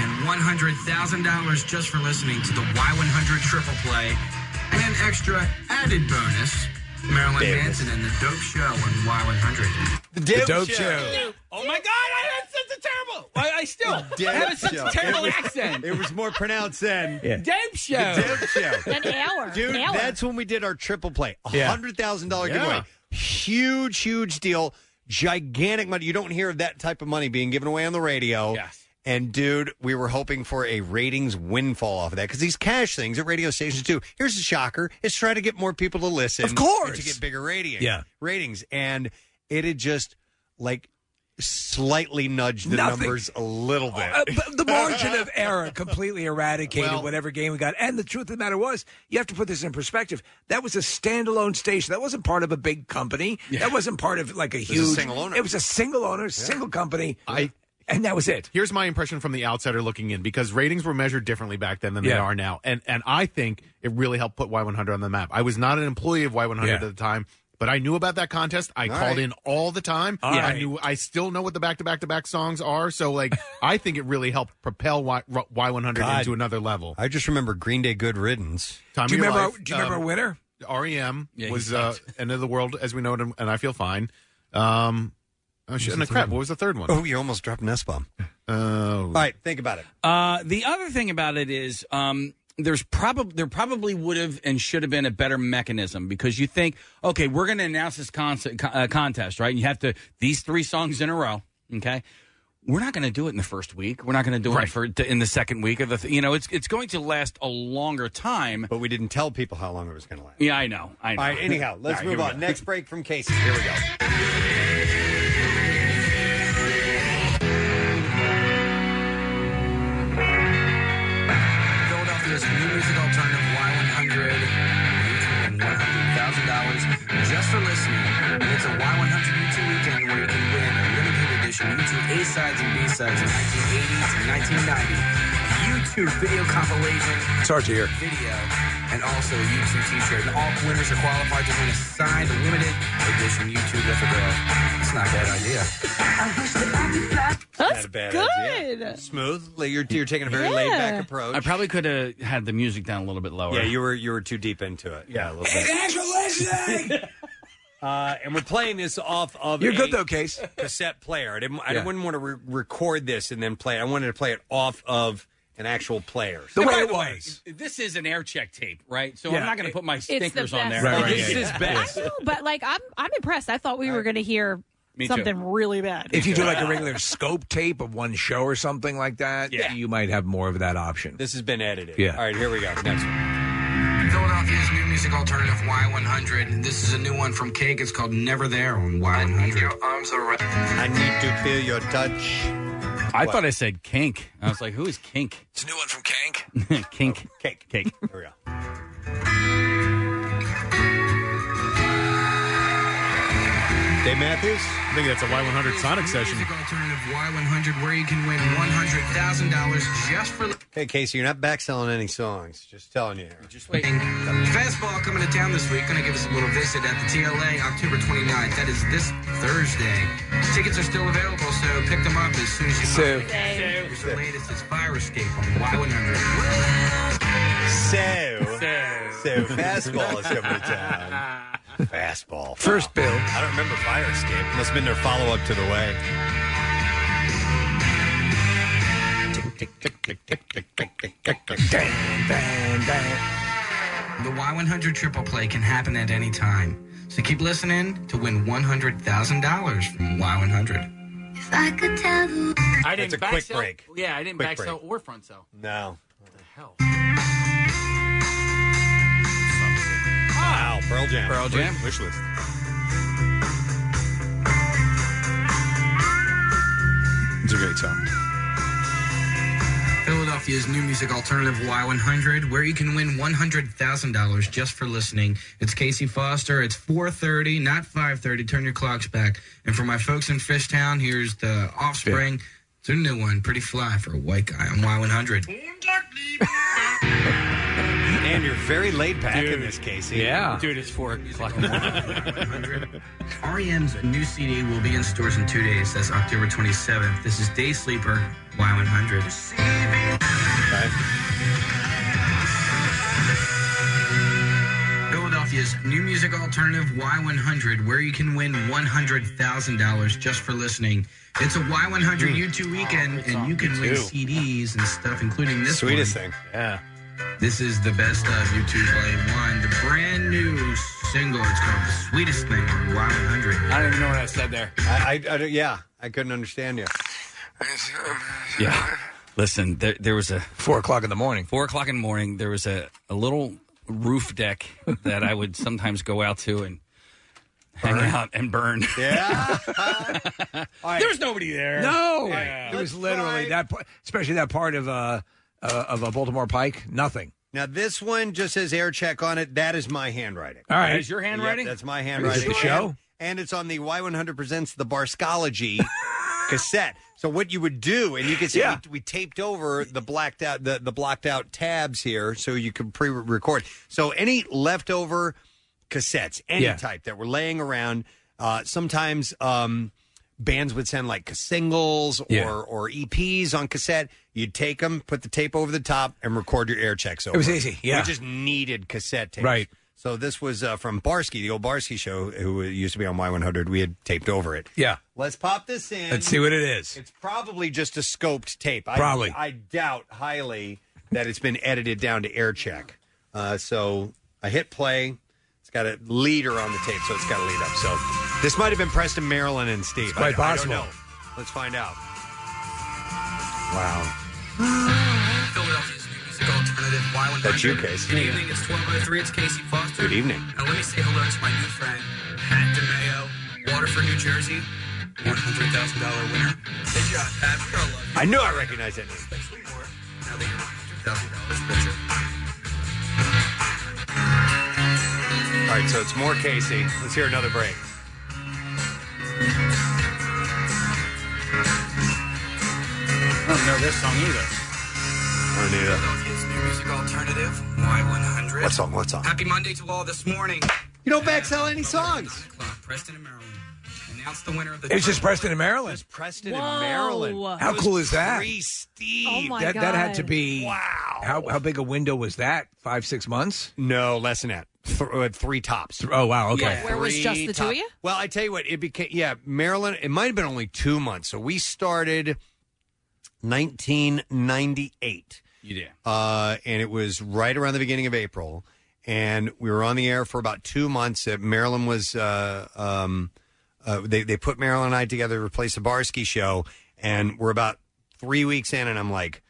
and one hundred thousand dollars just for listening to the Y100 triple play, and an extra added bonus: Marilyn Damn it. Manson and the Dope Show on Y100. The Dope Show. Oh my God! I had such a terrible. I, I still have such a terrible accent. It was more pronounced then. Yeah. Damp show. The Damp show. An hour. Dude, An hour. that's when we did our triple play. A Yeah. $100,000 Yeah. giveaway. Huge, huge deal. Gigantic money. You don't hear of that type of money being given away on the radio. Yes. And dude, we were hoping for a ratings windfall off of that because these cash things at radio stations do. Here's the shocker: it's trying to get more people to listen, Of course. and to get bigger ratings. Yeah. ratings, and it had just like slightly nudged the Nothing. numbers a little bit. Uh, but the margin of error completely eradicated whatever game we got. And the truth of the matter was, you have to put this in perspective. That was a standalone station. That wasn't part of a big company. That wasn't part of like a was a huge. single owner. It was a single owner, single company. I And that was it. Here's my impression from the outsider looking in because ratings were measured differently back then than they Yeah. are now. And and I think it really helped put Y100 on the map. I was not an employee of Y100 Yeah. at the time, but I knew about that contest. I All called right. in all the time. All I right. knew I still know what the back to back to back songs are, so like I think it really helped propel y, Y100 God. into another level. I just remember Green Day Good Riddance. Time do you of your remember? life, do you remember um, a winner? REM Yeah, was he's uh, out. end of the world as we know it, and and I feel fine. Um, oh shit! was And the the crap. third What was the third one? Oh, you almost dropped an S bomb. Oh, All right, think about it. Uh, the other thing about it is um, there's probably there probably would have and should have been a better mechanism because you think okay we're going to announce this concert, co- uh, contest right and you have to these three songs in a row okay we're not going to do it in the first week we're not going to do it Right. for, in the second week of the th- you know it's it's going to last a longer time but we didn't tell people how long it was going to last yeah I know I All know right, anyhow, let's All right, here move we on. go. Next break from Casey. Here we go. Philadelphia's new music alternative Y100. You can win $100,000 just for listening. And it's a Y100 YouTube weekend where you can win a limited edition YouTube A-sides and B-sides of 1980s and 1990, YouTube video compilation, It's hard to hear. video, and also a YouTube t-shirt. And all winners are qualified to win a signed limited edition YouTube Left a Girl. It's not a bad idea. That's good. Smoothly, you're, you're taking a very Yeah. laid back approach. I probably could have had the music down a little bit lower yeah, you were you were too deep into it. Yeah, a little bit. Uh, and we're playing this off of You're good a though, Case. cassette player. I didn't. I Yeah. wouldn't want to re- record this and then play it. I wanted to play it off of an actual player. And by way, this is an air check tape, right? So Yeah. I'm not going to put my It's the stickers on there. best. Right, right, This yeah, is yeah. best. But like, I'm I'm impressed. I thought we were going to hear Me too. something really bad. If you do like a regular scope tape of one show or something like that, Yeah. you might have more of that option. This has been edited. Yeah. All right, here we go. Next one. Philadelphia's new music alternative Y100. This is a new one from Cake. It's called Never There on Y100. I need your arms around. I need to feel your touch. I thought I said kink. I was like, who is kink? It's a new one from Kank. Oh, kink. Cake. Cake. There we go. Dave Matthews? I think that's a Y100 Sonic session. Alternative Y100, where you can win $100,000 just for Hey, Casey, you're not back selling any songs. Just telling you. Just waiting. Fastball coming to town this week. Going to give us a little visit at the TLA October 29th. That is this Thursday. Tickets are still available, so pick them up as soon as you So- possibly can. Here's the latest. It's Fire Escape on Y100. So, so fastball is coming to town. Fastball. First bill. I don't remember Fire Escape. Must have been their follow up to the way. The Y100 triple play can happen at any time. So keep listening to win $100,000 from Y100. If I could tell the I didn't That's a back quick sell. break. Yeah, I didn't Quick back break. sell or front sell. No. Wow, Pearl Jam. Pearl Jam. Wish list. It's a great song. Philadelphia's new music alternative Y100, where you can win $100,000 just for listening. It's Casey Foster. It's 4:30, not 5:30. Turn your clocks back. And for my folks in Fishtown, here's the Offspring. It's a new one, pretty fly for a white guy on Y100. And you're very laid back in this, Casey. Yeah. Dude, it's four o'clock. REM's new CD will be in stores in two days. That's October 27th. This is Day Sleeper Y100. Philadelphia's new music alternative Y100, where you can win $100,000 just for listening. It's a Y100 U2 weekend, and you can U2. win CDs and stuff, including this Sweetest one. thing. Yeah. This is the best of U2 Volume 1, the brand new single. It's called The Sweetest Thing on Y100. I don't even know what I said there. I, I, I don't- yeah, I couldn't understand you. Yeah. Listen, there, there was a four o'clock in the morning. Four o'clock in the morning, there was a, a little roof deck that I would sometimes go out to and hang out and burn. Yeah. There was nobody there. No, Yeah. it was literally that, part, especially that part of uh, uh of a Baltimore Pike. Nothing. Now, this one just says air check on it. That is my handwriting. All right. That is your handwriting? Yep, that's my handwriting. the show? And, and it's on the Y100 Presents the Barscology cassette. So what you would do, and you can see Yeah. we, we taped over the blacked out the, the blocked out tabs here, so you can pre-record. So any leftover cassettes, any Yeah. type that were laying around, uh, sometimes um, bands would send like singles or Yeah. or EPs on cassette. You'd take them, put the tape over the top, and record your air checks over. was easy, yeah. we just needed cassette tapes, Right. So this was uh, from Barsky, the old Barsky show, who used to be on Y100. We had taped over it. Yeah. Let's pop this in. Let's see what it is. It's probably just a scoped tape. I, Probably. I doubt highly that it's been edited down to air check. Uh, so I hit play. It's got a leader on the tape, so it's got a lead up. So this might have been Preston, Maryland, and Steve. It's quite I- I don't possible. know. Let's find out. Wow. Philadelphia's new music alternative Y100. That's you, Casey. Good evening. It's 1203. It's Casey Foster. Good evening. Now let me say hello to my new friend, Pat DeMeo, Waterford, New Jersey, $100,000 winner. Good job, Pat. You're a love. I knew I recognized that name. Now that you're $100,000 richer. All right, so it's more Casey. Let's hear another break. I don't know this song either. I knew Philadelphia's new music alternative, Y100. What song? What song? Happy Monday to all this morning. You don't back sell any songs. Preston and Maryland announced the winner of the. It was just Preston in Maryland. Preston in Whoa. Maryland. How It was cool is that? free Steve. Oh, my that, that had to God. be wow. How how big a window was that? Five six months? No, less than that. Th- uh, three tops. Oh wow. Okay. Yeah, three top- Well, I tell you what, it became yeah, Maryland. It might have been only two months. So we started 1998, You did. uh, and it was right around the beginning of April, and we were on the air for about two months. Uh, Maryland was uh, um, uh, they they put Maryland and I together to replace the Barsky show, and we're about three weeks in, and I'm like,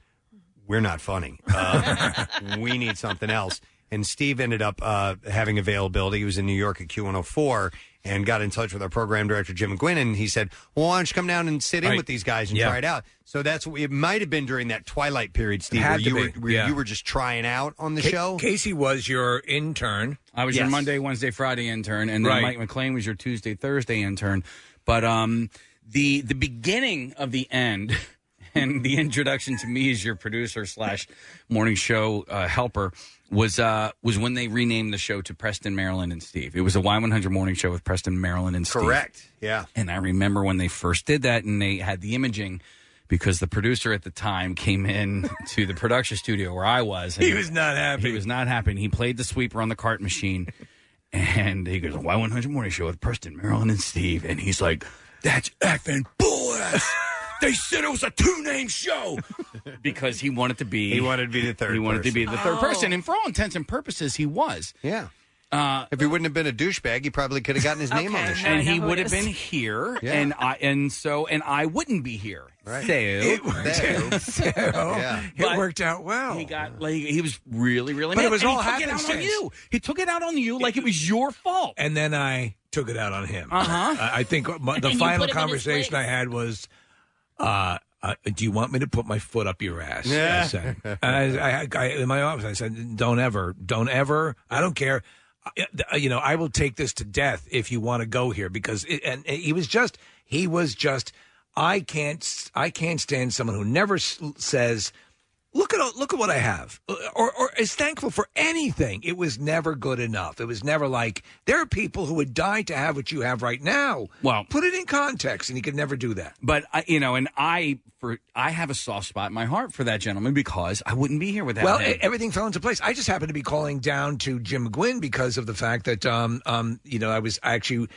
we're not funny. Uh, we need something else. And Steve ended up uh, having availability. He was in New York at Q104 and got in touch with our program director, Jim McGuinn, and he said, well, why don't you come down and sit in Right. with these guys and Yeah. try it out? So that's it might have been during that twilight period, Steve, where, had to you were, be, where yeah. you were just trying out on the Ca- show. Casey was your intern. I was your Monday, Wednesday, Friday intern, and then Right. Mike McLean was your Tuesday, Thursday intern. But um, the the beginning of the end and the introduction to me as your producer slash morning show uh, helper was uh was when they renamed the show to Preston, Maryland, and Steve. It was a Y one hundred morning show with Preston, Maryland, and Steve. Correct. Yeah. And I remember when they first did that and they had the imaging because the producer at the time came in to the production studio where I was. He was not happy. He was not happy. And he played the sweeper on the cart machine. And he goes, Y100 Morning Show with Preston, Marilyn, and Steve. And he's like, that's effing BS. they said it was a two name show because he wanted to be. He wanted to be the third He wanted to be person. the third Oh. person. And for all intents and purposes, he was. Yeah. Uh, if he wouldn't have been a douchebag, he probably could have gotten his name on the show. and he would have been here, Yeah. and I and so and I wouldn't be here. Right. So, It worked out. So- Yeah. It worked out well. He got like he was really really. But it mad, was and all he took it out on happenstance. you. He took it out on you like it was your fault. And then I took it out on him. Uh-huh. I, I think my, the And you final put him in his conversation I had was, uh, uh, "Do you want me to put my foot up your ass?" Yeah. I said. And I, I, I, in my office, I said, "Don't ever, don't ever. I don't care. I, you know, I will take this to death if you want to go here because." It, and and he was just, he was just. I can't, s- I can't stand someone who never s- says look at look at what I have, Uh, or or is thankful for anything. It was never good enough. It was never like there are people who would die to have what you have right now. Well, put it in context, and he could never do that. But I, you know, and I for I have a soft spot in my heart for that gentleman because I wouldn't be here without Well, him. e- everything fell into place. I just happened to be calling down to Jim Gwynn because of the fact that um um you know I was actually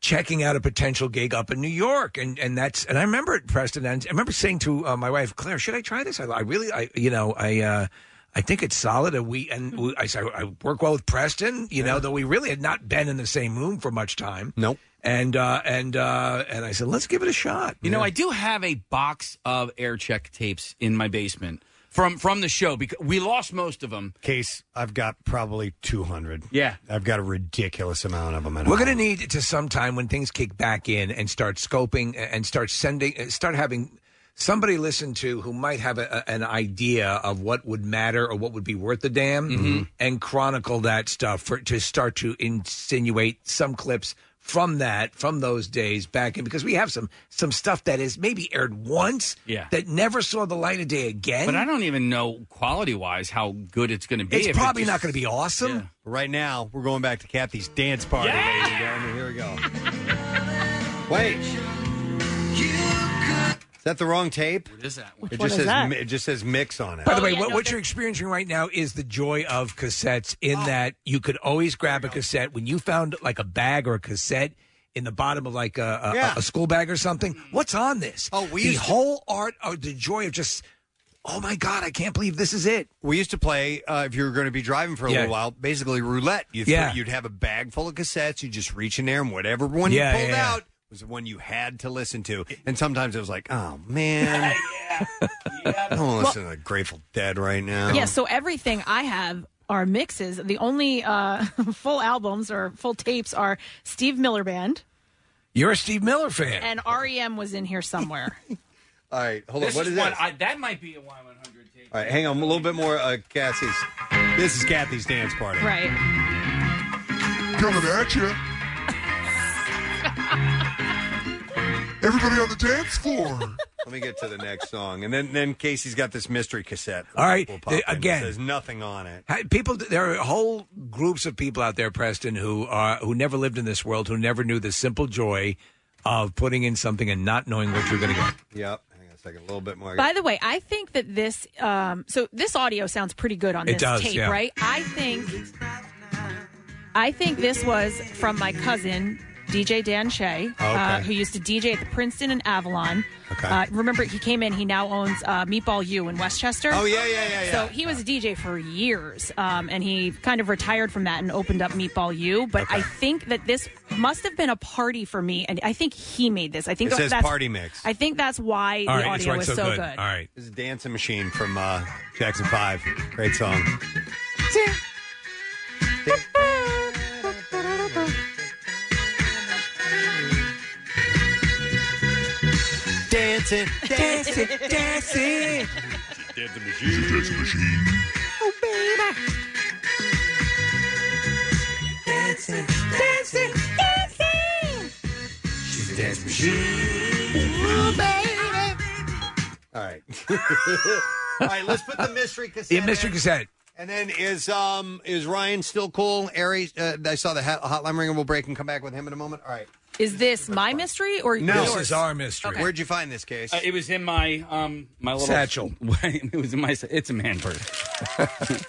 checking out a potential gig up in New York, and and that's and I remember it, Preston, and I remember saying to uh, my wife Claire, should I try this? I, I really, I you know, I. uh I think it's solid. And we and we, I, said, I work well with Preston, you know, though we really had not been in the same room for much time. Nope. And uh, and uh, and I said, let's give it a shot. You know, I do have a box of air check tapes in my basement from from the show because we lost most of them. Case, I've got probably 200. Yeah. I've got a ridiculous amount of them. at We're oh. home. going to need to sometime when things kick back in and start scoping and start sending, uh, start having somebody listen to who might have a, a- an idea of what would matter or what would be worth the damn, Mhm. and chronicle that stuff for to start to insinuate some clips from that, from those days back in, because we have some some stuff that is maybe aired once Yeah. that never saw the light of day again. But I don't even know quality wise how good it's going to be. It's if it probably just- not going to be awesome. Right now, we're going back to Kathy's dance party, ladies and gentlemen. Here we go. Wait. Is that the wrong tape? What is that? Which it one just is says that? Oh, mi- it just says mix on it. By the way, what, what you're experiencing right now is the joy of cassettes in that you could always grab a cassette. When you found like a bag or a cassette in the bottom of like a, a, Yeah. a school bag or something, what's on this? Oh, we The used to- whole art of the joy of just, oh my God, I can't believe this is it. We used to play uh, if you were going to be driving for a Yeah. little while, basically roulette. You Yeah. you'd have a bag full of cassettes. You just reach in there, and whatever one Yeah, you pulled yeah, yeah. out was the one you had to listen to. And sometimes it was like, oh man, I don't want to listen to the Grateful Dead right now. Yeah, so everything I have are mixes. The only uh, full albums or full tapes are Steve Miller Band, You're a Steve Miller fan. and REM was in here somewhere. All right, hold on. This What is is one- this? I- that might be a Y100. All right, hang on a little bit more. Uh, Cassie's. This is Kathy's dance party. right. Coming at you. Everybody on the dance floor. Let me get to the next song, and then then Casey's got this mystery cassette. All right, We'll pop the- in. It again. says nothing on it. Hey, People, there are whole groups of people out there, Preston, who are who never lived in this world, who never knew the simple joy of putting in something and not knowing what you're going to get. Yep. Hang on a second. A little bit more. By the way, I think that this, um, so this audio sounds pretty good on It this does, tape, yeah. right? I think, I think this was from my cousin DJ Dan Shea, uh, Okay. who used to DJ at the Princeton and Avalon. Okay. Uh, remember, he came in. He now owns uh, Meatball U in Westchester. Oh, yeah, yeah, yeah, yeah. So he was a DJ for years, um, and he kind of retired from that and opened up Meatball U. But I think that this must have been a party for me, and I think he made this. I think It says that's- party mix. I think that's why the audio is so, good. right. This is Dancing Machine from uh, Jackson 5. Great song. Dancing, dancing, dancing. Dancing machine. Dancing machine. Oh, baby. Dancing, dancing, dancing. She's a dance machine. Oh, baby. All right. All right, let's put the mystery cassette. Yeah, mystery in. cassette. And then is um is Ryan still cool? Aries, uh, I saw the hot- hotline ring, and we'll break and come back with him in a moment. All right. Is this my mystery or No. yours? mystery. Okay. Where'd you find this case? Uh, it was in my um my little Satchel. it was in my. sa- It's a man purse.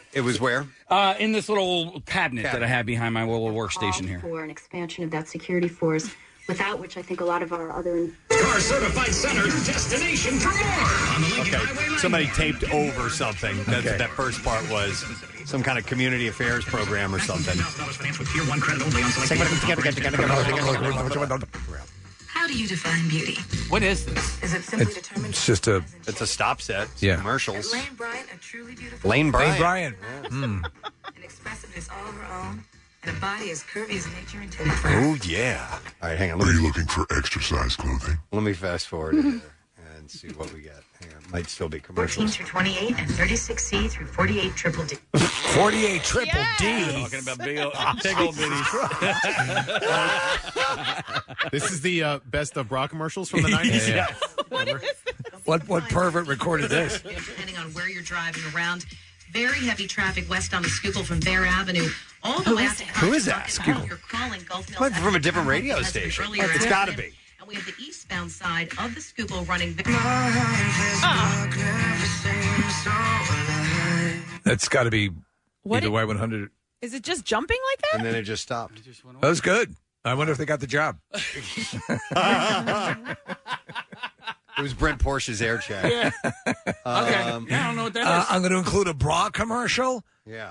it was where? Uh, in this little cabinet that I have behind my little workstation here. for an expansion of that security force, without which I think a lot of our other. Car certified centers, destination for more. On the Lincoln Highway. Somebody taped over something. That's what that first part was. Some kind of community affairs program or something. How do you define beauty? What is this? Is it It's, it's just a it's a stop set. Yeah, commercials. Lane Bryant, a truly beautiful. Lane Bryant. Bryant. Hmm. An expressiveness all her own, and a body as curvy as nature intended. Oh yeah. All right, hang on. Are you looking for exercise clothing? Let me fast forward it here and see what we got. Hang on. Might still be 14 commercials. through 28 and 36C through 48 triple D. 48 triple D. Talking about big old, big old this is the uh, best of bra commercials from the 90s. Yeah. What what pervert recorded this? Depending on where you're driving around, very heavy traffic west on the Schuylkill from Bear Avenue, all Oh, the way out to Who is that? You're calling Gulf Mills Might be from a different Avenue, radio as we station. earlier It's got to mentioned. be. And we have the eastbound side of the Schuylkill running. Ah. That's got to be What either it- Y one hundred. Is it just jumping like that? And then it just stopped. That was good. I wonder if they got the job. It was Brent Porsche's air check. Um, Uh, I'm going to include a bra commercial. Yeah.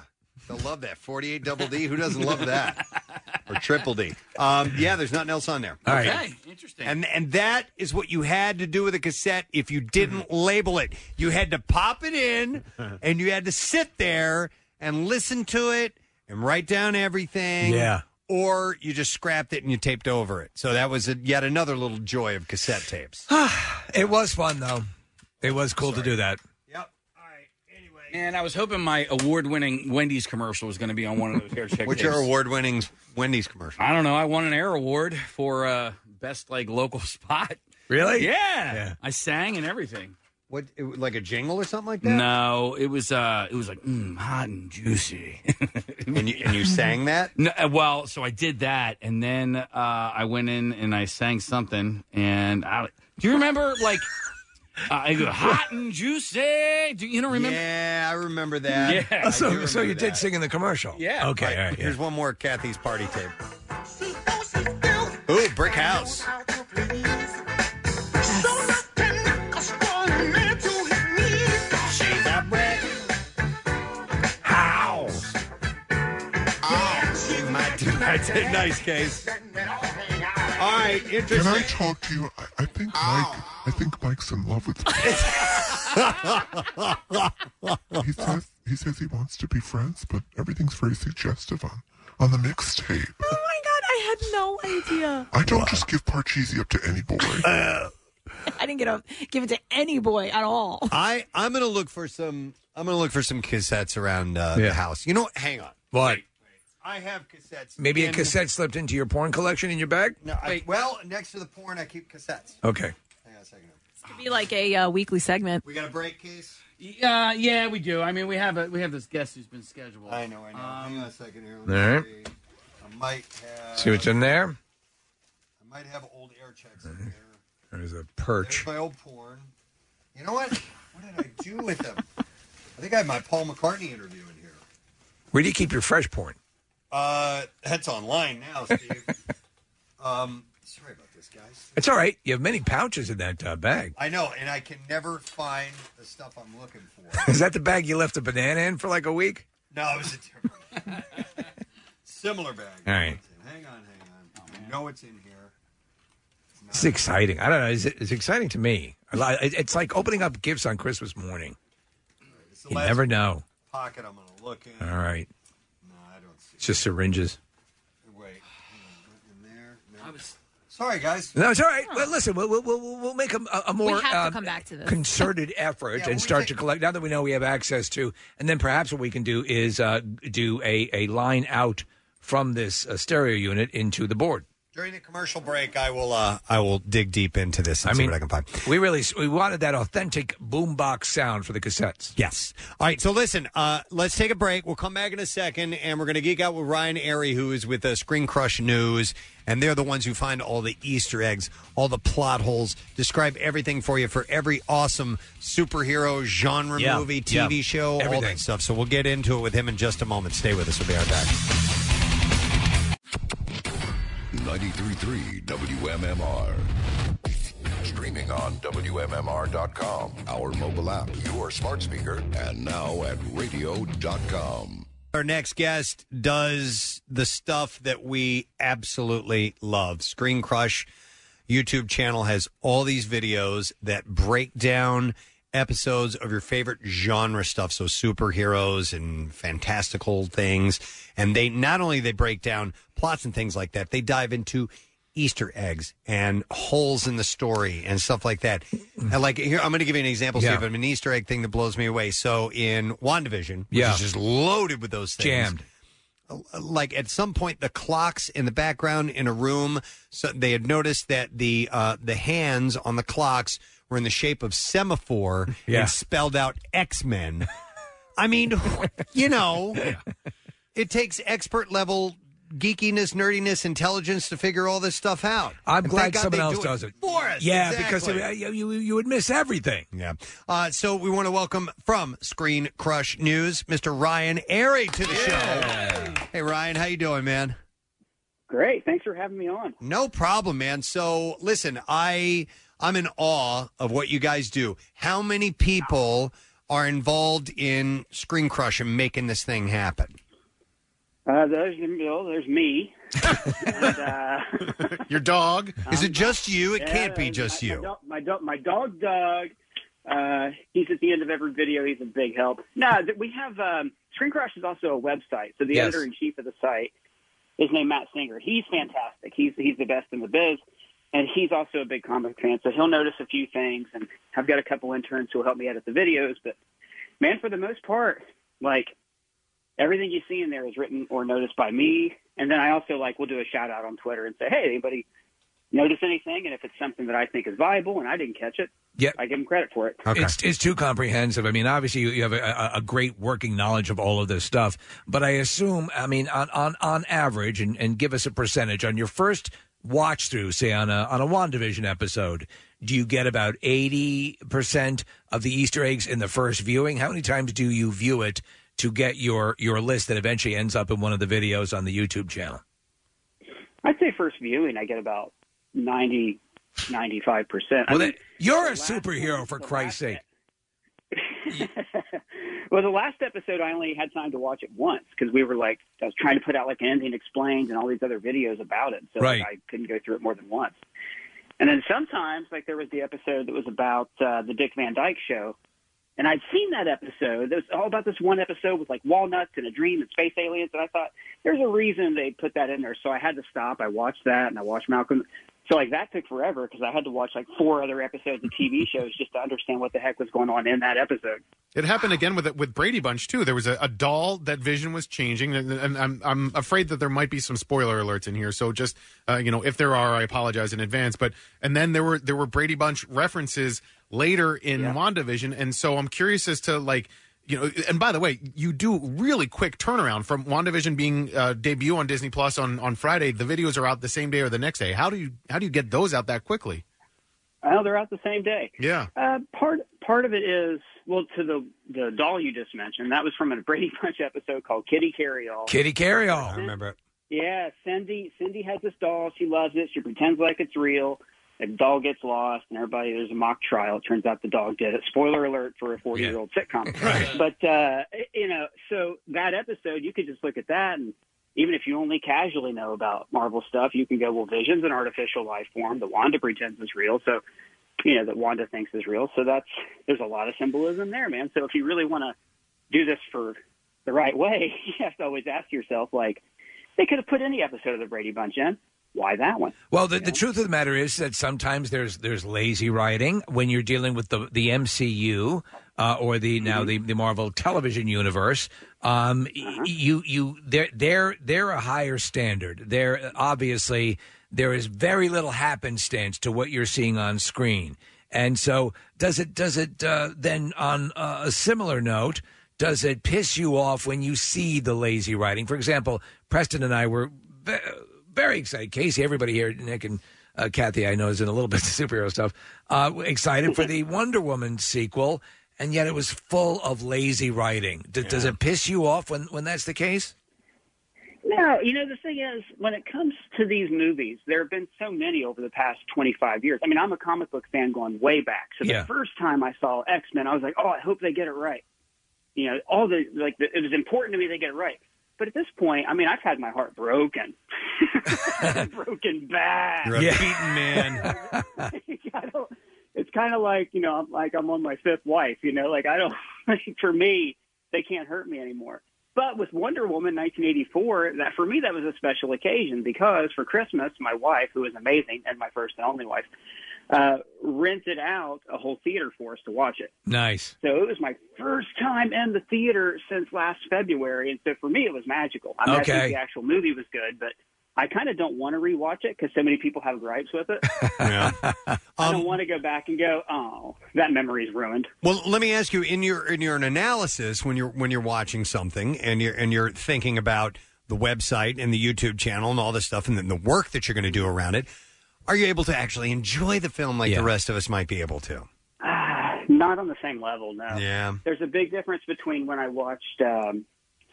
They'll love that. 48 double D. Who doesn't love that? or triple D. Um, yeah, there's nothing else on there. All right. Okay, Interesting. And and that is what you had to do with a cassette if you Mm-hmm. didn't label it. You had to pop it in and you had to sit there and listen to it and write down everything. Yeah. Or you just scrapped it and you taped over it. So that was a, yet another little joy of cassette tapes. it was fun though. It was cool to do that. Man, I was hoping my award-winning Wendy's commercial was going to be on one of those hair check. What's days. your award-winning Wendy's commercial? I don't know. I won an Air Award for uh, best like local spot. Really? Yeah. Yeah. I sang and everything. What, it, like a jingle or something like that? No, it was uh, it was like mm, hot and juicy. and you and you sang that? No, uh, well, so I did that, and then uh, I went in and I sang something. And I, do you remember like uh, I go hot and juicy? Do you don't remember? Yeah, I remember that. Yeah. I so do so remember you did that. sing in the commercial. Yeah. Okay. Oh, Right, all right, yeah. Here's one more at Kathy's party tape. Ooh, brick house. House. Oh, my tonight's a nice case. All right, Can I talk to you? I, I think Mike. I think Mike's in love with me. he says he says he wants to be friends, but everything's very suggestive on on the mixtape. Oh my god, I had no idea. I don't just give Parcheesi up to any boy. I didn't get a, give it to any boy at all. I I'm gonna look for some. I'm gonna look for some cassettes around uh, the Yeah. house. You know, hang on. What? I have cassettes. Maybe a in- cassette slipped into your porn collection in your bag. No, I, well, next to the porn, I keep cassettes. Okay. This could be like a uh, weekly segment. We got a break, case. Yeah, yeah, we do. I mean, we have a we have this guest who's been scheduled. I know, I know. Hang on a second here. All right. I might have. See what's in there. I might have old air checks. There's a perch. There's my old porn. You know what? What did I do with them? I think I had my Paul McCartney interview in here. Where do you keep your fresh porn? Uh, that's online now, Steve. um, sorry about this, guys. It's all right. You have many pouches in that uh, bag. I know, and I can never find the stuff I'm looking for. Is that the bag you left a banana in for like a week? No, it was a different similar bag. All right. Hang on, Oh, hang on. I know it's in here. This is exciting. I don't know. It's, it's exciting to me. I li- it- It's like opening up gifts on Christmas morning. It's the You last never know. Pocket I'm gonna look in. All right. It's just syringes. Wait. hang on, In there. No. Sorry, guys. No, it's all right. Well, listen, we'll, we'll, we'll, we'll make a, a- a more We have to um, come back to this. concerted effort and start to collect. Now that we know we have access to, and then perhaps what we can do is uh, do a, a line out from this uh, stereo unit into the board. During the commercial break, I will. Uh, I will dig deep into this and I see mean- what I can find. We really we wanted that authentic boombox sound for the cassettes. Yes. All right. So listen, uh, let's take a break. We'll come back in a second, and we're going to geek out with Ryan Airy, who is with uh, Screen Crush News, and they're the ones who find all the Easter eggs, all the plot holes, describe everything for you for every awesome superhero genre Yeah. movie, Yeah. TV show, all Everything. that stuff. So we'll get into it with him in just a moment. Stay with us. We'll be right back. 93.3 WMMR. Streaming on WMMR.com, our mobile app, your smart speaker, and now at radio.com. Our next guest does the stuff that we absolutely love. Screen Crush YouTube channel has all these videos that break down episodes of your favorite genre stuff, so superheroes and fantastical things. And they not only they break down plots and things like that, they dive into Easter eggs and holes in the story and stuff like that. And like here, I'm going to give you an example, Yeah. Steve, of an Easter egg thing that blows me away. So in WandaVision, which Yeah. is just loaded with those things, Jammed. Like at some point, the clocks in the background in a room. So they had noticed that the uh, the hands on the clocks were in the shape of semaphore Yeah. and spelled out X Men. I mean, you know, it takes expert level geekiness, nerdiness, intelligence to figure all this stuff out. I'm And glad thank God someone they else do does it. for us. Yeah, exactly. because uh, you, you you would miss everything. Yeah. Uh, so we want to welcome from Screen Crush News, Mr. Ryan Airy to the show. Hey, Ryan, how you doing, man? Great. Thanks for having me on. No problem, man. So listen, I I'm in awe of what you guys do. How many people are involved in Screen Crush and making this thing happen? Uh, there's Bill. There's me. and, uh, Your dog? Is it just you? It yeah, can't be and just my, you. My dog, my, dog, my dog, Doug. Uh, he's at the end of every video. He's a big help. No, th- we have um, Screen Crush is also a website. So the Yes. editor in chief of the site is named Matt Singer. He's fantastic. He's he's the best in the biz, and he's also a big comic fan. So he'll notice a few things, and I've got a couple interns who will help me edit the videos. But man, for the most part, like everything you see in there is written or noticed by me. And then I also like will do a shout out on Twitter and say, hey, anybody notice anything? And if it's something that I think is viable and I didn't catch it, Yep. I give them credit for it. It's, it's too comprehensive. I mean, obviously, you, you have a, a- a great working knowledge of all of this stuff, but I assume, I mean, on on, on average, and, and give us a percentage on your first watch through, say on a on a Wandavision episode, do you get about eighty percent of the Easter eggs in the first viewing? How many times do you view it to get your your list that eventually ends up in one of the videos on the YouTube channel? I'd say first viewing, I get about 90, 95%. I Well, mean, then, you're a superhero for Christ's sake. well, the last episode, I only had time to watch it once because we were like, I was trying to put out like an ending explained and all these other videos about it. So like, Right. I couldn't go through it more than once. And then sometimes, like there was the episode that was about uh, the Dick Van Dyke show. And I'd seen that episode. It was all about this one episode with like walnuts and a dream and space aliens. And I thought, there's a reason they put that in there. So I had to stop. I watched that and I watched Malcolm. So like that took forever because I had to watch like four other episodes of TV shows just to understand what the heck was going on in that episode. It happened again with with Brady Bunch too. There was a, a doll that Vision was changing, and, and I'm I'm afraid that there might be some spoiler alerts in here. So just uh, you know, if there are, I apologize in advance. But and then there were there were Brady Bunch references later in WandaVision, and so I'm curious as to like you know. And by the way, you do really quick turnaround from WandaVision being uh, debut on Disney Plus on on Friday. The videos are out the same day or the next day. How do you how do you get those out that quickly? Oh, they're out the same day. Yeah. Uh, part part of it is well to the the doll you just mentioned. That was from a Brady Bunch episode called Kitty Carry All. Kitty Carry All. I remember it. Yeah, Cindy. Cindy has this doll. She loves it. She pretends like it's real. The doll gets lost, and everybody there's a mock trial. It turns out the dog did it. Spoiler alert for a 40 year old sitcom. But uh, you know, so that episode, you could just look at that, and even if you only casually know about Marvel stuff, you can go, well, Vision's an artificial life form. The Wanda pretends is real, so you know that Wanda thinks is real. So that's there's a lot of symbolism there, man. So if you really want to do this for the right way, you have to always ask yourself, like, they could have put any episode of the Brady Bunch in. Why that one? Well, the, the truth of the matter is that sometimes there's there's lazy writing when you're dealing with the the MCU uh, or the now the, the Marvel Television Universe. Um, y- You you they're they're they're a higher standard. They're obviously there is very little happenstance to what you're seeing on screen, and so does it does it uh, then on uh, a similar note. Does it piss you off when you see the lazy writing? For example, Preston and I were ve- very excited. Casey, everybody here, Nick and uh, Kathy, I know is in a little bit of superhero stuff. Uh, excited for the Wonder Woman sequel, and yet it was full of lazy writing. D- Does it piss you off when when that's the case? No, you know the thing is, when it comes to these movies, there have been so many over the past 25 years. I mean, I'm a comic book fan going way back. So the Yeah. first time I saw X Men, I was like, oh, I hope they get it right. You know, all the like, the, it was important to me they get it right. But at this point, I mean, I've had my heart broken, broken bad. You're a beaten man. I don't, it's kind of like you know, I'm like I'm on my fifth wife. You know, like I don't. Like, for me, they can't hurt me anymore. But with Wonder Woman 1984, that for me that was a special occasion because for Christmas, my wife, who is amazing and my first and only wife, uh, rented out a whole theater for us to watch it. Nice. So it was my first time in the theater since last February, and so for me it was magical. I, mean, I Okay. think the actual movie was good, but I kind of don't want to rewatch it because so many people have gripes with it. I don't want to go back and go, oh, that memory's ruined. Well, let me ask you in your in your analysis when you're when you're watching something and you're and you're thinking about the website and the YouTube channel and all this stuff and then the work that you're going to do around it, are you able to actually enjoy the film like the rest of us might be able to? Not on the same level, no. Yeah. There's a big difference between when I watched, um,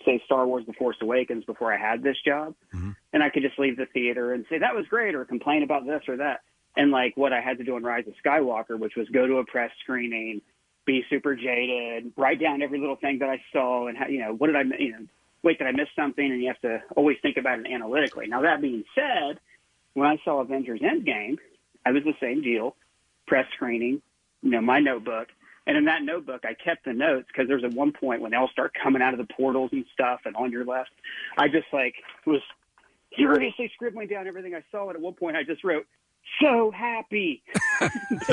say, Star Wars The Force Awakens before I had this job, and I could just leave the theater and say, that was great, or complain about this or that. And like what I had to do on Rise of Skywalker, which was go to a press screening, be super jaded, write down every little thing that I saw, and how, you know, what did I, mi- you know, wait, did I miss something? And you have to always think about it analytically. Now, that being said, when I saw Avengers Endgame, I was the same deal, press screening, you know, my notebook. And in that notebook, I kept the notes because there's at one point when they all start coming out of the portals and stuff and on your left, I just like was furiously scribbling down everything I saw. And at one point, I just wrote, so happy.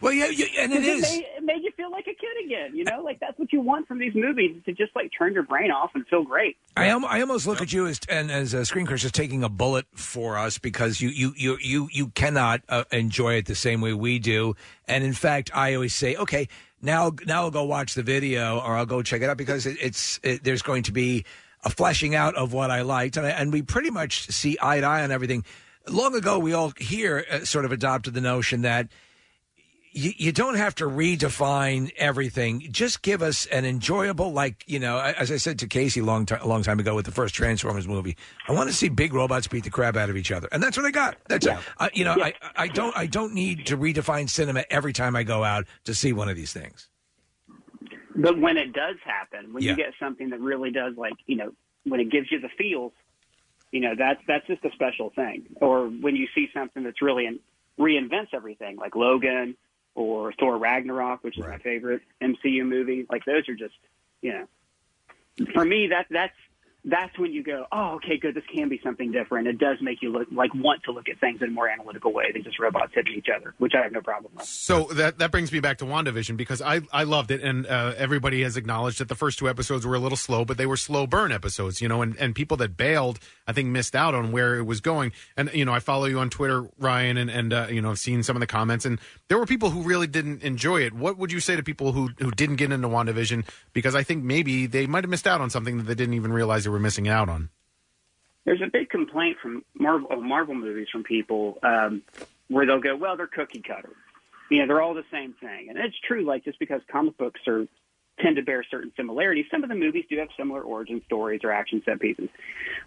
well, yeah, you, and it is. Made, it made you feel like a kid again. You know, like that's what you want from these movies to just like turn your brain off and feel great. I, am, I almost look at you as and as a screen curse as taking a bullet for us because you you you you you cannot uh, enjoy it the same way we do. And in fact, I always say, okay, now now I'll go watch the video or I'll go check it out because it, it's it, there's going to be a fleshing out of what I liked, and I, and we pretty much see eye to eye on everything. Long ago, we all here uh, sort of adopted the notion that you, you don't have to redefine everything. Just give us an enjoyable, like you know, as I said to Casey long time, a long time ago with the first Transformers movie. I want to see big robots beat the crap out of each other, and that's what I got. That's it. I, you know, I, I don't I don't need to redefine cinema every time I go out to see one of these things. But when it does happen, when Yeah. you get something that really does, like you know, when it gives you the feels, you know, that's that's just a special thing. Or when you see something that's really in, reinvents everything, like Logan or Thor Ragnarok, which is my favorite MCU movie. Like those are just, you know, for me that that's that's when you go, oh, okay, good. This can be something different. It does make you look like want to look at things in a more analytical way than just robots hitting each other, which I have no problem with. So that that brings me back to WandaVision because I I loved it and uh, everybody has acknowledged that the first two episodes were a little slow, but they were slow burn episodes, you know, and and people that bailed I think missed out on where it was going. And you know, I follow you on Twitter, Ryan, and and uh, you know, I've seen some of the comments and there were people who really didn't enjoy it. What would you say to people who who didn't get into WandaVision because I think maybe they might have missed out on something that they didn't even realize they were missing out on. there's a big complaint from Marvel, uh, Marvel movies from people um, where they'll go, well, they're cookie cutter. You know, they're all the same thing. And it's true, like, just because comic books are tend to bear certain similarities, some of the movies do have similar origin stories or action set pieces.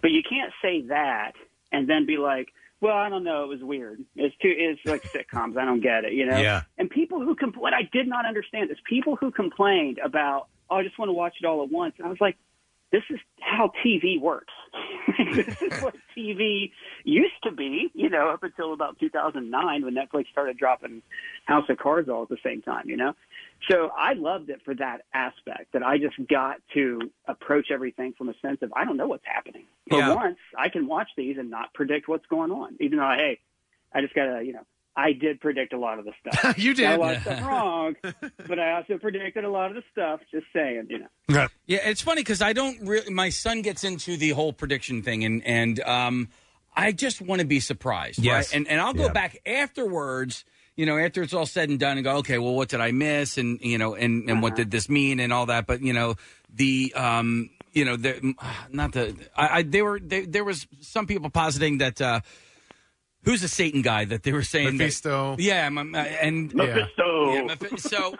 But you can't say that and then be like, well, I don't know, it was weird. It's too, it's like sitcoms. I don't get it, you know? Yeah. And people who, compl- what I did not understand is people who complained about, oh, I just want to watch it all at once. I was like, this is how TV works. this is what TV used to be, you know, up until about 2009 when Netflix started dropping House of Cards all at the same time, you know? So I loved it for that aspect that I just got to approach everything from a sense of, I don't know what's happening. For Yeah. once, I can watch these and not predict what's going on, even though, hey, I just got to, you know, I did predict a lot of the stuff. you I did. watched stuff wrong, but I also predicted a lot of the stuff, just saying, you know. Yeah, it's funny because I don't. Re- my son gets into the whole prediction thing, and and um, I just want to be surprised. Yes. right? and and I'll go Yeah. back afterwards. You know, after it's all said and done, and go, okay, well, what did I miss, and you know, and and what did this mean, and all that. But you know, the um, you know, the not the I, I they were they, there was some people positing that. uh Who's the Satan guy that they were saying? that- Mephisto. yeah, my, my- and Mephisto. Yeah, Mephi- so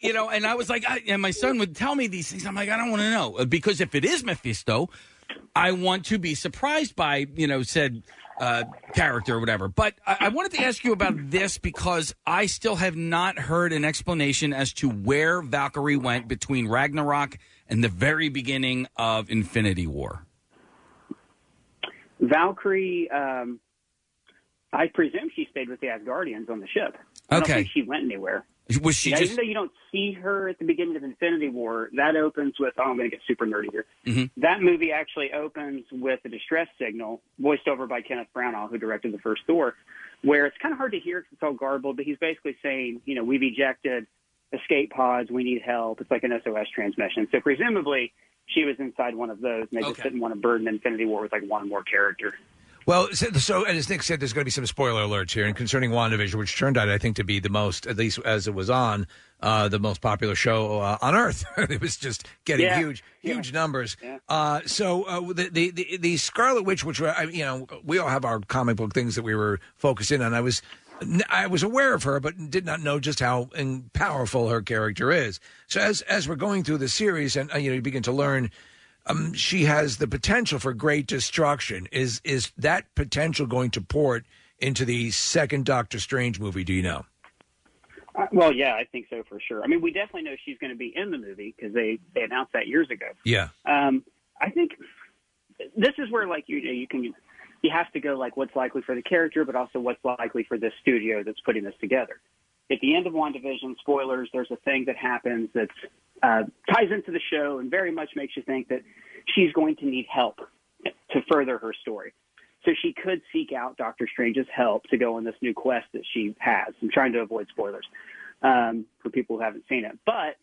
you know, and I was like, I, and my son would tell me these things. I'm like, I don't want to know Uh, because if it is Mephisto, I want to be surprised by you know said uh, character or whatever. But I, I wanted to ask you about this because I still have not heard an explanation as to where Valkyrie went between Ragnarok and the very beginning of Infinity War. Valkyrie, um, I presume she stayed with the Asgardians on the ship. I don't Okay. think she went anywhere. Was she yeah, just Even though you don't see her at the beginning of Infinity War, that opens with. Oh, I'm going to get super nerdy here. Mhm. Mm-hmm. That movie actually opens with a distress signal, voiced over by Kenneth Branagh, who directed the first Thor, where it's kind of hard to hear because it's all garbled, but he's basically saying, you know, we've ejected escape pods, we need help. It's like an SOS transmission. So presumably she was inside one of those, and they just didn't want to burden Infinity War with like one more character. Well, so, so and as Nick said, there's going to be some spoiler alerts here, and concerning WandaVision, which turned out, I think, to be the most, at least as it was on, uh, the most popular show uh, on Earth. it was just getting Yeah. huge, huge numbers. Uh, so uh, the, the the the Scarlet Witch, which were, I- you know, we all have our comic book things that we were focused in on. I was. I was aware of her, but did not know just how um, powerful her character is. So as as we're going through the series, and uh, you know, you begin to learn um, she has the potential for great destruction. Is is that potential going to port into the second Doctor Strange movie? Do you know? Uh, well, yeah, I think so for sure. I mean, we definitely know she's going to be in the movie because they they announced that years ago. Yeah. Um, I think this is where like you know you can you have to go like what's likely for the character, but also what's likely for this studio that's putting this together. At the end of WandaVision, spoilers, there's a thing that happens that uh, ties into the show and very much makes you think that she's going to need help to further her story. So she could seek out Doctor Strange's help to go on this new quest that she has. I'm trying to avoid spoilers um, for people who haven't seen it, but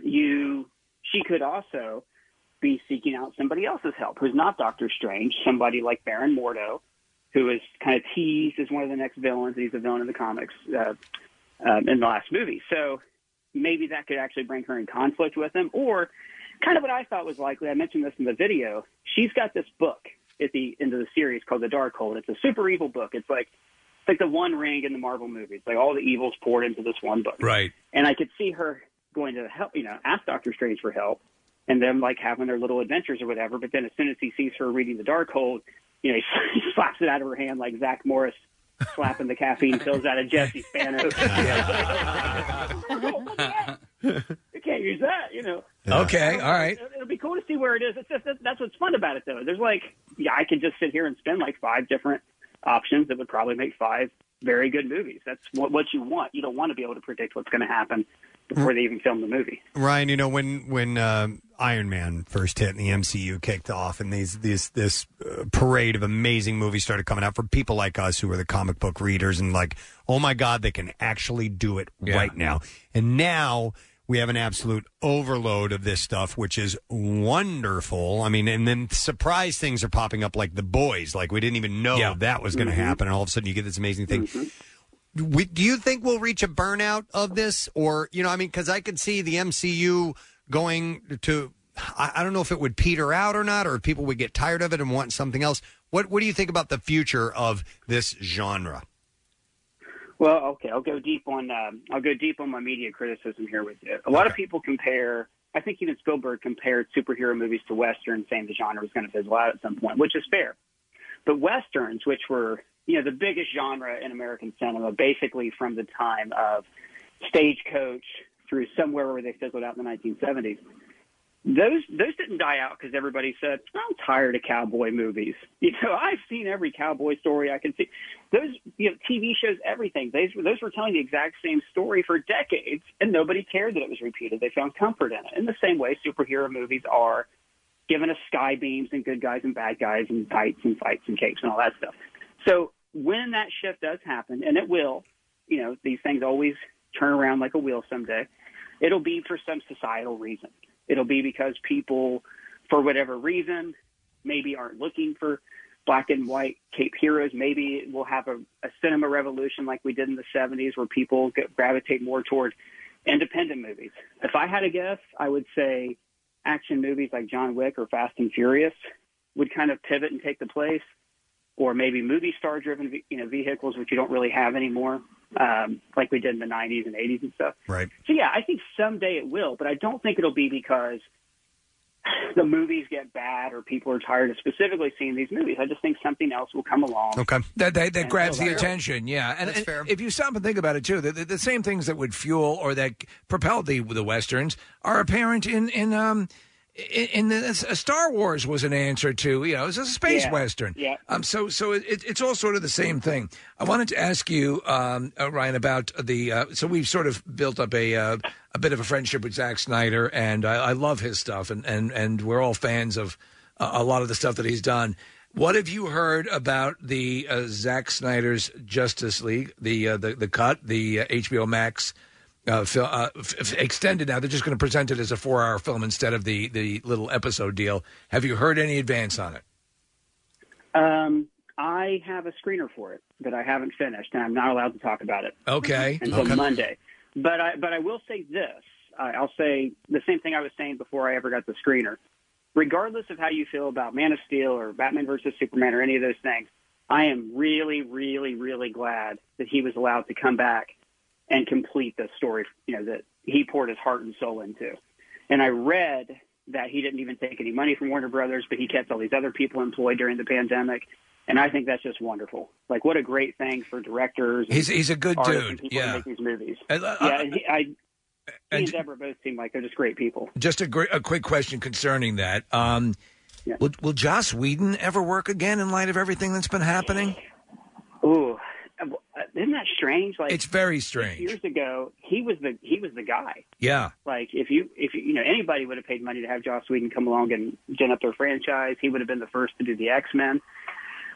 you, she could also be seeking out somebody else's help who's not Doctor Strange, somebody like Baron Mordo, who is kind of teased as one of the next villains. He's a villain in the comics uh, um, in the last movie. So maybe that could actually bring her in conflict with him, or kind of what I thought was likely. I mentioned this in the video. She's got this book at the end of the series called The Dark Hold. It's a super evil book. It's like it's like the One Ring in the Marvel movies. Like all the evils poured into this one book. Right. And I could see her going to help, you know, ask Doctor Strange for help, and them like having their little adventures or whatever. But then as soon as he sees her reading The Dark Hold, you know, he slaps it out of her hand like Zach Morris slapping the caffeine pills out of Jesse Spanos. you can't use that, you know. Yeah. Okay, uh, all right. It'll, it'll be cool to see where it is. It's just, that's what's fun about it, though. There's like, yeah, I could just sit here and spend like five different options that would probably make five very good movies. That's what, what you want. You don't want to be able to predict what's going to happen before they even film the movie. Ryan, you know when when um Iron Man first hit and the MCU kicked off, and these these this uh, parade of amazing movies started coming out for people like us who were the comic book readers, and like, oh my god, they can actually do it Yeah. right now. And now we have an absolute overload of this stuff, which is wonderful. I mean, and then surprise things are popping up, like The Boys, like we didn't even know that was going to Mhm. happen, and all of a sudden you get this amazing thing. We, do you think we'll reach a burnout of this, or you know, I mean, because I could see the MCU going to. I, I don't know if it would peter out or not, or if people would get tired of it and want something else. What What do you think about the future of this genre? Well, okay, I'll go deep on um, I'll go deep on my media criticism here with you. A lot of people compare. I think even Spielberg compared superhero movies to westerns, saying the genre was going to fizzle out at some point, which is fair. But westerns, which were you know the biggest genre in American cinema, basically from the time of Stagecoach through somewhere where they fizzled out in the 1970s, those those didn't die out because everybody said I'm tired of cowboy movies. You know, I've seen every cowboy story I can see. Those you know TV shows, everything. Those those were telling the exact same story for decades, and nobody cared that it was repeated. They found comfort in it. In the same way, superhero movies are given us sky beams and good guys and bad guys and fights and fights and cakes and all that stuff. So when that shift does happen, and it will, you know, these things always turn around like a wheel someday. It'll be for some societal reason. It'll be because people, for whatever reason, maybe aren't looking for black and white cape heroes. Maybe we'll have a, a cinema revolution like we did in the 70s where people get, gravitate more toward independent movies. If I had to guess, I would say action movies like John Wick or Fast and Furious would kind of pivot and take the place, or maybe movie star driven you know vehicles, which you don't really have anymore, um, like we did in the 90s and 80s and stuff. Right. So yeah, I think someday it will, but I don't think it'll be because the movies get bad or people are tired of specifically seeing these movies. I just think something else will come along. Okay. That that, that And grabs so the that- attention, yeah. And, and if you stop and think about it too, the, the, the same things that would fuel or that propelled the the westerns are apparent in in um in, in the uh, Star Wars was an answer to you know it's a space Yeah. western. Yeah. Um. So so it, it, it's all sort of the same thing. I wanted to ask you, um, uh, Ryan, about the uh, so we've sort of built up a uh, a bit of a friendship with Zack Snyder, and I, I love his stuff, and and and we're all fans of uh, a, a lot of the stuff that he's done. What have you heard about the uh, Zack Snyder's Justice League, the uh, the the cut, the uh, HBO Max uh, fil- uh, f- f- extended now? They're just going to present it as a four-hour film instead of the the little episode deal. Have you heard any advance on it? Um, I have a screener for it that I haven't finished, and I'm not allowed to talk about it Okay. until Monday. But I, but I will say this. I, I'll say the same thing I was saying before I ever got the screener. Regardless of how you feel about Man of Steel or Batman versus Superman or any of those things, I am really, really, really glad that he was allowed to come back and complete the story. You know that he poured his heart and soul into. And I read that he didn't even take any money from Warner Brothers, but he kept all these other people employed during the pandemic. And I think that's just wonderful. Like, what a great thing for directors. and He's- he's a good artists dude, And people who yeah. make these movies. And, uh, yeah, and he, I, he and Deborah both seem like they're just great people. Just a, gr- a quick question concerning that. Um, will, will Joss Whedon ever work again in light of everything that's been happening? Ooh, Uh, Isn't that strange? Like, it's very strange. years ago, he was the he was the guy. Yeah. Like if you if you, you know anybody would have paid money to have Joss Whedon come along and gin up their franchise, he would have been the first to do the X Men.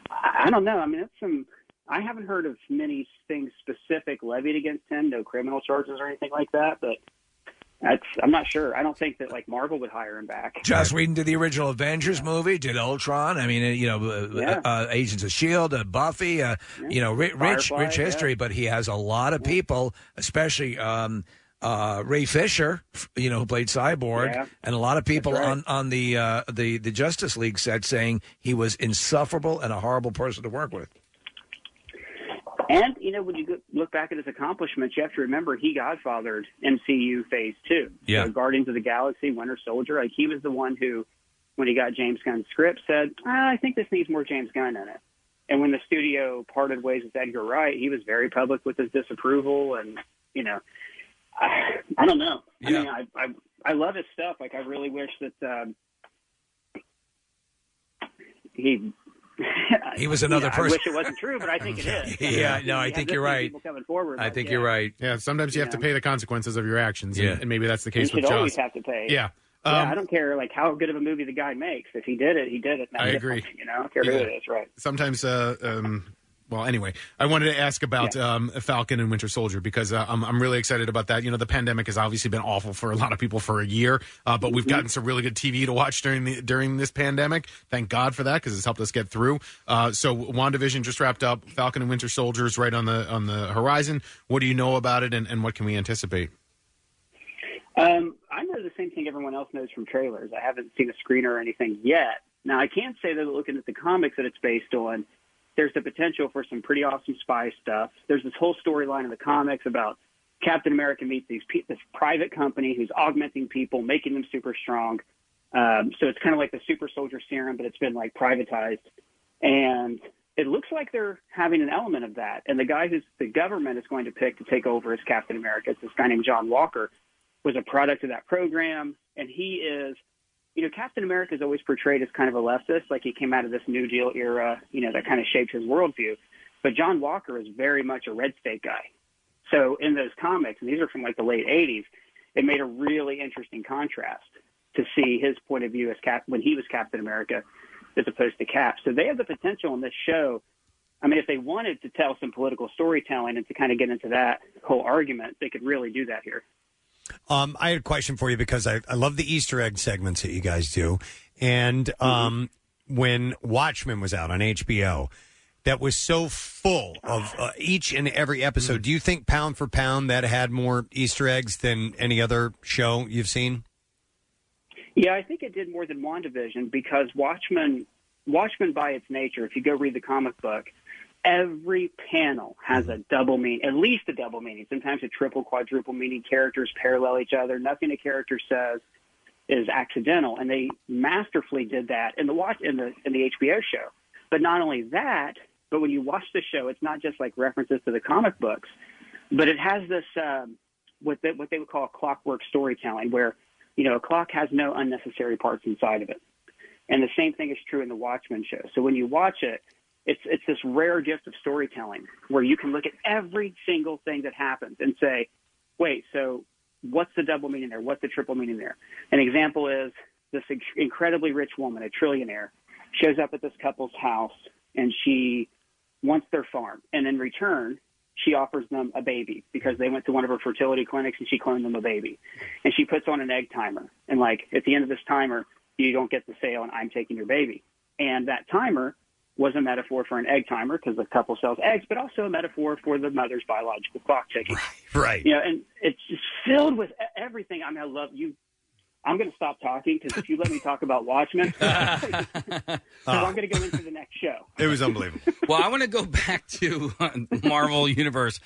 I I don't know. I mean, that's some. I haven't heard of many things specific levied against him, no criminal charges or anything like that. But that's, I'm not sure. I don't think that like Marvel would hire him back. Joss Whedon did the original Avengers movie, did Ultron. I mean, uh, you know, uh, Yeah. uh, uh, Agents of Shield, uh, Buffy. Uh, You know, ri- rich, Firefly, rich history. But he has a lot of people, especially um, uh, Ray Fisher, f- you know, who played Cyborg, Yeah. and a lot of people That's right. on on the uh, the the Justice League set saying he was insufferable and a horrible person to work with. And you know, when you go- look back at his accomplishments, you have to remember he godfathered MCU Phase Two, Yeah. So Guardians of the Galaxy, Winter Soldier. Like he was the one who, when he got James Gunn's script, said, ah, "I think this needs more James Gunn in it." And when the studio parted ways with Edgar Wright, he was very public with his disapproval, and you know, I, I don't know. I mean, I, I I love his stuff. Like I really wish that um, he. He was another Yeah, person. I wish it wasn't true, but I think it is. Yeah, no, I You have think this you're many right. people coming forward, like, yeah. right. Yeah, sometimes you have to pay the consequences of your actions, and, Yeah. and maybe that's the case you with should Joss. always have to pay. Yeah. yeah, Um, I don't care like how good of a movie the guy makes. If he did it, he did it. That's I different, agree. You know, I don't care who Yeah. it is, right? Sometimes, uh, um, well, anyway, I wanted to ask about um, Falcon and Winter Soldier because uh, I'm, I'm really excited about that. You know, the pandemic has obviously been awful for a lot of people for a year, uh, but we've Mhm. gotten some really good TV to watch during the during this pandemic. Thank God for that because it's helped us get through. Uh, so, WandaVision just wrapped up. Falcon and Winter Soldier is right on the on the horizon. What do you know about it, and, and what can we anticipate? Um, I know the same thing everyone else knows from trailers. I haven't seen a screener or anything yet. Now I can say that looking at the comics that it's based on, there's the potential for some pretty awesome spy stuff. There's this whole storyline in the comics about Captain America meets these pe- this private company who's augmenting people, making them super strong. Um, so it's kind of like the super soldier serum, but it's been like privatized. And it looks like they're having an element of that. And the guy who's the government is going to pick to take over as Captain America, it's this guy named John Walker, was a product of that program. And he is, you know, Captain America is always portrayed as kind of a leftist, like he came out of this New Deal era, you know, that kind of shaped his worldview. But John Walker is very much a red state guy. So in those comics, and these are from like the late 80s, it made a really interesting contrast to see his point of view as Cap when he was Captain America as opposed to Cap. So they have the potential in this show. I mean, if they wanted to tell some political storytelling and to kind of get into that whole argument, they could really do that here. Um, I had a question for you because I, I love the Easter egg segments that you guys do. And um, when Watchmen was out on HBO, that was so full of uh, each and every episode. Do you think pound for pound that had more Easter eggs than any other show you've seen? Yeah, I think it did more than WandaVision because Watchmen, Watchmen by its nature, if you go read the comic book, every panel has a double meaning, at least a double meaning, sometimes a triple, quadruple meaning. Characters parallel each other. Nothing a character says is accidental, and they masterfully did that in the watch in the in the HBO show. But not only that, but when you watch the show, it's not just like references to the comic books, but it has this um, what they, what they would call clockwork storytelling, where you know a clock has no unnecessary parts inside of it. And the same thing is true in the Watchmen show. So when you watch it, it's it's this rare gift of storytelling where you can look at every single thing that happens and say, wait, so what's the double meaning there? What's the triple meaning there? An example is this inc- incredibly rich woman, a trillionaire, shows up at this couple's house and she wants their farm. And in return, she offers them a baby because they went to one of her fertility clinics and she cloned them a baby. And she puts on an egg timer. And like at the end of this timer, you don't get the sale and I'm taking your baby. And that timer was a metaphor for an egg timer because the couple sells eggs, but also a metaphor for the mother's biological clock ticking. Right. You know, and it's just filled with e- everything. I mean, I love you. I'm going to stop talking because if you let me talk about Watchmen, 'cause I'm going to go into the next show. It was unbelievable. well, I want to go back to uh, Marvel Universe.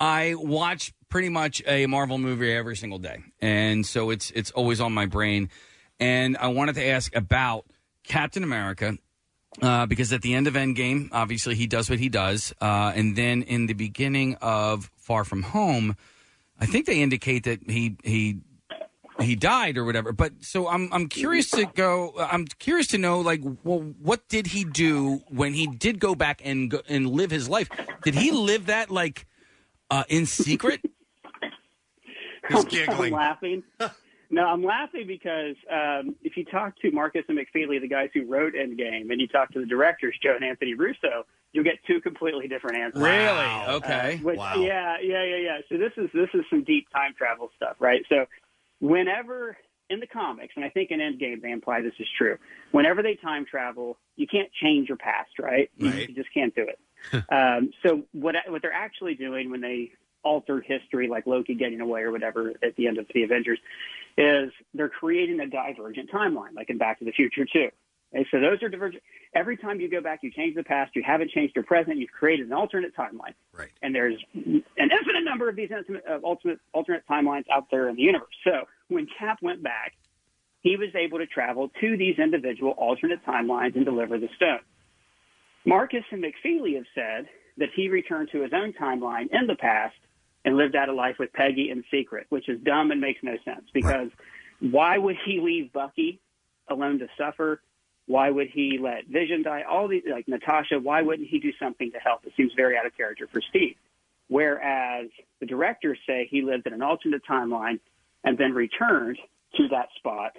I watch pretty much a Marvel movie every single day, and so it's it's always on my brain. And I wanted to ask about Captain America uh, because at the end of Endgame, obviously he does what he does, uh, and then in the beginning of Far From Home, I think they indicate that he he he died or whatever. But so I'm I'm curious to go. I'm curious to know like, well, what did he do when he did go back and go, and live his life? Did he live that like uh, in secret? I'm laughing. No, I'm laughing because um, if you talk to Marcus and McFeely, the guys who wrote Endgame, and you talk to the directors, Joe and Anthony Russo, you'll get two completely different answers. Really? Uh, Okay. which- Wow. Yeah, yeah, yeah, yeah. So this is this is some deep time travel stuff, right? So whenever in the comics, and I think in Endgame they imply this is true. Whenever they time travel, you can't change your past, right? You- Right. You just can't do it. um, so what what they're actually doing when they alter history, like Loki getting away or whatever at the end of the Avengers, is they're creating a divergent timeline, like in Back to the Future too. Okay, so those are divergent. Every time you go back, you change the past. You haven't changed your present. You've created an alternate timeline. Right. And there's an infinite number of these ultimate, uh, ultimate alternate timelines out there in the universe. So when Cap went back, he was able to travel to these individual alternate timelines and deliver the stone. Marcus and McFeely have said that he returned to his own timeline in the past and lived out a life with Peggy in secret, which is dumb and makes no sense because why would he leave Bucky alone to suffer? Why would he let Vision die? All these, like Natasha, why wouldn't he do something to help? It seems very out of character for Steve. Whereas the directors say he lived in an alternate timeline and then returned to that spot,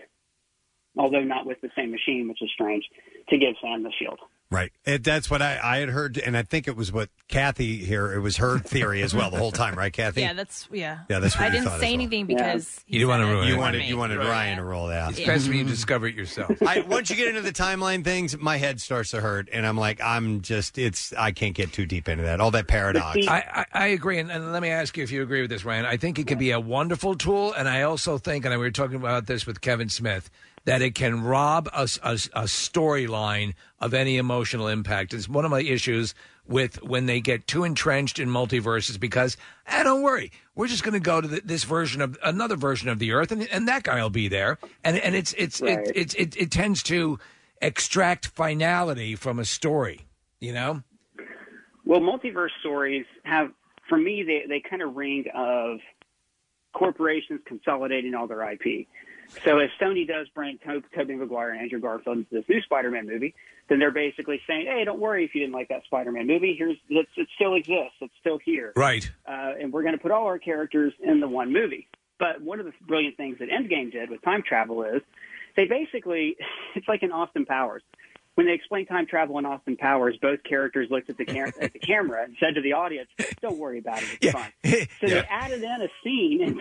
although not with the same machine, which is strange, to give Sam the shield. Right. It, that's what I, I had heard, and I think it was what Kathy here. It was her theory as well the whole time, right, Kathy? yeah, that's yeah. Yeah, that's what I you didn't thought say as well. anything because You didn't want to ruin You it. wanted you wanted Ryan to roll out. It's best when you discover it yourself. I, once you get into the timeline things, my head starts to hurt, and I'm like, I'm just, it's, I can't get too deep into that. All that paradox. I, I, I agree, and, and let me ask you if you agree with this, Ryan. I think it can be a wonderful tool, and I also think, and we were talking about this with Kevin Smith, that it can rob us a, a storyline of any emotional impact. It's one of my issues with when they get too entrenched in multiverses because, ah, don't worry, we're just going to go to the, this version of another version of the Earth, and, and that guy will be there, and and it's it's Right. it, it's it, it tends to extract finality from a story, you know. Well, multiverse stories have, for me, they, they kind of ring of corporations consolidating all their IP. So if Sony does bring To- Tobey Maguire and Andrew Garfield into this new Spider-Man movie, then they're basically saying, "Hey, don't worry if you didn't like that Spider-Man movie. Here's it's, it still exists. It's still here. Right. Uh, and we're going to put all our characters in the one movie." But one of the brilliant things that Endgame did with time travel is they basically it's like in Austin Powers. When they explain time travel in Austin Powers, both characters looked at the, cam- at the camera and said to the audience, "Don't worry about it. It's fine." So they added in a scene in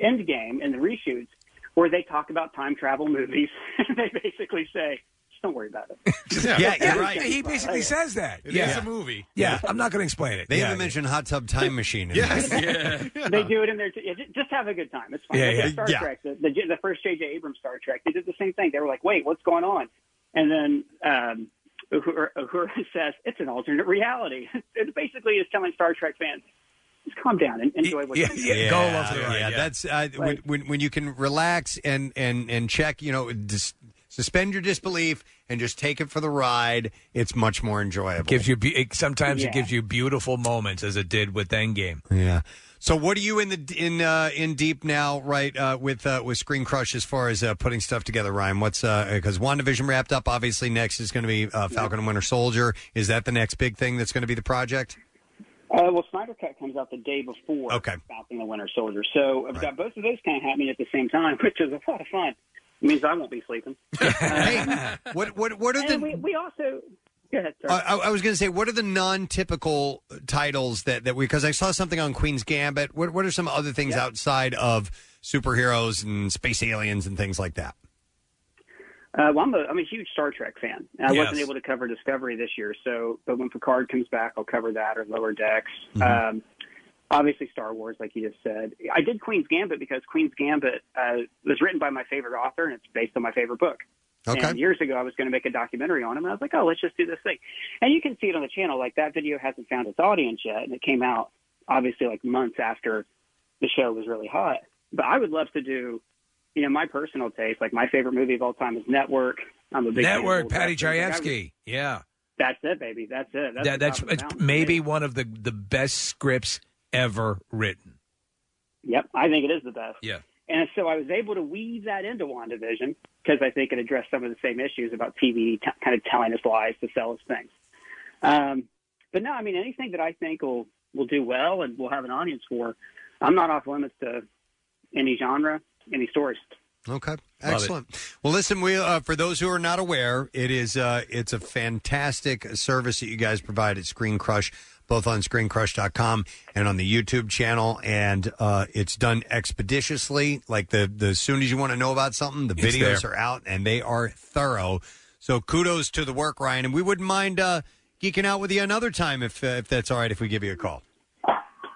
Endgame in the reshoots where they talk about time travel movies. they basically say, "Just don't worry about it." Yeah, you're right. He basically says that. It yeah. is a movie. Yeah, I'm not going to explain it. They yeah. even mentioned hot tub time machine. In Yes. there. They do it in there. Too. Yeah, ju- Just have a good time. It's fine. Yeah, Look at yeah. Star Yeah. Trek, the, the, the first J.J. Abrams Star Trek, they did the same thing. They were like, "Wait, what's going on?" And then um, Uhura, Uhura says, "It's an alternate reality." it basically is telling Star Trek fans, "Just calm down and enjoy what you're doing." Yeah, that's uh, when, when when you can relax and and and check. You know, dis- suspend your disbelief and just take it for the ride. It's much more enjoyable. Gives you be- it, sometimes Yeah. it gives you beautiful moments, as it did with Endgame. Yeah. So what are you in the in uh, in deep now, right? Uh, with uh, with Screen Crush as far as uh, putting stuff together, Ryan. What's because WandaVision wrapped up. Obviously, next is going to be uh, Falcon and Winter Soldier. Is that the next big thing that's going to be the project? Uh, well, Snyder Cut comes out the day before Okay. Falcon the Winter Soldier, so I've got both of those kind of happening at the same time, which is a lot of fun. It means I won't be sleeping. Um, What what what are and the we, we also go ahead. Sorry. I, I- I was going to say, what are the non-typical titles that that we? Because I saw something on Queen's Gambit. What what are some other things outside of superheroes and space aliens and things like that? Uh, well, I'm a, I'm a huge Star Trek fan. And I Yes. wasn't able to cover Discovery this year, so but when Picard comes back, I'll cover that or Lower Decks. Mhm. Um, obviously, Star Wars, like you just said. I did Queen's Gambit because Queen's Gambit uh, was written by my favorite author, and it's based on my favorite book. Okay. And years ago, I was going to make a documentary on him, and I was like, oh, let's just do this thing. And you can see it on the channel. Like that video hasn't found its audience yet, and it came out obviously like months after the show was really hot. But I would love to do, you know, my personal taste. Like my favorite movie of all time is Network. I'm a big fan of Network, old Patty westerns. Like, I- Chayefsky. Yeah, That's it, baby. That's it. That's, that, the that's top of the it's mountain. maybe one of the the best scripts ever written. Yep, I think it is the best. Yeah. And so I was able to weave that into WandaVision because I think it addressed some of the same issues about TV t- kind of telling us lies to sell us things. Um, but no, I mean anything that I think will will do well and will have an audience for, I'm not off limits to any genre, any stories. Okay. Excellent. Well, listen, we uh, for those who are not aware, it is uh, it's a fantastic service that you guys provide at Screen Crush, both on ScreenCrush.com and on the YouTube channel, and uh, it's done expeditiously. Like the the as soon as you want to know about something, the It's videos there. are out and they are thorough. So kudos to the work, Ryan, and we wouldn't mind uh, geeking out with you another time if uh, if that's all right if we give you a call.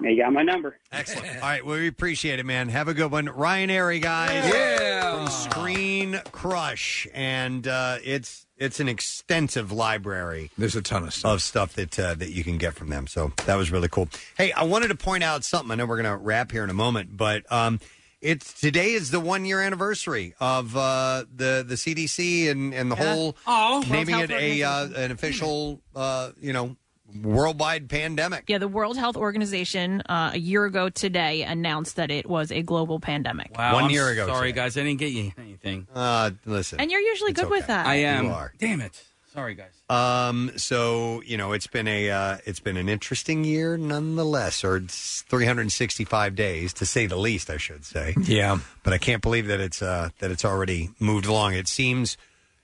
You got my number. Excellent. All right, well, we appreciate it, man. Have a good one, Ryan Airy, guys. Yeah. from Screen Crush, and uh, it's it's an extensive library. There's a ton of stuff of stuff that uh, that you can get from them. So that was really cool. Hey, I wanted to point out something. I know we're going to wrap here in a moment, but um, it's today is the one year anniversary of uh, the the CDC and and the Yeah. whole Oh. World naming Health it a uh, Organization. an official uh, you know worldwide pandemic. Yeah, the World Health Organization uh, a year ago today announced that it was a global pandemic. Wow, One I'm year ago Sorry, guys, I didn't get you anything. Uh, listen, And you're usually good with that. I am. You are. Damn it! Sorry, guys. Um, so you know, it's been a uh, it's been an interesting year, nonetheless, or it's 365 days to say the least, I should say. Yeah. but I can't believe that it's uh, that it's already moved along. It seems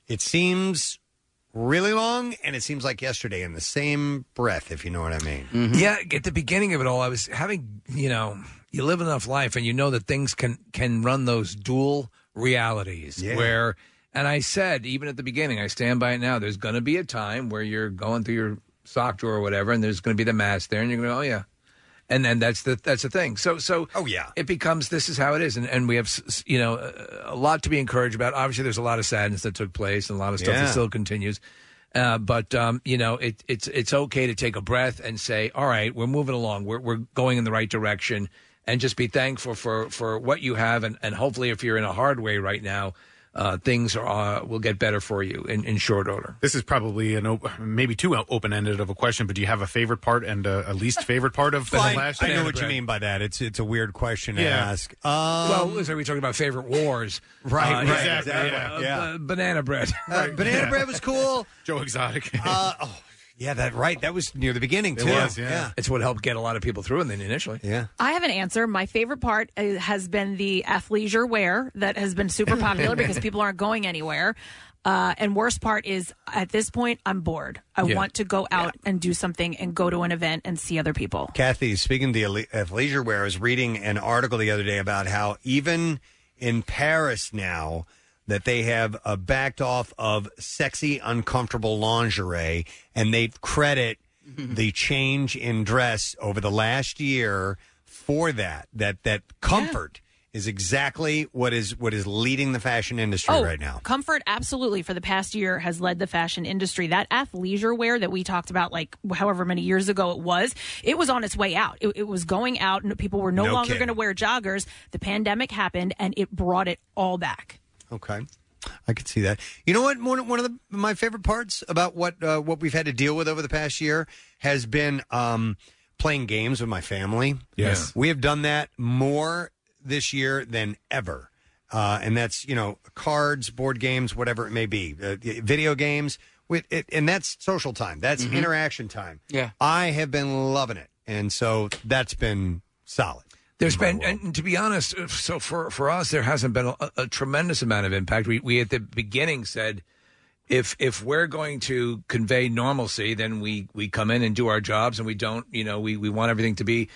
it seems really long, and it seems like yesterday in the same breath, if you know what I mean. Mm-hmm. Yeah, at the beginning of it all, I was having you know, you live enough life and you know that things can can run those dual realities Yeah. where. And I said, even at the beginning, I stand by it now. There's going to be a time where you're going through your sock drawer or whatever, and there's going to be the mask there, and you're going to, go, oh yeah, and then that's the that's the thing. So so oh yeah, it becomes this is how it is, and and we have s- s- you know a- a lot to be encouraged about. Obviously, there's a lot of sadness that took place, and a lot of stuff Yeah. that still continues. Uh, but um, you know, it, it's it's okay to take a breath and say, "All right, we're moving along. We're we're going in the right direction," and just be thankful for for what you have, and and hopefully, if you're in a hard way right now, uh, things are uh, will get better for you in, in short order. This is probably an op- maybe too open ended of a question, but do you have a favorite part and uh, a, a least favorite part of Well, I- the last? I know what you mean by that. It's it's a weird question to Yeah. ask. Um, well, so are we talking about favorite wars? Right, right, exactly, uh, yeah, uh, yeah. uh, banana bread. Uh, banana bread was cool. Joe Exotic. Uh, oh, yeah, that right. That was near the beginning It too. was, yeah. It's what helped get a lot of people through, and then initially, yeah. I have an answer. My favorite part uh, has been the athleisure wear that has been super popular because people aren't going anywhere. Uh, and worst part is at this point, I'm bored. I Yeah. want to go out and do something and go to an event and see other people. Kathy, speaking of the ale- athleisure wear, I was reading an article the other day about how even in Paris now that they have uh, backed off of sexy, uncomfortable lingerie, and they credit the change in dress over the last year for that. That that comfort is exactly what is what is leading the fashion industry right now. Oh, Comfort, absolutely, for the past year has led the fashion industry. That athleisure wear that we talked about, like however many years ago it was, it was on its way out. It, it was going out, and people were no, No longer kidding. going to wear joggers. The pandemic happened, and it brought it all back. Okay. I could see that. You know what? One, one of the, my favorite parts about what uh, what we've had to deal with over the past year has been um, playing games with my family. Yes. we have done that more this year than ever, uh, and that's you know cards, board games, whatever it may be, uh, video games. With it, and that's social time. That's Mm-hmm. Mhm. interaction time. Yeah. I have been loving it, and so that's been solid. There's been, and to be honest, uh, so for for us, there hasn't been a, a tremendous amount of impact. We we at the beginning said, if if we're going to convey normalcy, then we we come in and do our jobs, and we don't, you know, we we want everything to be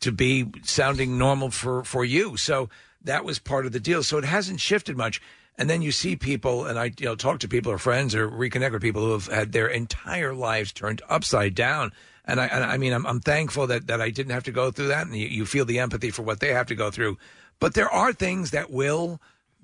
to be sounding normal for for you. So that was part of the deal. So it hasn't shifted much. And then you see people, and I you know talk to people or friends or reconnect with people who have had their entire lives turned upside down. And I, and I mean, I'm, I'm thankful that, that I didn't have to go through that, and you, you feel the empathy for what they have to go through. But there are things that will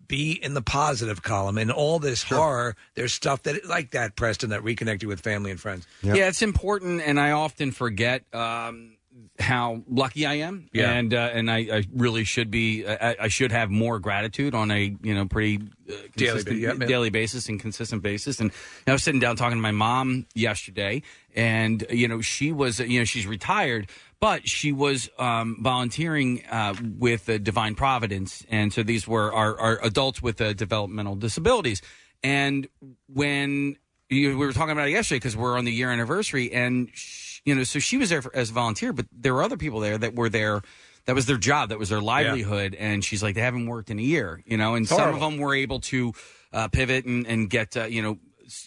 be in the positive column. In all this horror, there's stuff that like that, Preston, that reconnected with family and friends. Yeah, it's important, and I often forget um, how lucky I am, Yeah. and uh, and I, I really should be. I, I should have more gratitude on a you know pretty uh, consistent- yeah, man. daily basis and consistent basis. And I was sitting down talking to my mom yesterday, and you know she was you know she's retired, but she was um, volunteering uh, with uh, Divine Providence, and so these were our, our adults with uh, developmental disabilities. And when you, we were talking about it yesterday because we're on the year anniversary, and sh you know, so she was there for, as a volunteer, but there were other people there that were there that was their job, that was their livelihood. And she's like, they haven't worked in a year, you know. And It's some of horrible. them were able to uh, pivot and, and get, uh, you know,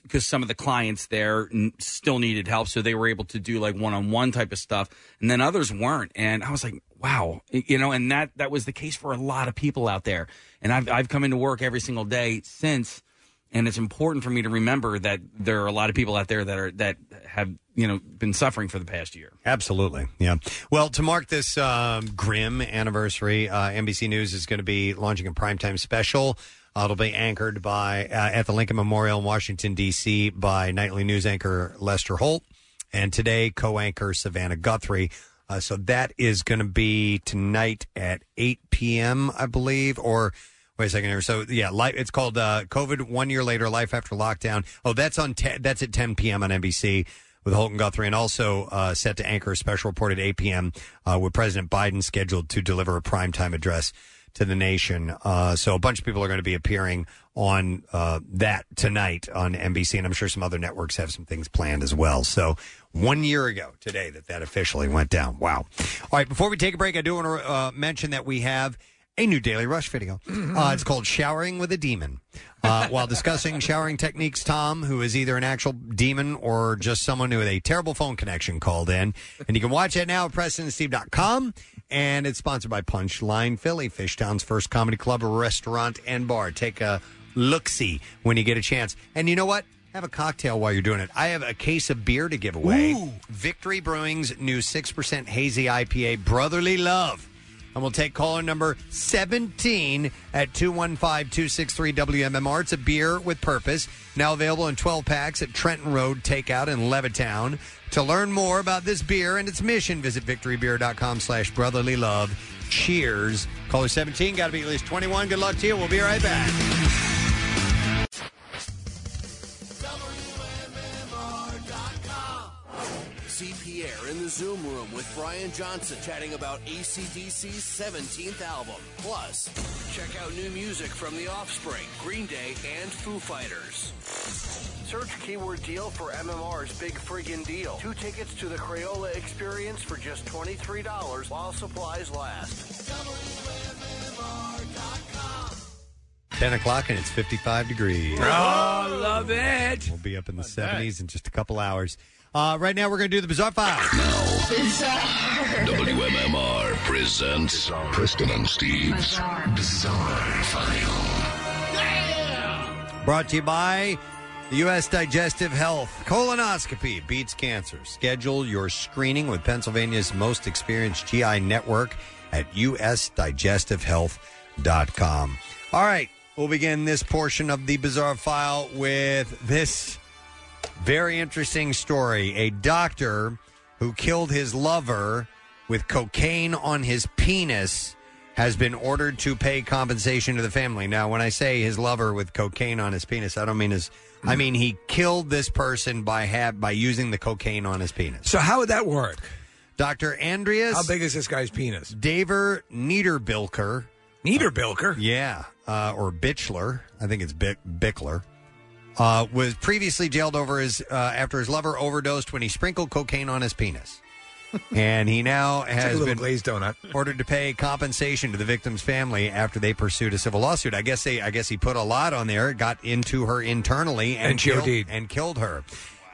because some of the clients there n- still needed help, so they were able to do like one-on-one type of stuff, and then others weren't. And I was like, wow, Y- you know, and that that was the case for a lot of people out there. And I've I've come into work every single day since, and it's important for me to remember that there are a lot of people out there that are that have you know been suffering for the past year. Absolutely. Yeah. Well, to mark this um, grim anniversary, uh, NBC News is going to be launching a primetime special. Uh, it'll be anchored by uh, at the Lincoln Memorial in Washington D.C. by nightly news anchor Lester Holt, and today co-anchor Savannah Guthrie. Uh, so that is going to be tonight at 8 p.m. I believe, or wait a second here. So yeah, life. It's called uh, COVID one year later, life after lockdown. Oh, that's on. Te- that's at 10 p.m. on NBC with Holton Guthrie, and also uh, set to anchor a special report at 8 p.m. Uh, with President Biden scheduled to deliver a primetime address to the nation. Uh, so a bunch of people are going to be appearing on uh, that tonight on NBC, and I'm sure some other networks have some things planned as well. So one year ago today that that officially went down. Wow. All right, before we take a break, I do want to uh, mention that we have a new Daily Rush video. Uh, it's called Showering with a Demon. Uh, while discussing showering techniques, Tom, who is either an actual demon or just someone who with a terrible phone connection, called in. And you can watch it now at PrestonandSteve.com. And it's sponsored by Punchline Philly, Fishtown's first comedy club, restaurant, and bar. Take a look see when you get a chance. And you know what? Have a cocktail while you're doing it. I have a case of beer to give away. Victory Brewing's new 6% hazy IPA, Brotherly Love. And we'll take caller number 17 at 215 263 WMMR. It's a beer with purpose. Now available in 12 packs at Trenton Road Takeout in Levittown. To learn more about this beer and its mission, visit victorybeer.com slash brotherly love. Cheers. Caller 17, got to be at least 21. Good luck to you. We'll be right back. See Pierre in the Zoom room with Brian Johnson chatting about ACDC's 17th album. Plus, check out new music from The Offspring, Green Day, and Foo Fighters. Search keyword deal for MMR's Big Friggin' Deal. Two tickets to the Crayola experience for just $23 while supplies last. 10 o'clock and it's 55 degrees. Oh, love it. We'll be up in the 70s in just a couple hours. Uh, right now, we're going to do the Bizarre File. WMMR presents Preston and Steve's Bizarre File. Brought to you by the U.S. Digestive Health. Colonoscopy beats cancer. Schedule your screening with Pennsylvania's most experienced GI network at usdigestivehealth.com. All right, we'll begin this portion of the Bizarre File with this very interesting story. A doctor who killed his lover with cocaine on his penis has been ordered to pay compensation to the family. Now, when I say his lover with cocaine on his penis, I don't mean his. I mean he killed this person by ha- by using the cocaine on his penis. So how would that work? Dr. Andreas. How big is this guy's penis? Daver Niederbilker. Niederbilker? yeah. Uh, or Bitchler. I think it's Bick- Bickler. Uh, was previously jailed over his uh, after his lover overdosed when he sprinkled cocaine on his penis. and he now It's like a has little been glazed donut. ordered to pay compensation to the victim's family after they pursued a civil lawsuit. I guess they, I guess he put a lot on there, got into her internally, and, And she killed, OD'd. and killed her.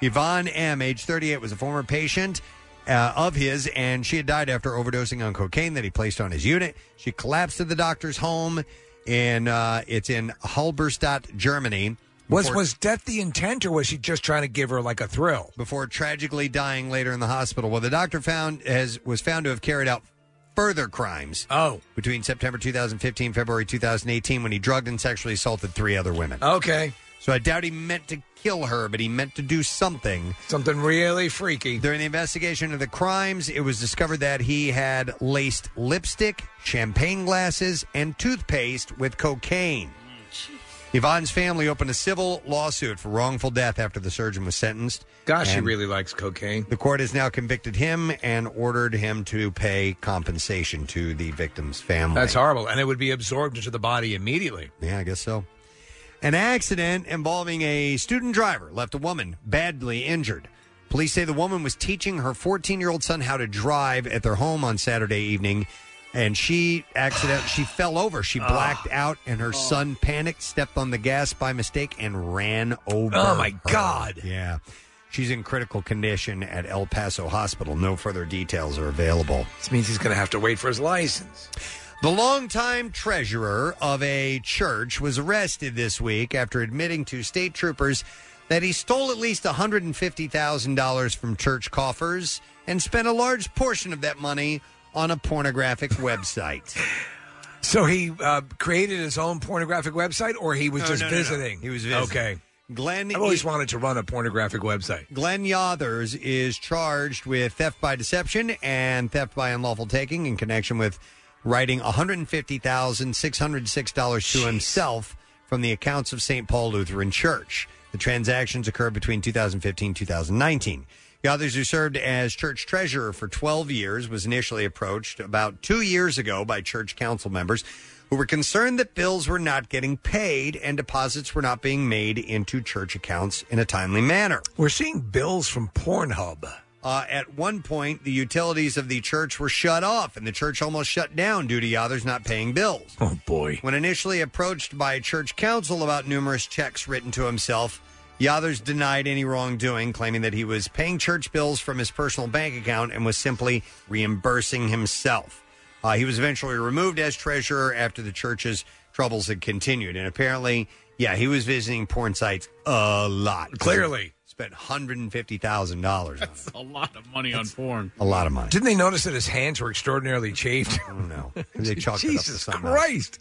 Yvonne M, age 38, was a former patient uh, of his, and she had died after overdosing on cocaine that he placed on his unit. She collapsed at the doctor's home, and uh, it's in Halberstadt, Germany. Was Before- was death the intent, or was she just trying to give her like a thrill? before tragically dying later in the hospital. Well, the doctor found has was found to have carried out further crimes. Oh, between September 2015 February 2018 when he drugged and sexually assaulted three other women. Okay. So I doubt he meant to kill her, but he meant to do something. Something really freaky. During the investigation of the crimes, it was discovered that he had laced lipstick, champagne glasses, and toothpaste with cocaine. Yvonne's family opened a civil lawsuit for wrongful death after the surgeon was sentenced. Gosh, she And- really likes cocaine. the court has now convicted him and ordered him to pay compensation to the victim's family. That's horrible, and it would be absorbed into the body immediately. Yeah, I guess so. An accident involving a student driver left a woman badly injured. Police say the woman was teaching her 14 year old son how to drive at their home on Saturday evening and she accident she fell over. She blacked out, and her son panicked, stepped on the gas by mistake, and ran over. Oh, my her. God. Yeah, she's in critical condition at El Paso Hospital. No further details are available. This means he's going to have to wait for his license. The longtime treasurer of a church was arrested this week after admitting to state troopers that he stole at least $150,000 from church coffers and spent a large portion of that money on a pornographic website. So he uh, created his own pornographic website, or he was No, just no, no, no. visiting? He was visiting. Okay. Glenn, I've always wanted to run a pornographic website. Glenn Yothers is charged with theft by deception and theft by unlawful taking in connection with writing $150,606 to himself from the accounts of St. Paul Lutheran Church. The transactions occurred between 2015 and 2019. Yothers, who served as church treasurer for 12 years, was initially approached about two years ago by church council members who were concerned that bills were not getting paid and deposits were not being made into church accounts in a timely manner. We're seeing bills from Pornhub. Uh, at one point, the utilities of the church were shut off, and the church almost shut down due to Yothers not paying bills. Oh, boy. When initially approached by church council about numerous checks written to himself, Yothers denied any wrongdoing, claiming that he was paying church bills from his personal bank account and was simply reimbursing himself. Uh, he was eventually removed as treasurer after the church's troubles had continued. And apparently, yeah, he was visiting porn sites a lot. Clearly. Spent $150,000 on It's a lot of money on porn. a lot of money. Didn't they notice that his hands were extraordinarily chafed? I don't know. They chalked it up to Jesus something else. Christ.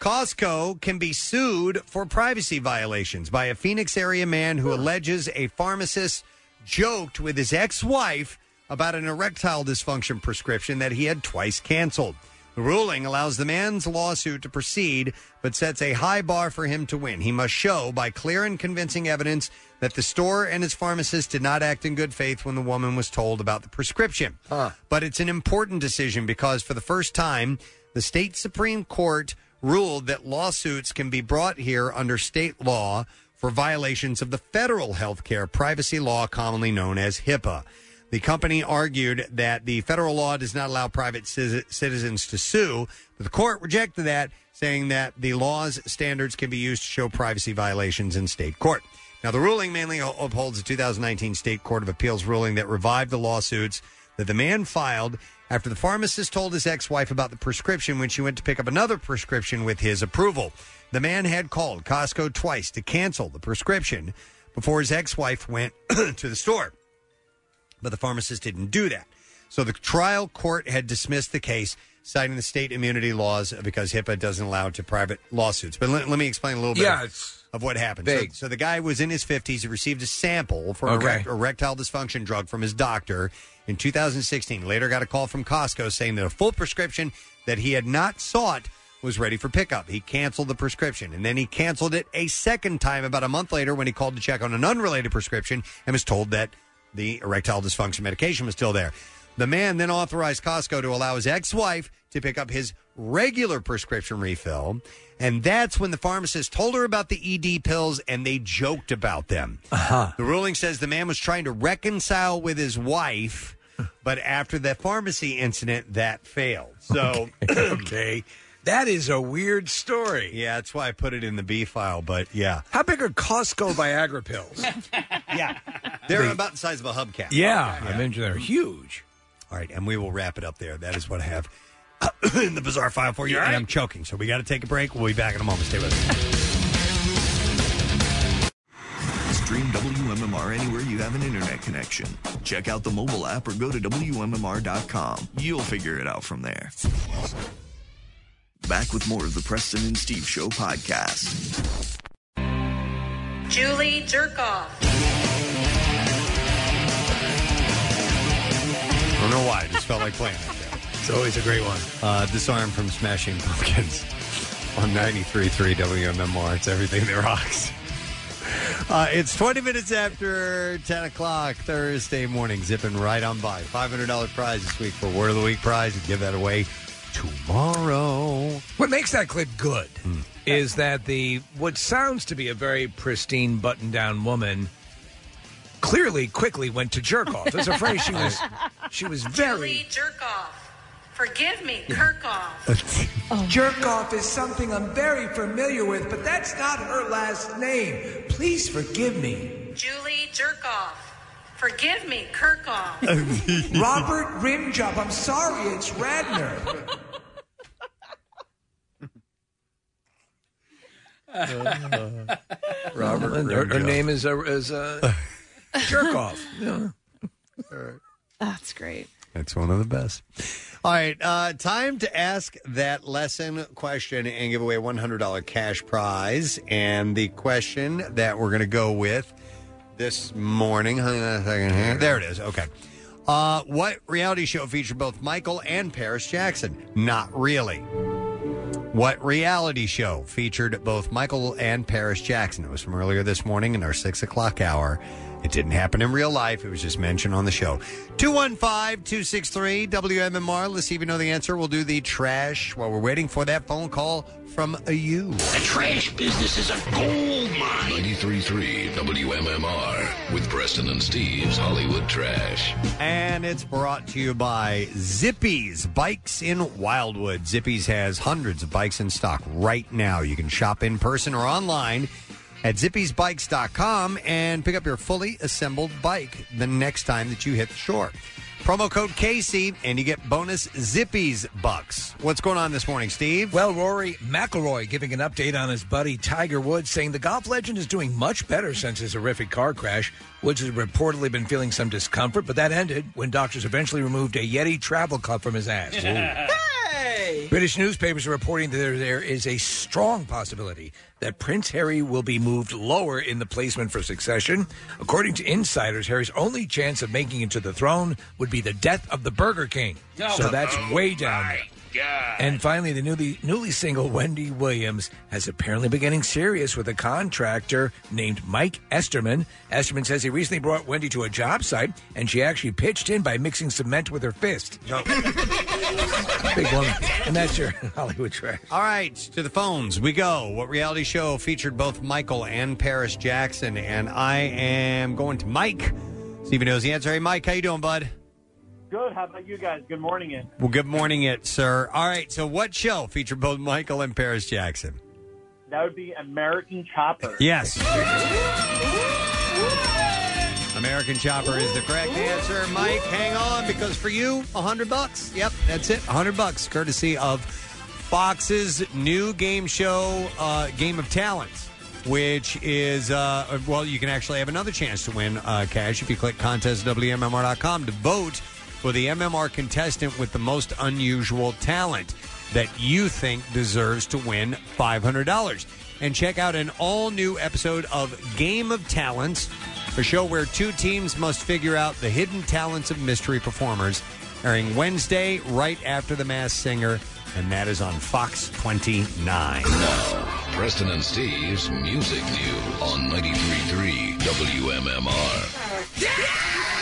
Costco can be sued for privacy violations by a Phoenix area man who alleges a pharmacist joked with his ex wife about an erectile dysfunction prescription that he had twice canceled. The ruling allows the man's lawsuit to proceed, but sets a high bar for him to win. He must show by clear and convincing evidence that the store and its pharmacist did not act in good faith when the woman was told about the prescription. But it's an important decision because for the first time, the state Supreme Court ruled that lawsuits can be brought here under state law for violations of the federal health care privacy law, commonly known as HIPAA. The company argued that the federal law does not allow private ci- citizens to sue, but the court rejected that, saying that the law's standards can be used to show privacy violations in state court. Now, the ruling mainly upholds a 2019 state court of appeals ruling that revived the lawsuits that the man filed after the pharmacist told his ex wife about the prescription when she went to pick up another prescription with his approval. The man had called Costco twice to cancel the prescription before his ex wife went to the store but the pharmacist didn't do that. So the trial court had dismissed the case, citing the state immunity laws because HIPAA doesn't allow it to private lawsuits. But let, let me explain a little bit Yeah, of- it's of, what happened. So, vague. so the guy was in his 50s. He received a sample for an Okay. erect- erectile dysfunction drug from his doctor in 2016. Later got a call from Costco saying that a full prescription that he had not sought was ready for pickup. He canceled the prescription and then he canceled it a second time about a month later when he called to check on an unrelated prescription and was told that the erectile dysfunction medication was still there. The man then authorized Costco to allow his ex wife to pick up his regular prescription refill. And that's when the pharmacist told her about the ED pills and they joked about them. Uh-huh. The ruling says the man was trying to reconcile with his wife, but after the pharmacy incident, that failed. So, okay. That is a weird story. Yeah, that's why I put it in the B file, but yeah. How big are Costco Viagra pills? yeah. They're about the size of a hubcap. Yeah, I mentioned they're huge. All right, and we will wrap it up there. That is what I have in the bizarre file for you. And I'm choking, so we got to take a break. We'll be back in a moment. Stay with us. Stream WMMR anywhere you have an internet connection. Check out the mobile app or go to WMMR.com. You'll figure it out from there. Back with more of the Preston and Steve Show podcast. Julie Jerkoff. I don't know why. It just felt like playing it. It's always a great one. Uh, Disarm from Smashing Pumpkins on 93.3 WMMR. It's everything that rocks. Uh, it's 20 minutes after 10 o'clock Thursday morning, zipping right on by. $500 prize this week for Word of the Week prize. Give that away tomorrow. What makes that clip good Hmm. is that the what sounds to be a very pristine button-down woman clearly quickly went to jerk off. That's a phrase she was she was very Julie Jerkoff. Forgive me, Kirkoff. Jerkoff is something I'm very familiar with, but that's not her last name. Please forgive me. Julie Jerkoff. Forgive me, Kirkoff. Robert Rimjob, I'm sorry, it's Radner. Robert. Her, her Grimjob. name is uh, is uh, Jerkoff. Yeah. That's great. That's one of the best. All right, uh, time to ask that lesson question and give away a $100 cash prize. And the question that we're going to go with this morning, hang on a second here. There it is. Okay. Uh, what reality show featured both Michael and Paris Jackson? Not really. What reality show featured both Michael and Paris Jackson? It was from earlier this morning in our six o'clock hour. It didn't happen in real life. It was just mentioned on the show. 215 263 WMMR. Let's see if you know the answer. We'll do the trash while we're waiting for that phone call from a you. The trash business is a gold mine. 93.3 WMMR with Preston and Steve's Hollywood Trash. And it's brought to you by Zippy's Bikes in Wildwood. Zippy's has hundreds of bikes in stock right now. You can shop in person or online at zippysbikes.com and pick up your fully assembled bike the next time that you hit the shore. Promo code Casey and you get bonus Zippy's bucks. What's going on this morning, Steve? Well, Rory McIlroy giving an update on his buddy Tiger Woods, saying the golf legend is doing much better since his horrific car crash. Woods has reportedly been feeling some discomfort, but that ended when doctors eventually removed a Yeti travel cup from his ass. hey! British newspapers are reporting that there, there is a strong possibility that Prince Harry will be moved lower in the placement for succession. According to insiders, Harry's only chance of making it to the throne would be the death of the Burger King. No. So that's Oh way down there. And finally, the newly newly single Wendy Williams has apparently been getting serious with a contractor named Mike Esterman. Esterman says he recently brought Wendy to a job site, and she actually pitched in by mixing cement with her fist. Big woman, and that's your Hollywood trash. All right, to the phones we go. What reality show featured both Michael and Paris Jackson? And I am going to Mike. Steven knows the answer. Hey, Mike, how you doing, bud? Good. How about you guys? Good morning, and Well, good morning, it sir. All right, so what show featured both Michael and Paris Jackson? that would be American Chopper. Yes. American Chopper is the correct answer. Mike, hang on because for you, a 100 bucks. Yep, that's it. a 100 bucks courtesy of Fox's new game show uh, Game of Talents, which is uh, well, you can actually have another chance to win uh, cash if you click contestwmmr.com to vote for the MMR contestant with the most unusual talent that you think deserves to win $500. And check out an all new episode of Game of Talents, a show where two teams must figure out the hidden talents of mystery performers, airing Wednesday right after The Masked Singer, and that is on Fox 29. Preston and Steve's Music News on 93.3 WMMR.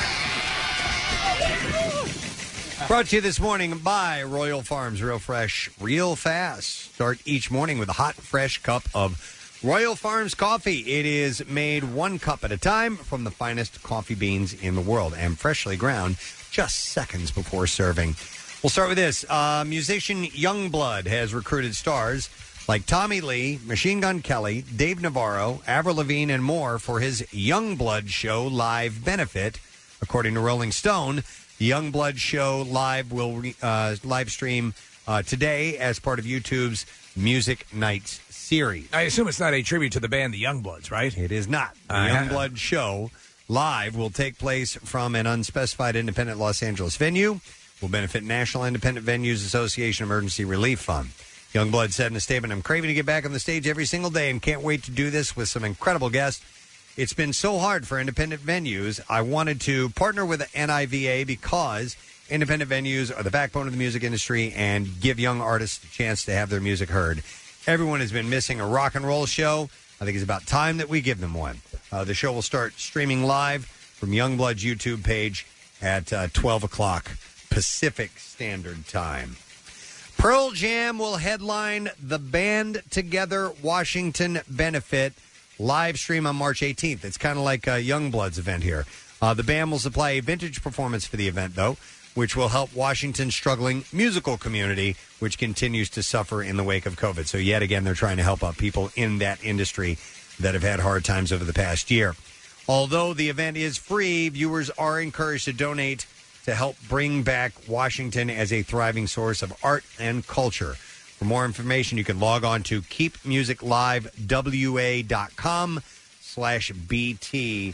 Brought to you this morning by Royal Farms Real Fresh, Real Fast. Start each morning with a hot, fresh cup of Royal Farms coffee. It is made one cup at a time from the finest coffee beans in the world and freshly ground just seconds before serving. We'll start with this. Uh, musician Youngblood has recruited stars like Tommy Lee, Machine Gun Kelly, Dave Navarro, Avril Lavigne, and more for his Youngblood Show live benefit. According to Rolling Stone, the Youngblood Show live will re, uh, live stream uh, today as part of YouTube's Music Nights series. I assume it's not a tribute to the band The Youngbloods, right? It is not. The I- Youngblood Show live will take place from an unspecified independent Los Angeles venue. Will benefit National Independent Venues Association Emergency Relief Fund. Youngblood said in a statement, "I'm craving to get back on the stage every single day and can't wait to do this with some incredible guests." It's been so hard for independent venues. I wanted to partner with NIVA because independent venues are the backbone of the music industry and give young artists a chance to have their music heard. Everyone has been missing a rock and roll show. I think it's about time that we give them one. Uh, the show will start streaming live from Youngblood's YouTube page at uh, 12 o'clock Pacific Standard Time. Pearl Jam will headline the Band Together Washington benefit live stream on March 18th. It's kind of like uh, Youngblood's event here. Uh, the band will supply a vintage performance for the event, though. which will help Washington's struggling musical community, which continues to suffer in the wake of COVID. So, yet again, they're trying to help out people in that industry that have had hard times over the past year. Although the event is free, viewers are encouraged to donate to help bring back Washington as a thriving source of art and culture. For more information, you can log on to keepmusiclivewa.com slash BTWA.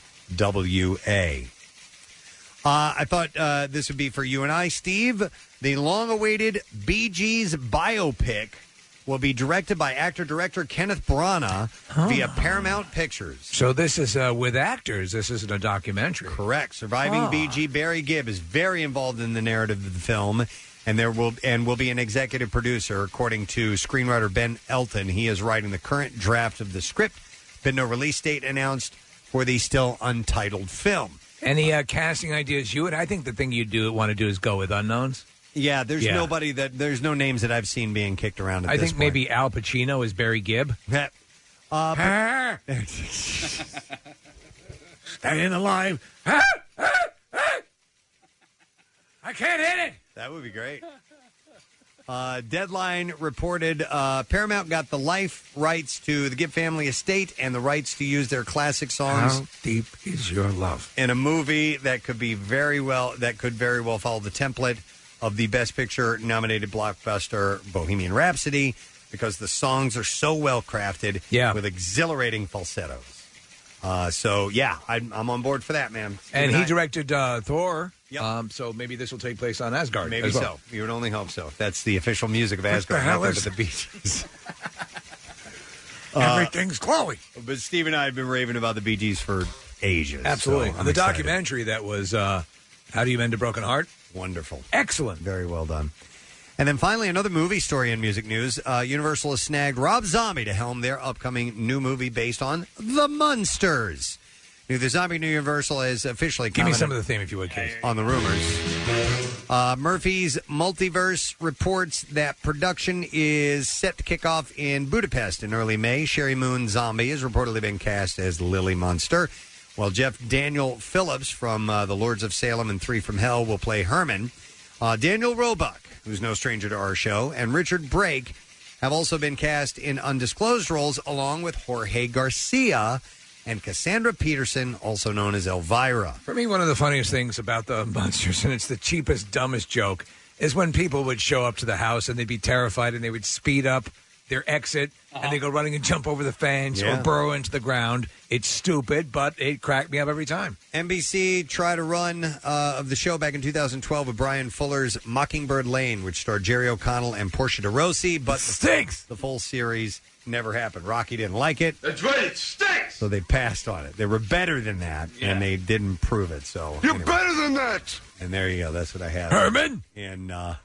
Uh, I thought uh, this would be for you and I, Steve. The long awaited Bee Gees biopic will be directed by actor director Kenneth Branagh via Paramount Pictures. So this is uh, with actors. This isn't a documentary. Correct. Surviving Ah. BG Barry Gibb is very involved in the narrative of the film, and there will and will be an executive producer, according to screenwriter Ben Elton. He is writing the current draft of the script. Been no release date announced for the still untitled film. Any uh, casting ideas you would? I think the thing you do want to do is go with unknowns. Yeah, there's Yeah. nobody that there's no names that I've seen being kicked around. At I this think maybe Al Pacino is Barry Gibb. That, uh, but- Staying alive. Ah, ah, ah. I can't hit it. That would be great. Uh, Deadline reported uh, Paramount got the life rights to the Gibb family estate and the rights to use their classic songs How deep is your love? in a movie that could be very well that could very well follow the template of the Best Picture nominated blockbuster Bohemian Rhapsody because the songs are so well crafted Yeah. with exhilarating falsettos. Uh, so yeah, I'm, I'm on board for that, man. And he I- directed uh, Thor. Um, so maybe this will take place on Asgard. Maybe as well. so. You would only hope so. That's the official music of Asgard. the hell nothing is- but the beaches. Everything's Chloe. Uh, But Steve and I have been raving about the Bee Gees for ages. Absolutely. so I'm the excited. documentary that was uh, How Do You Mend a Broken Heart? Wonderful. Excellent. Very well done. And then finally, another movie story in music news. Uh, Universal has snagged Rob Zombie to helm their upcoming new movie based on The Munsters. Now, The Zombie New Universal has officially Give me commented- some of the theme if you would, Case. on the rumors. Uh, Murphy's Multiverse reports that production is set to kick off in Budapest in early May. Sherry Moon Zombie has reportedly been cast as Lily Munster, while Jeff Daniel Phillips from uh, The Lords of Salem and Three from Hell will play Herman. Uh, Daniel Roebuck, who's no stranger to our show, and Richard Brake have also been cast in undisclosed roles, along with Jorge Garcia and Cassandra Peterson, also known as Elvira. For me, one of the funniest things about the monsters, and it's the cheapest, dumbest joke, is when people would show up to the house and they'd be terrified and they would speed up their exit and they go running and jump over the fence Uh-huh. Yeah. or burrow into the ground. It's stupid, but it cracked me up every time. NBC tried a run uh, of the show back in 2012 with Brian Fuller's Mockingbird Lane, which starred Jerry O'Connell and Portia de Rossi, but the, stinks. the full series never happened. Rocky didn't like it, That's right, it stinks. so they passed on it. They were better than that, and they didn't prove it. So anyway. better than that. And there you go. That's what I have. Herman? In uh,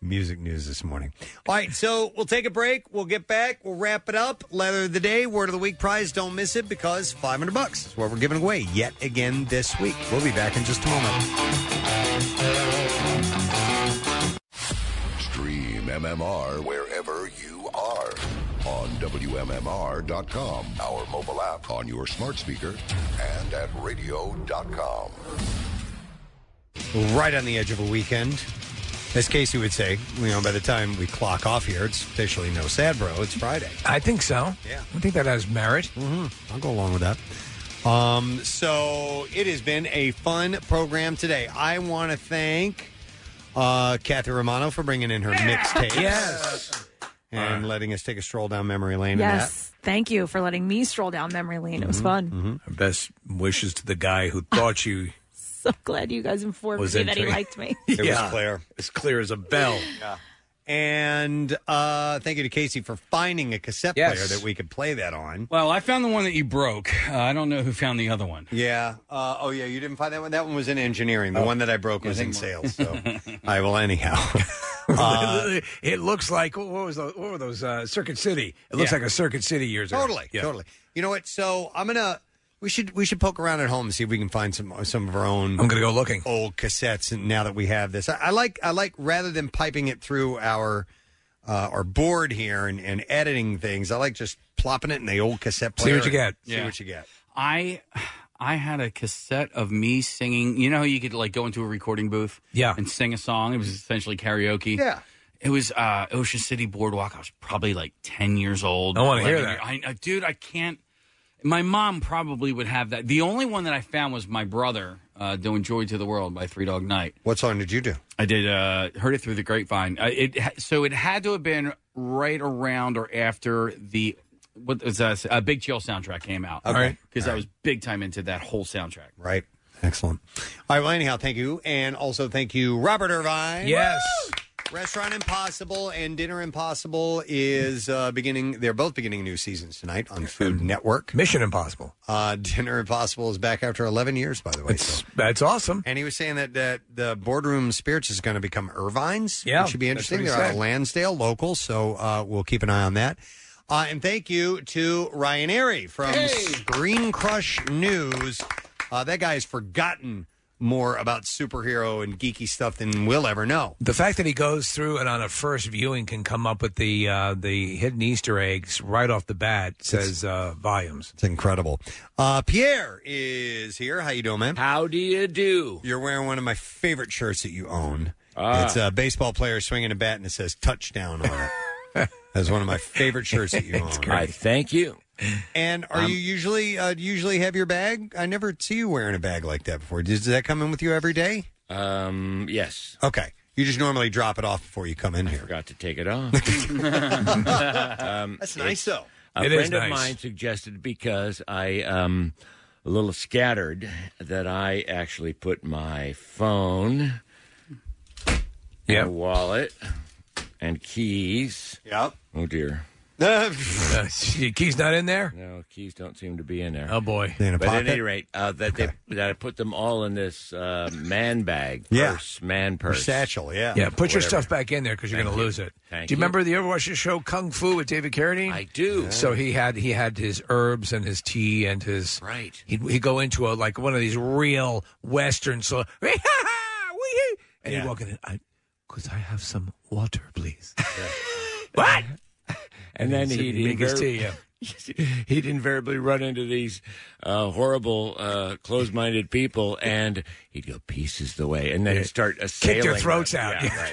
music news this morning. All right, so we'll take a break. We'll get back. We'll wrap it up. Letter of the day, word of the week prize. Don't miss it because 500 bucks is what we're giving away yet again this week. We'll be back in just a moment. Stream MMR wherever you are on WMMR.com, our mobile app on your smart speaker, and at radio.com. Right on the edge of a weekend. As Casey would say, you know, by the time we clock off here, it's officially no sad bro. It's Friday. I think so. Yeah. I think that has merit. Mm-hmm. I'll go along with that. Um, so it has been a fun program today. I want to thank uh, Kathy Romano for bringing in her mixtape. Yes. And letting us take a stroll down memory lane. Mm-hmm. Yes. Thank you for letting me stroll down memory lane. Mm-hmm. It was fun. Our best wishes to the guy who thought you So glad you guys informed Was me that he into it. liked me. In that. It was clear. As clear as a bell. Yeah. And uh, thank you to Casey for finding a cassette Yes. player that we could play that on. Well, I found the one that you broke. Uh, I don't know who found the other one. Yeah. Uh, oh, yeah. You didn't find that one. That one was in engineering. The Oh. one that I broke was in sales. So Uh, I will anyhow. it looks like what was those, what were those uh, Circuit City? It looks Yeah. like a Circuit City years ago. Totally, Yeah. totally. You know what? So I'm gonna we should we should poke around at home and see if we can find some some of our own. I'm gonna go looking. old cassettes. And now that we have this, I, I like I like rather than piping it through our uh, our board here and, and editing things, I like just plopping it in the old cassette See player. what you get. and See Yeah. what you get. I I had a cassette of me singing. You know, how you could like go into a recording booth, Yeah. and sing a song. It was essentially karaoke. Yeah. It was uh, Ocean City Boardwalk. I was probably like ten years old. I wanna hear 11 that. year- I, I, dude, I can't. My mom probably would have that. The only one that I found was my brother uh, doing "Joy to the World" by Three Dog Night. What song did you do? I did. Uh, heard it through the grapevine. Uh, it ha- so it had to have been right around or after the what was that? A Big Chill soundtrack came out. Okay. All right. because I was big time into that whole soundtrack. Right. Excellent. All right. Well, anyhow, thank you, and also thank you, Robert Irvine. Yes. Restaurant Impossible and Dinner Impossible is uh, beginning. They're both beginning new seasons tonight on Food Network. Mission Impossible. Uh, Dinner Impossible is back after 11 years, by the way. so. That's awesome. And he was saying that, that the boardroom spirits is going to become Irvine's. Yeah, Which should be that's interesting. what he They're out of said. Lansdale, local, so uh, we'll keep an eye on that. Uh, and thank you to Ryan Airy from Screen Crush News. Uh, that guy has forgotten more about superhero and geeky stuff than we'll ever know. The fact that he goes through and on a first viewing can come up with the uh, the hidden Easter eggs right off the bat says uh, volumes. It's incredible. Uh, Pierre is here. How you doing, man? How do you do? You're wearing one of my favorite shirts that you own. Ah. It's a baseball player swinging a bat and it says touchdown on it. That's one of my favorite shirts that you own. I thank you. And are you usually uh, usually have your bag? I never see you wearing a bag like that before. Does, does that come in with you every day? Um, yes. Okay. You just normally drop it off before you come in here. Forgot to take it off. Um, That's nice, though. A It is friend nice. of mine suggested because I um a little scattered that I actually put my phone, my wallet, and keys. Yep. Oh dear. Uh, keys not in there. No, keys don't seem to be in there. Oh boy. They in a but at pocket? any rate, uh, that they that I put them all in this uh, man bag, Yeah. purse, man purse, satchel. Yeah. Yeah, put your stuff back in there because you're Thank going to you. lose it. Thank do you, you. remember the Overwatch show Kung Fu with David Carradine? I do. So he had he had his herbs and his tea and his right. He'd, he'd go into a like one of these real Western so and Yeah. he'd walk in. I, could I have some water, please? what? and then he'd make his inver- tea. Yeah. he'd invariably run into these uh, horrible, uh, closed-minded people, and he'd go pieces the way, and then Yeah. he'd start assailing Kick their them. throats out. Yeah,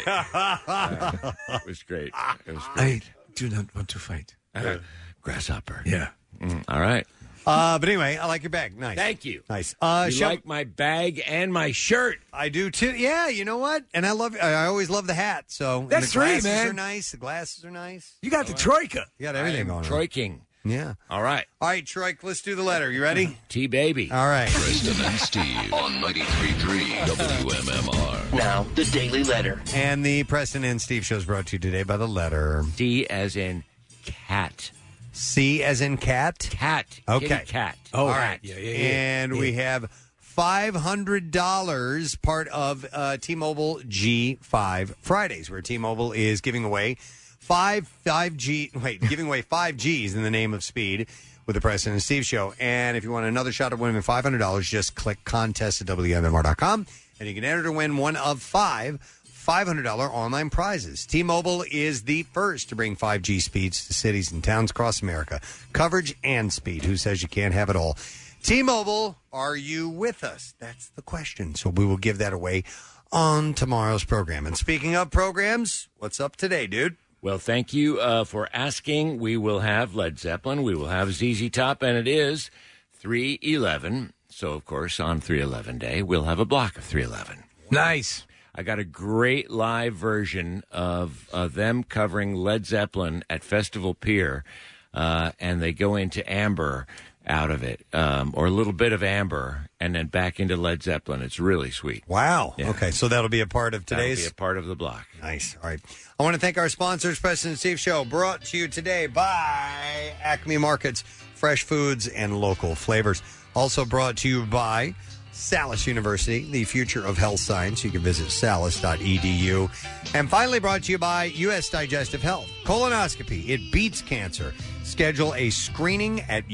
right. Uh, it was great. It was I do not want to fight. Uh, grasshopper. Mm, Yeah. all right. Uh, but anyway, I like your bag. Nice. Thank you. Nice. Uh, you shall- like my bag and my shirt. I do too. Yeah, you know what? And I love. I always love the hat. So and That's the three, glasses man. Are nice. The glasses are nice. You got the troika. You got everything going on. Troiking. Yeah. All right. All right, Troik. Let's do the letter. You ready? T baby. All right. Preston and Steve on 93.3 WMMR. Now, the Daily Letter. And the Preston and Steve show is brought to you today by the letter D as in cat. C as in cat. Cat. Okay. Kitty cat. All Oh, right. yeah, yeah, yeah. And we have five hundred dollars part of uh, T-Mobile G5 Fridays, where T-Mobile is giving away five five G. Wait, giving away five Gs in the name of speed with the President and Steve show. And if you want another shot at winning five hundred dollars, just click contest at wmmr.com, and you can enter to win one of five. $500 online prizes. T Mobile is the first to bring 5G speeds to cities and towns across America. Coverage and speed. Who says you can't have it all? T Mobile, are you with us? That's the question. So we will give that away on tomorrow's program. And speaking of programs, what's up today, dude? Well, thank you uh, for asking. We will have Led Zeppelin, we will have ZZ Top, and it is 311. So, of course, on 311 day, we'll have a block of 311. Nice. I got a great live version of uh, them covering Led Zeppelin at Festival Pier, uh, and they go into Amber out of it, um, or a little bit of Amber, and then back into Led Zeppelin. It's really sweet. Wow. Okay. So that'll be a part of That'll be today's. a part of the block. Nice. All right. I want to thank our sponsors, President and Steve Show, brought to you today by Acme Markets, fresh foods and local flavors. Also brought to you by Salis University, the future of health science. You can visit salis.edu. And finally brought to you by U.S. Digestive Health. Colonoscopy, it beats cancer. Schedule a screening at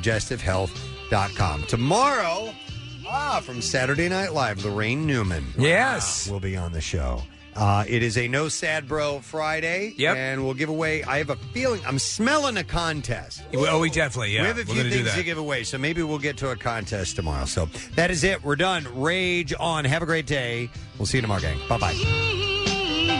usdigestivehealth.com. Tomorrow, ah, from Saturday Night Live, Lorraine Newman. Yes. Will be on the show. Uh, it is a no sad bro Friday. Yep. And we'll give away. I have a feeling I'm smelling a contest. Oh, we definitely, yeah. We have a We're few gonna do things that. to give away, so maybe we'll get to a contest tomorrow. So that is it. We're done. Rage on. Have a great day. We'll see you tomorrow, gang. Bye bye.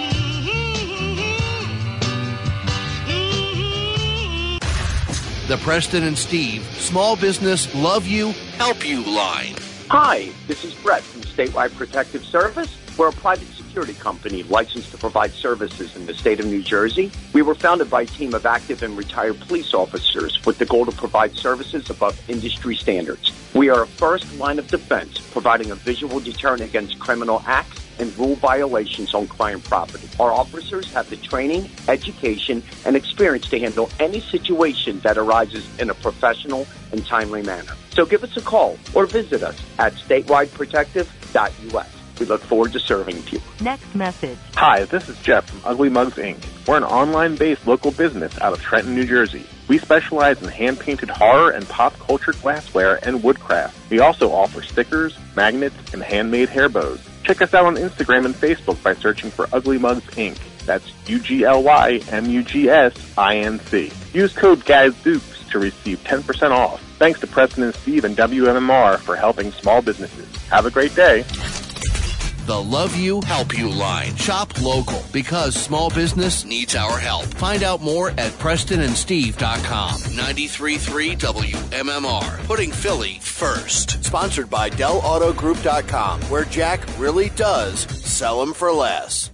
The Preston and Steve Small Business Love You, Help You line. Hi, this is Brett from Statewide Protective Service. We're a private security company licensed to provide services in the state of New Jersey. We were founded by a team of active and retired police officers with the goal to provide services above industry standards. We are a first line of defense, providing a visual deterrent against criminal acts and rule violations on client property. Our officers have the training, education, and experience to handle any situation that arises in a professional and timely manner. So give us a call or visit us at statewideprotective.us. We look forward to serving you. Next message. Hi, this is Jeff from Ugly Mugs Inc. We're an online based local business out of Trenton, New Jersey. We specialize in hand painted horror and pop culture glassware and woodcraft. We also offer stickers, magnets, and handmade hair bows. Check us out on Instagram and Facebook by searching for Ugly Mugs Inc. That's U G L Y M U G S I N C. Use code GAZDUKES to receive 10% off. Thanks to Preston and Steve and WMMR for helping small businesses. Have a great day. The Love You, Help You line. Shop local because small business needs our help. Find out more at PrestonandSteve.com. 93.3 WMMR. Putting Philly first. Sponsored by DellAutoGroup.com, where Jack really does sell 'em for less.